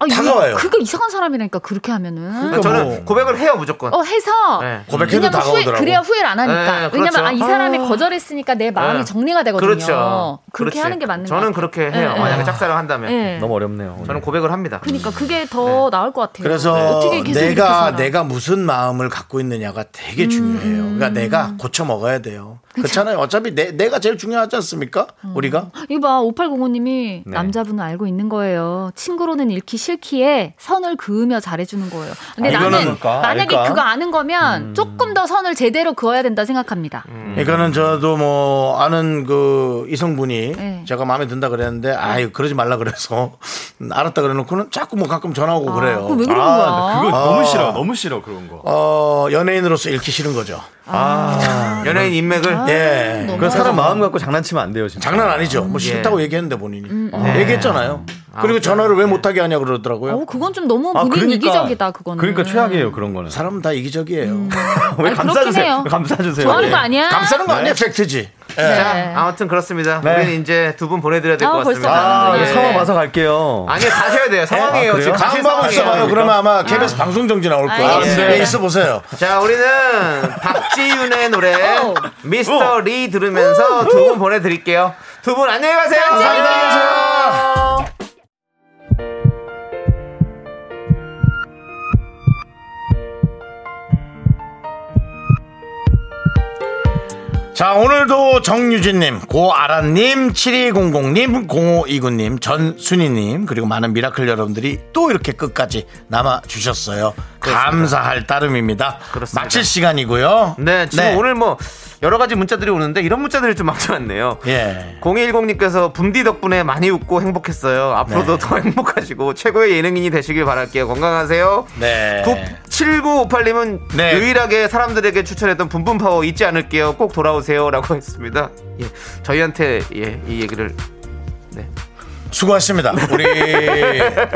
Speaker 6: 아, 이게-
Speaker 2: 다가와요.
Speaker 6: 그게 이상한 사람이라니까 그렇게 하면은
Speaker 2: 그러니까
Speaker 3: 저는
Speaker 2: 뭐-
Speaker 3: 고백을 해요 무조건.
Speaker 6: 어 해서
Speaker 3: 네.
Speaker 2: 고백해도
Speaker 6: 왜냐면 후회,
Speaker 2: 다가오더라고.
Speaker 6: 그래야 후회를 안 하니까.
Speaker 3: 네, 그렇죠.
Speaker 6: 왜냐면 아, 이 사람이
Speaker 3: 아.
Speaker 6: 거절했으니까 내 마음이
Speaker 3: 네.
Speaker 6: 정리가 되거든요.
Speaker 3: 그렇죠.
Speaker 6: 그렇게
Speaker 3: 그렇지.
Speaker 6: 하는 게 맞는 거
Speaker 3: 저는
Speaker 6: 같아요.
Speaker 3: 그렇게 해요.
Speaker 6: 네,
Speaker 3: 만약에
Speaker 6: 네.
Speaker 3: 짝사랑 한다면
Speaker 6: 네.
Speaker 8: 너무 어렵네요. 오늘.
Speaker 3: 저는 고백을 합니다.
Speaker 6: 그러니까 그게 더 나을 것 같아요. 네.
Speaker 2: 그래서
Speaker 6: 어떻게 계속 이렇게
Speaker 2: 내가
Speaker 6: 살아?
Speaker 2: 내가 무슨 마음을 갖고 있느냐가 되게 중요해요.
Speaker 6: 음.
Speaker 2: 그러니까 내가 고쳐 먹어야 돼요. 그렇잖아요. 어차피 내, 내가 제일 중요하지 않습니까?
Speaker 6: 음.
Speaker 2: 우리가
Speaker 6: 이봐 5805님이 남자분은 알고 있는 거예요. 친구로는 읽기 싫기에 선을 그으며 잘해주는 거예요. 근데
Speaker 2: 아,
Speaker 6: 나는
Speaker 2: 이거는
Speaker 8: 뭘까?
Speaker 6: 만약에
Speaker 8: 알까?
Speaker 6: 그거 아는 거면 조금 더 선을 제대로 그어야 된다 생각합니다.
Speaker 2: 음, 예, 그러니까는 저도 뭐 아는 그 이성분이
Speaker 6: 네.
Speaker 2: 제가 마음에 든다 그랬는데 아유 그러지 말라 그래서 알았다 그래놓고는 자꾸 뭐 가끔 전화 오고 그래요.
Speaker 6: 그럼 왜 그러는
Speaker 8: 아,
Speaker 6: 거야?
Speaker 8: 나 그거 너무
Speaker 2: 아.
Speaker 8: 싫어. 너무 싫어 그런 거.
Speaker 2: 어 연예인으로서 읽기 싫은 거죠.
Speaker 8: 아.
Speaker 3: 연예인 인맥을 네.
Speaker 2: 예.
Speaker 6: 너무 음. 예.
Speaker 8: 그 사람 마음 갖고 장난치면 안 돼요, 진짜.
Speaker 2: 장난 아니죠. 뭐 싫다고 얘기했는데 본인이 얘기했잖아요. 그리고
Speaker 3: 아무튼.
Speaker 2: 전화를 왜 못하게 하냐 그러더라고요.
Speaker 6: 어, 그건 좀 너무
Speaker 8: 아,
Speaker 6: 본인 이기적이다 그거는.
Speaker 8: 그러니까 최악이에요, 그런 거는.
Speaker 2: 사람은 다 이기적이에요.
Speaker 8: 왜
Speaker 6: 아니, 그렇긴
Speaker 8: 감싸주세요?
Speaker 6: 해요.
Speaker 8: 왜 감싸주세요.
Speaker 6: 좋아하는
Speaker 8: 예.
Speaker 6: 거 아니야?
Speaker 2: 감싸는 거 아니야 팩트지. 예.
Speaker 6: 네.
Speaker 3: 아무튼 그렇습니다.
Speaker 8: 네.
Speaker 3: 우리는 이제 두 분 보내드려야 될
Speaker 6: 아,
Speaker 3: 것
Speaker 6: 벌써
Speaker 3: 같습니다.
Speaker 8: 아,
Speaker 6: 예.
Speaker 8: 이거 상황 봐서 갈게요.
Speaker 3: 아니요 가셔야 돼요. 상황이에요.
Speaker 8: 아, 그래요?
Speaker 3: 지금
Speaker 2: 다음
Speaker 3: 가실
Speaker 2: 방없
Speaker 3: 상황이에요.
Speaker 2: 어봐요 그러면 아마 KBS 방송 정지 나올 거야.
Speaker 6: 네. 아,
Speaker 3: 예.
Speaker 2: 예, 있어 보세요.
Speaker 3: 자 우리는 박지윤의 노래
Speaker 6: 오.
Speaker 3: 미스터 리 들으면서 두 분 네. 보내드릴게요. 두 분 안녕히 가세요. 감사합니다.
Speaker 2: 자, 오늘도 정유진님, 고아란님, 7200님, 0529님, 전순희님, 그리고 많은 미라클 여러분들이 또 이렇게 끝까지 남아주셨어요. 감사할 따름입니다.
Speaker 3: 그렇습니다.
Speaker 2: 마칠 시간이고요.
Speaker 3: 네, 지금 오늘 뭐 여러 가지 문자들이 오는데 이런 문자들이 좀 많지 않네요.
Speaker 2: 예.
Speaker 3: 0210님께서 붐디 덕분에 많이 웃고 행복했어요. 앞으로도
Speaker 2: 네.
Speaker 3: 더 행복하시고 최고의 예능인이 되시길 바랄게요. 건강하세요.
Speaker 2: 네.
Speaker 3: 7958님은
Speaker 2: 네.
Speaker 3: 유일하게 사람들에게 추천했던 붐붐 파워 잊지 않을게요. 꼭 돌아오세요라고 했습니다. 예, 저희한테 예, 이 얘기를
Speaker 2: 어? 수고하셨습니다. 우리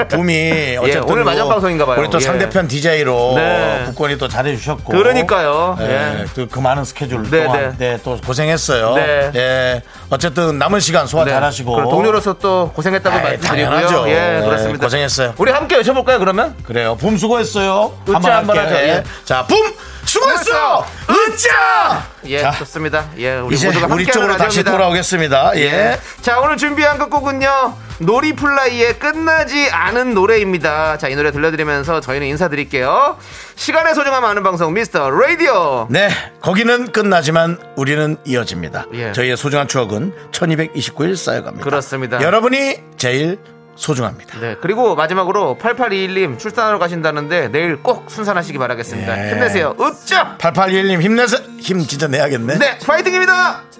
Speaker 2: 붐이 어쨌든
Speaker 3: 예, 오늘 마지막
Speaker 2: 뭐
Speaker 3: 방송인가 봐요.
Speaker 2: 우리 또
Speaker 3: 예.
Speaker 2: 상대편 DJ로
Speaker 3: 네.
Speaker 2: 국권이 또 잘해주셨고.
Speaker 3: 그러니까요.
Speaker 2: 예,
Speaker 3: 예.
Speaker 2: 그, 그 많은 스케줄
Speaker 3: 네,
Speaker 2: 동안 네, 또 고생했어요.
Speaker 3: 네.
Speaker 2: 예, 어쨌든 남은 시간 소화
Speaker 3: 네,
Speaker 2: 아, 잘하시고
Speaker 3: 그리고 동료로서 또 고생했다고
Speaker 2: 아이, 예,
Speaker 3: 말씀드리고요.
Speaker 2: 당연하죠.
Speaker 3: 예,
Speaker 2: 네,
Speaker 3: 그렇습니다.
Speaker 2: 고생했어요.
Speaker 3: 우리 함께 외쳐볼까요, 그러면?
Speaker 2: 그래요. 붐 수고했어요.
Speaker 3: 으쌰 한번
Speaker 2: 할게요.
Speaker 3: 하죠. 예.
Speaker 2: 자, 붐 수고했어요. 으짜.
Speaker 3: 예,
Speaker 2: 자.
Speaker 3: 좋습니다. 예, 우리
Speaker 2: 이제
Speaker 3: 모두가
Speaker 2: 우리
Speaker 3: 함께하는
Speaker 2: 쪽으로 다시
Speaker 3: 라디오입니다.
Speaker 2: 돌아오겠습니다. 예.
Speaker 3: 자, 오늘 준비한 끝곡은요. 놀이플라이의 끝나지 않은 노래입니다. 자, 이 노래 들려드리면서 저희는 인사드릴게요. 시간의 소중함 아는 방송 미스터 라디오.
Speaker 2: 네, 거기는 끝나지만 우리는 이어집니다.
Speaker 3: 예.
Speaker 2: 저희의 소중한 추억은 1229일 쌓여갑니다.
Speaker 3: 그렇습니다.
Speaker 2: 여러분이 제일 소중합니다.
Speaker 3: 네, 그리고 마지막으로 8821님 출산하러 가신다는데 내일 꼭 순산하시기 바라겠습니다.
Speaker 2: 예.
Speaker 3: 힘내세요. 으쌰!
Speaker 2: 8821님 힘내서 힘 진짜 내야겠네.
Speaker 3: 네, 파이팅입니다!